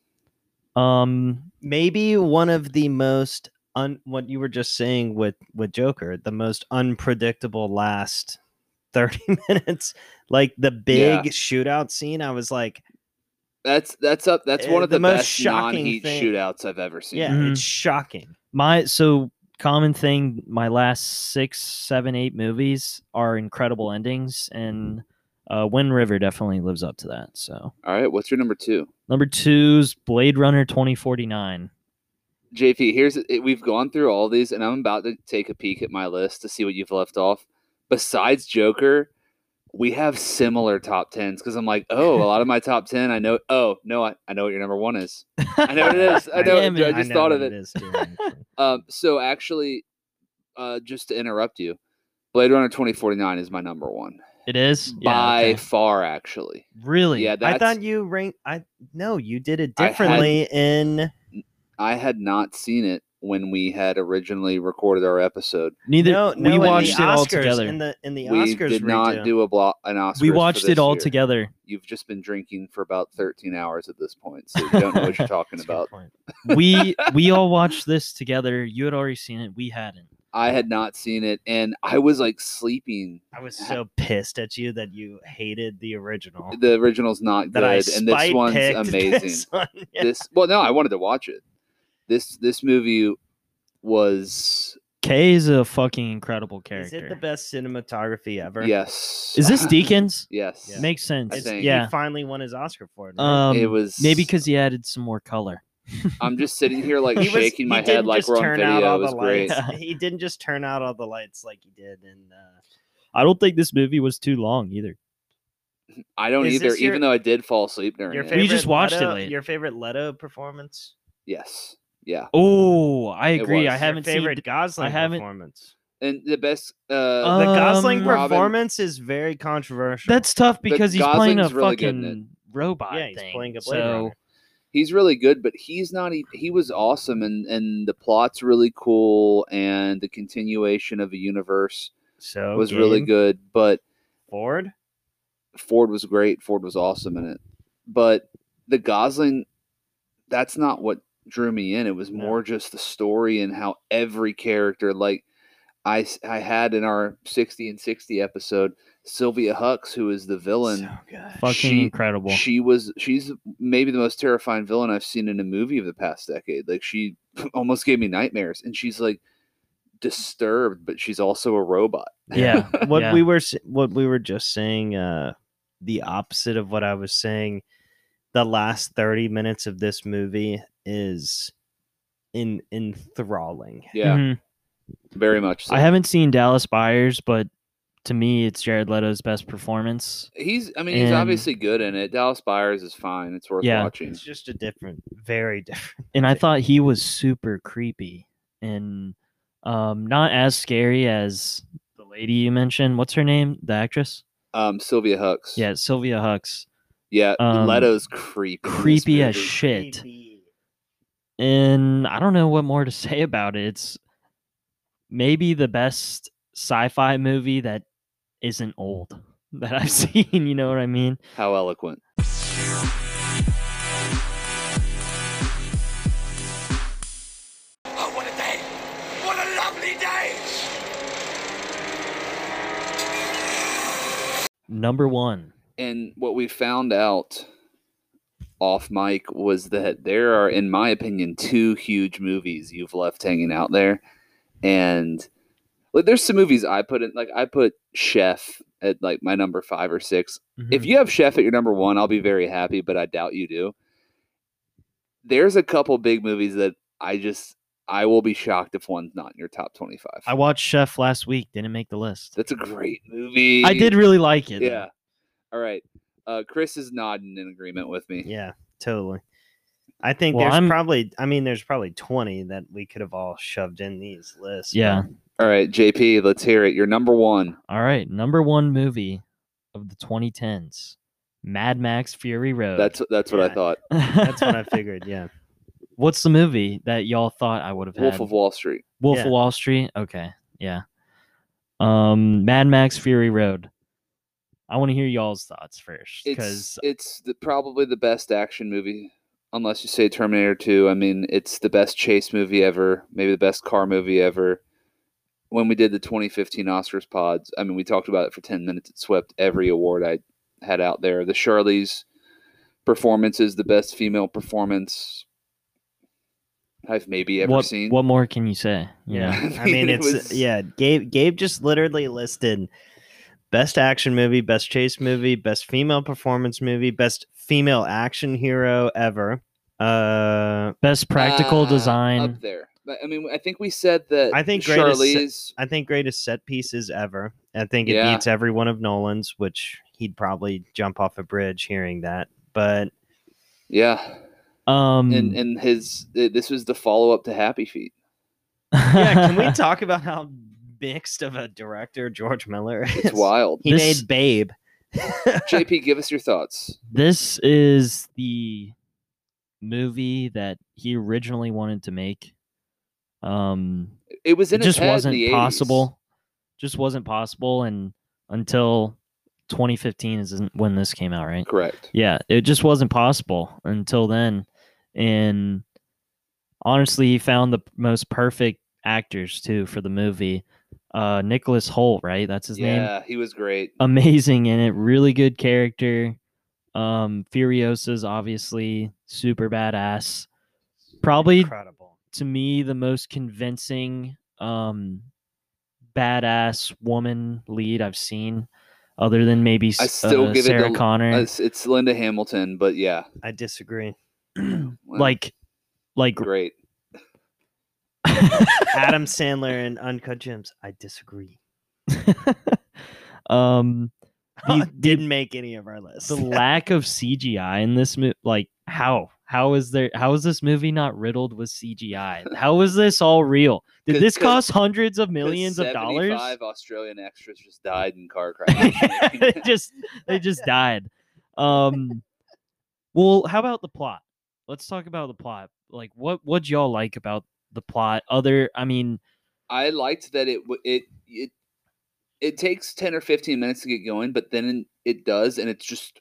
Speaker 4: Um,
Speaker 7: Maybe one of the most un- what you were just saying with with Joker, the most unpredictable last 30 minutes. Like the big shootout scene, I was like,
Speaker 6: That's that's up that's
Speaker 7: Uh,
Speaker 6: one of the,
Speaker 7: the most
Speaker 6: best
Speaker 7: shocking
Speaker 6: non-heat
Speaker 7: thing-
Speaker 6: shootouts I've ever seen.
Speaker 7: yeah,
Speaker 4: Mhm.
Speaker 7: it's shocking.
Speaker 4: my so common thing. My last six, seven, eight movies are incredible endings, and uh, Wind River definitely lives up to that. So
Speaker 6: All right, what's your number 2?
Speaker 4: number two's Blade Runner twenty forty nine.
Speaker 6: JP, here's it, we've gone through all these, and I'm about to take a peek at my list to see what you've left off. Besides Joker, we have similar top tens because I'm like, oh, a lot of my top ten, I know. Oh no, I, I know what your number one is. I know what it is. I know.
Speaker 4: Damn
Speaker 6: it. I
Speaker 4: it.
Speaker 6: just thought of
Speaker 7: what
Speaker 6: it.
Speaker 7: is, too, actually.
Speaker 6: Um, so actually, uh, just to interrupt you, Blade Runner 2049 is my number one
Speaker 4: It is
Speaker 6: by
Speaker 4: okay.
Speaker 6: far. Actually,
Speaker 4: really
Speaker 6: yeah,
Speaker 7: I
Speaker 6: that's I,
Speaker 7: thought you rank. I no, you did it
Speaker 6: I had-
Speaker 7: differently in
Speaker 6: had not seen it when we had originally recorded our episode.
Speaker 4: Neither
Speaker 7: no, no,
Speaker 4: we
Speaker 7: in the
Speaker 4: watched it all
Speaker 7: Oscars,
Speaker 4: together.
Speaker 7: In the in the
Speaker 6: we
Speaker 7: Oscars
Speaker 6: did not
Speaker 7: redo.
Speaker 6: do a block an Oscars.
Speaker 4: we
Speaker 6: for
Speaker 4: watched
Speaker 6: this
Speaker 4: it all
Speaker 6: year.
Speaker 4: together.
Speaker 6: you've just been drinking for about 13 hours at this point so you don't know what you're talking about
Speaker 4: We we all watched this together. You had already seen it. We hadn't.
Speaker 6: i had not seen it and i was like sleeping
Speaker 7: I was so pissed at you that you hated the original.
Speaker 6: the original's not
Speaker 7: that
Speaker 6: good
Speaker 7: I
Speaker 6: and this
Speaker 7: spite
Speaker 6: one's
Speaker 7: picked
Speaker 6: amazing
Speaker 7: This, one. Yeah.
Speaker 6: This- well no i wanted to watch it this this movie was
Speaker 4: Kay is a fucking incredible
Speaker 7: Is
Speaker 4: character.
Speaker 7: it the best cinematography ever?
Speaker 6: yes
Speaker 4: Is this Deacons?
Speaker 6: yes
Speaker 7: Yeah.
Speaker 4: Makes sense.
Speaker 7: It's,
Speaker 6: think.
Speaker 4: yeah.
Speaker 7: He finally won his Oscar for it. right?
Speaker 4: Um,
Speaker 6: it was
Speaker 4: maybe because he added some more color.
Speaker 6: i'm just sitting here like
Speaker 7: He was-
Speaker 6: shaking
Speaker 7: he
Speaker 6: my
Speaker 7: didn't
Speaker 6: head like
Speaker 7: just
Speaker 6: we're on
Speaker 7: turn out
Speaker 6: video
Speaker 7: all
Speaker 6: it
Speaker 7: the
Speaker 6: was great
Speaker 7: lights. He didn't just turn out all the lights like he did in uh,
Speaker 4: I don't think this movie was too long either.
Speaker 6: i don't
Speaker 7: Is
Speaker 6: either
Speaker 7: this your-
Speaker 6: even though i did fall asleep during
Speaker 7: your
Speaker 6: it
Speaker 7: favorite.
Speaker 4: We just watched it
Speaker 7: Leto,
Speaker 4: late.
Speaker 7: Your favorite Leto performance.
Speaker 6: yes yeah
Speaker 4: Oh, I
Speaker 6: It
Speaker 4: agree. I
Speaker 6: was.
Speaker 4: haven't
Speaker 7: your favorite
Speaker 4: seen.
Speaker 7: Gosling
Speaker 4: haven't-
Speaker 7: performance.
Speaker 6: And the best. Uh,
Speaker 7: The Gosling
Speaker 4: Um,
Speaker 6: Robin-
Speaker 7: performance is very controversial.
Speaker 4: That's tough because he's playing a
Speaker 6: Gosling's really good in
Speaker 4: fucking
Speaker 6: it.
Speaker 4: robot.
Speaker 7: yeah, he's
Speaker 4: thing,
Speaker 7: playing a Blade
Speaker 4: so
Speaker 7: Runner.
Speaker 6: he's really good, but he's not. e- He was awesome, and and the plot's really cool, and the continuation of a universe
Speaker 7: So
Speaker 6: was really
Speaker 7: Gabe
Speaker 6: good. But
Speaker 7: Ford.
Speaker 6: Ford was great. Ford was awesome in it. But the Gosling, that's not what drew me in. It was
Speaker 7: No.
Speaker 6: more just the story and how every character, like I, s- I had in our 60 and 60 episode, Sylvia Hux, who is the villain.
Speaker 7: So good.
Speaker 4: fucking
Speaker 6: She-
Speaker 4: incredible.
Speaker 6: She was she's maybe the most terrifying villain I've seen in a movie of the past decade. Like she almost gave me nightmares and she's like disturbed but she's also a robot.
Speaker 4: yeah,
Speaker 7: what
Speaker 4: yeah.
Speaker 7: we were s- what we were just saying uh the opposite of what i was saying the last 30 minutes of this movie is in enthralling
Speaker 6: Yeah,
Speaker 4: Mhm.
Speaker 6: very much so.
Speaker 4: I haven't seen Dallas Buyers, but to me, it's Jared Leto's best performance.
Speaker 6: He's I mean he's
Speaker 4: And-
Speaker 6: obviously good in it. Dallas Buyers is fine. It's worth
Speaker 4: Yeah.
Speaker 6: watching.
Speaker 7: it's just a different very different
Speaker 4: And I thought he was super creepy and um, not as scary as the lady you mentioned. What's her name? The actress?
Speaker 6: Um Sylvia Hooks.
Speaker 4: Yeah, Sylvia Hux.
Speaker 6: Yeah,
Speaker 4: um,
Speaker 6: Leto's creepy. in this
Speaker 4: Creepy as
Speaker 6: movie.
Speaker 4: shit. And I don't know what more to say about it. It's maybe the best sci fi movie that isn't old that I've seen. You know what I mean?
Speaker 6: How eloquent.
Speaker 3: Oh, what a day! What a lovely day!
Speaker 4: Number one.
Speaker 6: And what we found out off mic was that there are, in my opinion, two huge movies you've left hanging out there. And like, there's some movies I put in, like, I put Chef at like my number five or six. If
Speaker 4: Mm-hmm.
Speaker 6: you have Chef at your number one, I'll be very happy, but I doubt you do. There's a couple big movies that I just, I will be shocked if one's not in your top 25.
Speaker 4: I watched Chef last week, didn't make the list.
Speaker 6: That's a great movie.
Speaker 4: I did really like it. though.
Speaker 6: Yeah. All right. Uh, Chris is nodding in agreement with me.
Speaker 7: yeah totally i think
Speaker 4: Well,
Speaker 7: there's
Speaker 4: I'm-
Speaker 7: probably i mean there's probably 20 that we could have all shoved in these lists but
Speaker 4: Yeah.
Speaker 6: All right, JP, let's hear it. You're number one.
Speaker 4: All right. Number one movie of the 2010s Mad Max Fury Road.
Speaker 6: That's that's what I
Speaker 7: Yeah.
Speaker 6: thought.
Speaker 7: that's what i figured yeah
Speaker 4: What's the movie that y'all thought I would have had?
Speaker 6: Wolf of Wall Street.
Speaker 4: Wolf of
Speaker 7: Yeah.
Speaker 4: Wall Street. Okay. Yeah. Um, Mad Max Fury Road. I want to hear y'all's thoughts first
Speaker 6: It's
Speaker 4: because
Speaker 6: it's the, probably the best action movie, unless you say Terminator Two. I mean, it's the best chase movie ever. Maybe the best car movie ever. When we did the 2015 Oscars pods, I mean, we talked about it for 10 minutes. It swept every award I had out there. The Charlize performance is the best female performance I've maybe ever
Speaker 4: what,
Speaker 6: seen.
Speaker 4: what more can you say? You know?
Speaker 7: I mean,
Speaker 6: it
Speaker 7: it's uh,
Speaker 6: was-
Speaker 7: yeah. Gabe Gabe just literally listed best action movie, best chase movie, best female performance movie, best female action hero ever. Uh,
Speaker 4: Best practical
Speaker 6: Ah,
Speaker 4: design.
Speaker 6: up there. But, I mean, I think we said that.
Speaker 7: I think greatest se-
Speaker 6: Charlize.
Speaker 7: I think greatest set pieces ever. I think it
Speaker 6: Yeah.
Speaker 7: beats every one of Nolan's, which he'd probably jump off a bridge hearing that. But
Speaker 6: Yeah,
Speaker 4: Um,
Speaker 6: and and his th- this was the follow up to Happy Feet.
Speaker 7: yeah, can we talk about how mixed of a director George Miller is?
Speaker 6: It's wild.
Speaker 7: He
Speaker 4: This-
Speaker 7: made Babe.
Speaker 6: JP, give us your thoughts.
Speaker 4: this is the movie that he originally wanted to make. Um,
Speaker 6: It was in
Speaker 4: it just
Speaker 6: his head
Speaker 4: wasn't
Speaker 6: in the 80s.
Speaker 4: possible. Just wasn't possible, and until 2015 is n- when this came out, right?
Speaker 6: Correct.
Speaker 4: Yeah, it just wasn't possible until then, and honestly, he found the p- most perfect actors too for the movie. Uh, Nicholas Holt, right? That's his name
Speaker 6: yeah, he was great.
Speaker 4: amazing in it. Really good character. Um, Furiosa's obviously super badass. Probably
Speaker 7: Incredible.
Speaker 4: to me the most convincing um, badass woman lead I've seen, other than maybe
Speaker 6: I
Speaker 4: S-
Speaker 6: still
Speaker 4: uh,
Speaker 6: give it to
Speaker 4: Sarah
Speaker 6: L-
Speaker 4: Connor.
Speaker 6: It's, it's Linda Hamilton, but yeah,
Speaker 7: I disagree.
Speaker 6: well,
Speaker 4: like, like
Speaker 6: great.
Speaker 7: Adam Sandler and Uncut Gems. I disagree.
Speaker 4: um, the,
Speaker 7: Didn't make any of our lists.
Speaker 4: the lack of CGI in this movie, like how How is there? How is this movie not riddled with CGI? How is this all real? Did
Speaker 6: 'Cause-
Speaker 4: this
Speaker 6: 'cause-
Speaker 4: cost hundreds of
Speaker 6: 'Cause
Speaker 4: millions of dollars?
Speaker 6: 75 Australian extras just died in car crashes.
Speaker 4: They just they just died. Um, well, how about the plot? Let's talk about the plot. Like, what what y'all like about the plot? Other, I mean,
Speaker 6: I liked that it w- it it it takes ten or fifteen minutes to get going, but then it does, and it's just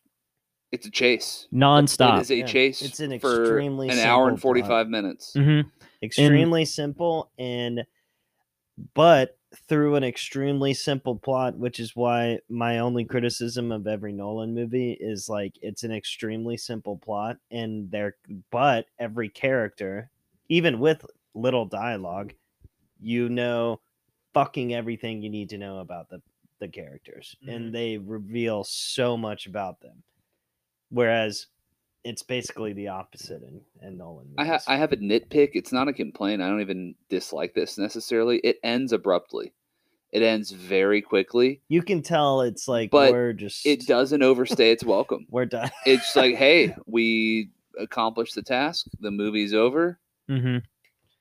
Speaker 6: it's a chase. It
Speaker 4: nonstop.
Speaker 6: is a
Speaker 7: Yeah,
Speaker 6: chase.
Speaker 7: it's an
Speaker 6: for
Speaker 7: extremely
Speaker 6: an hour and
Speaker 7: simple
Speaker 6: forty
Speaker 7: plot.
Speaker 6: five minutes.
Speaker 4: hmm
Speaker 7: extremely simple and but through an extremely simple plot which is why my only criticism of every nolan movie is like it's an extremely simple plot and there but every character even with little dialogue you know fucking everything you need to know about the the characters
Speaker 6: Mm-hmm.
Speaker 7: and they reveal so much about them whereas it's basically the opposite in, in nolan
Speaker 6: I, ha-
Speaker 7: movies.
Speaker 6: I have a nitpick. It's not a complaint. I don't even dislike this necessarily. It ends abruptly. It ends very quickly.
Speaker 7: You can tell it's like
Speaker 6: But
Speaker 7: we're just
Speaker 6: It doesn't overstay its welcome.
Speaker 7: we're done.
Speaker 6: It's like, hey, we accomplished the task. The movie's over.
Speaker 4: hmm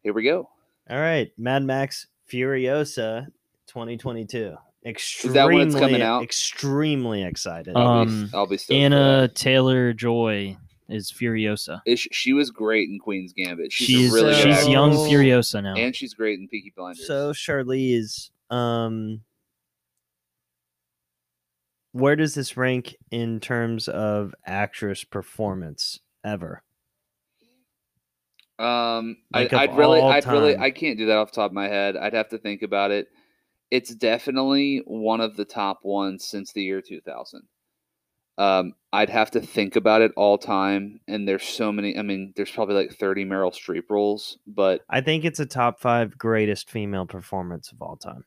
Speaker 6: Here we go.
Speaker 7: All right, Mad Max Furiosa 2022. Extremely,
Speaker 6: that when it's coming out? Oh,
Speaker 7: Extremely excited.
Speaker 4: Uh,
Speaker 6: I'll be-
Speaker 4: Um,
Speaker 6: I'll be stoked for that.
Speaker 4: Anna Taylor Joy is Furiosa.
Speaker 6: Is she, she was great in Queen's Gambit. She's,
Speaker 4: She's
Speaker 6: a
Speaker 4: uh,
Speaker 6: really good
Speaker 4: she's
Speaker 6: actress.
Speaker 4: young
Speaker 7: So-
Speaker 4: Furiosa now.
Speaker 6: and she's great in Peaky Blinders.
Speaker 7: so Charlize, um, where does this rank in terms of actress performance ever?
Speaker 6: um, I,
Speaker 7: like of
Speaker 6: I'd really,
Speaker 7: all
Speaker 6: I'd really,
Speaker 7: time.
Speaker 6: I can't do that off the top of my head. I'd have to think about it. It's definitely one of the top ones since the year 2000. Um, I'd have to think about it all time, and there's so many. I mean, there's probably like 30 Meryl Streep roles, but
Speaker 7: I think it's a top five greatest female performance of all time.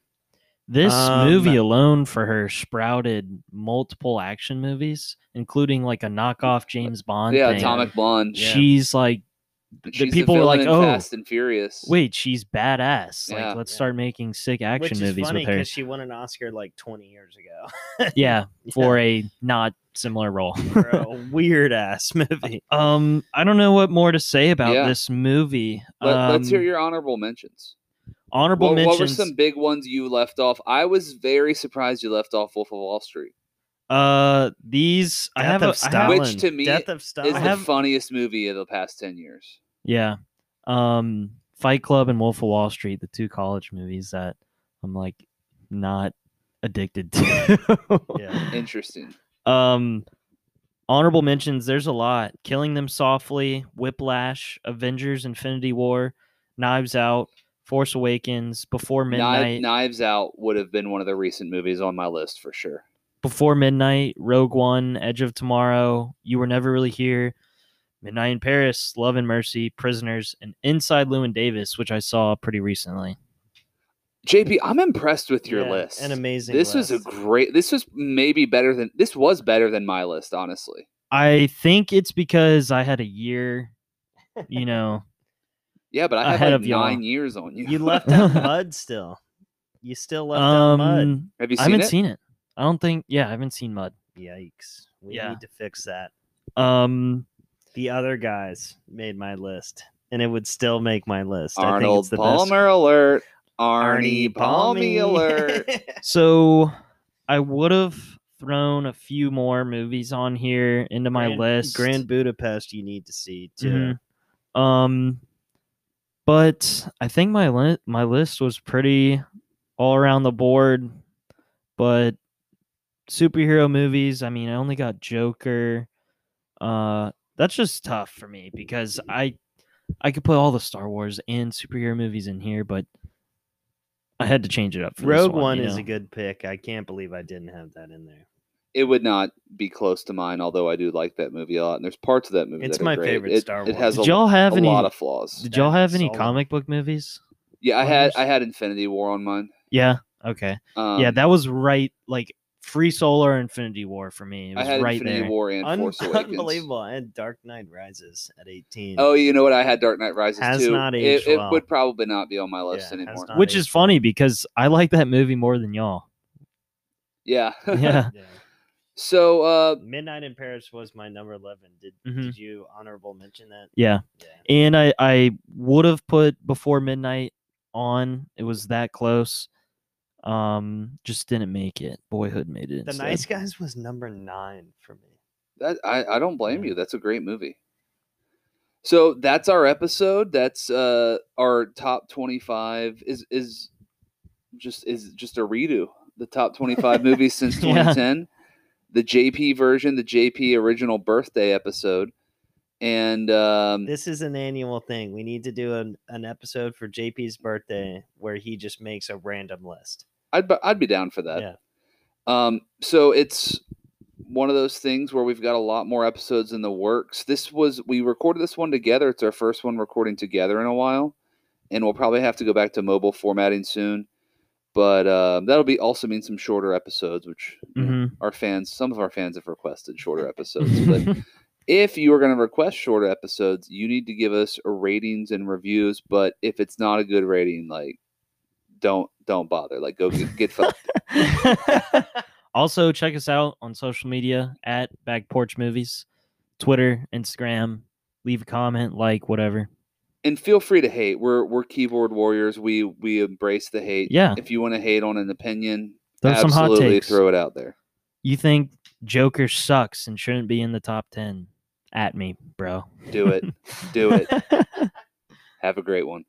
Speaker 4: This
Speaker 7: Um,
Speaker 4: movie alone for her sprouted multiple action movies, including like a knockoff James Bond.
Speaker 6: yeah,
Speaker 4: thing.
Speaker 6: Atomic Blonde.
Speaker 4: She's like, the
Speaker 6: She's
Speaker 4: people were
Speaker 6: villain
Speaker 4: like,
Speaker 6: in
Speaker 4: "Oh,
Speaker 6: Fast and Furious."
Speaker 4: wait, she's badass. Like,
Speaker 6: Yeah.
Speaker 4: let's
Speaker 7: Yeah.
Speaker 4: start making sick action
Speaker 7: Which is
Speaker 4: movies
Speaker 7: funny
Speaker 4: with her.
Speaker 7: because she won an Oscar like 20 years ago.
Speaker 4: Yeah, for a not similar role.
Speaker 7: for a weird ass movie.
Speaker 4: Um, I don't know what more to say about
Speaker 6: Yeah.
Speaker 4: this movie.
Speaker 6: Let,
Speaker 4: um,
Speaker 6: let's hear your honorable mentions.
Speaker 4: honorable
Speaker 6: what,
Speaker 4: mentions.
Speaker 6: what were some big ones you left off? I was very surprised you left off Wolf of Wall Street.
Speaker 4: Uh, these I
Speaker 7: Death of
Speaker 4: have, a, I have-
Speaker 7: Stalin.
Speaker 6: Which to me
Speaker 7: Death of Stalin.
Speaker 6: It's
Speaker 4: I
Speaker 6: the
Speaker 4: have-
Speaker 6: funniest movie of the past ten years.
Speaker 4: yeah, um, Fight Club and Wolf of Wall Street, the two college movies that I'm like not addicted to.
Speaker 7: Yeah.
Speaker 6: Interesting.
Speaker 4: Um, honorable mentions. There's a lot. Killing Them Softly, Whiplash, Avengers: Infinity War, Knives Out, Force Awakens, Before
Speaker 6: Knives,
Speaker 4: Midnight,
Speaker 6: Knives Out would have been one of the recent movies on my list for sure.
Speaker 4: Before Midnight, Rogue One, Edge of Tomorrow, You Were Never Really Here, Midnight in Paris, Love and Mercy, Prisoners, and Inside Llewyn Davis, which I saw pretty recently.
Speaker 6: JP, I'm impressed with your
Speaker 7: Yeah,
Speaker 6: list.
Speaker 7: An amazing.
Speaker 6: this was a
Speaker 7: list.
Speaker 6: great. This was maybe better than this was better than my list, honestly.
Speaker 4: I think it's because I had a year, you know.
Speaker 6: Yeah, but I have
Speaker 4: Ahead
Speaker 6: like
Speaker 4: of y'all.
Speaker 6: nine years on you.
Speaker 7: You left out mud still. You still left out mud.
Speaker 4: um,
Speaker 6: have you
Speaker 4: I
Speaker 6: seen
Speaker 4: haven't
Speaker 6: it?
Speaker 4: seen it. I don't think. Yeah, I haven't seen Mud.
Speaker 7: Yikes. We
Speaker 4: yeah.
Speaker 7: need to fix that.
Speaker 4: Um,
Speaker 7: The other guys made my list, and it would still make my list. I think
Speaker 6: Arnold
Speaker 7: it's the
Speaker 6: Palmer alert. Arnie Palmy
Speaker 7: Palmy.
Speaker 6: alert.
Speaker 4: So I would have thrown a few more movies on here into my
Speaker 7: Grand-
Speaker 4: list.
Speaker 7: Grand Budapest, you need to see too.
Speaker 4: Mhm. Um, but I think my li- my list was pretty all around the board. But superhero movies, I mean, I only got Joker. Uh, that's just tough for me because I I could put all the Star Wars and superhero movies in here, but I had to change it up. For this
Speaker 7: Rogue
Speaker 4: one,
Speaker 7: One
Speaker 4: you
Speaker 7: is
Speaker 4: know?
Speaker 7: a good pick. I can't believe I didn't have that in there.
Speaker 6: it would not be close to mine, although I do like that movie a lot. And there's parts of that movie.
Speaker 7: It's
Speaker 6: that are
Speaker 7: my
Speaker 6: great.
Speaker 7: favorite
Speaker 6: It-
Speaker 7: Star
Speaker 6: It
Speaker 7: Wars.
Speaker 6: has a,
Speaker 4: Did y'all have
Speaker 6: a
Speaker 4: any?
Speaker 6: lot of flaws.
Speaker 4: Did y'all
Speaker 7: That
Speaker 4: have
Speaker 7: is
Speaker 4: any
Speaker 7: solid.
Speaker 4: comic book movies?
Speaker 6: Yeah, I had
Speaker 7: Flaws?
Speaker 6: I had Infinity War on mine.
Speaker 4: Yeah. Okay.
Speaker 6: Um,
Speaker 4: yeah, that was right. Like Free Solar, Infinity War for me. It
Speaker 6: I
Speaker 4: was
Speaker 6: had
Speaker 4: right
Speaker 6: Infinity
Speaker 4: there.
Speaker 6: War and
Speaker 7: Un-
Speaker 6: Force Awakens.
Speaker 7: unbelievable. I had Dark Knight Rises at 18.
Speaker 6: Oh, you know what? I had Dark Knight Rises
Speaker 7: Has
Speaker 6: too.
Speaker 7: not
Speaker 6: it,
Speaker 7: aged
Speaker 6: it
Speaker 7: well.
Speaker 6: would probably not be on my list
Speaker 7: Yeah, has
Speaker 6: anymore.
Speaker 7: not.
Speaker 4: Which is
Speaker 7: Foundation.
Speaker 4: funny because I like that movie more than y'all.
Speaker 6: Yeah.
Speaker 4: Yeah.
Speaker 7: Yeah.
Speaker 6: So uh,
Speaker 7: Midnight in Paris was my number eleven. Did
Speaker 4: Mhm.
Speaker 7: did you honorable mention that?
Speaker 4: Yeah.
Speaker 7: Yeah.
Speaker 4: And I, I would have put Before Midnight on. It was that close. Um, just didn't make it. Boyhood made it.
Speaker 7: The
Speaker 4: instead.
Speaker 7: Nice Guys was number nine for me.
Speaker 6: that, I, I don't blame you. That's a great movie. So that's our episode. That's uh, our top twenty-five. Is is just is just a redo. The top twenty-five movies since
Speaker 4: Yeah.
Speaker 6: twenty ten. The JP version, the JP original birthday episode, and um,
Speaker 7: This is an annual thing. We need to do an, an episode for JP's birthday where he just makes a random list.
Speaker 6: I'd bu- I'd be down for that.
Speaker 7: Yeah.
Speaker 6: Um, so it's one of those things where we've got a lot more episodes in the works. This was we recorded this one together. It's our first one recording together in a while, and we'll probably have to go back to mobile formatting soon. But uh, that'll be also mean some shorter episodes, which you know,
Speaker 4: Mhm.
Speaker 6: our fans, some of our fans have requested shorter episodes. But if you are going to request shorter episodes, you need to give us ratings and reviews. But if it's not a good rating, like don't don't bother. Like go get, get fucked.
Speaker 4: also, check us out on social media at Back Porch Movies, Twitter, Instagram. Leave a comment, like, whatever.
Speaker 6: And feel free to hate. We're we're keyboard warriors. We we embrace the hate.
Speaker 4: Yeah.
Speaker 6: If you want to hate on an opinion,
Speaker 4: Throw some hot
Speaker 6: absolutely
Speaker 4: takes.
Speaker 6: throw it out there.
Speaker 4: You think Joker sucks and shouldn't be in the top 10? At me, bro.
Speaker 6: Do it. Do it. Have a great one.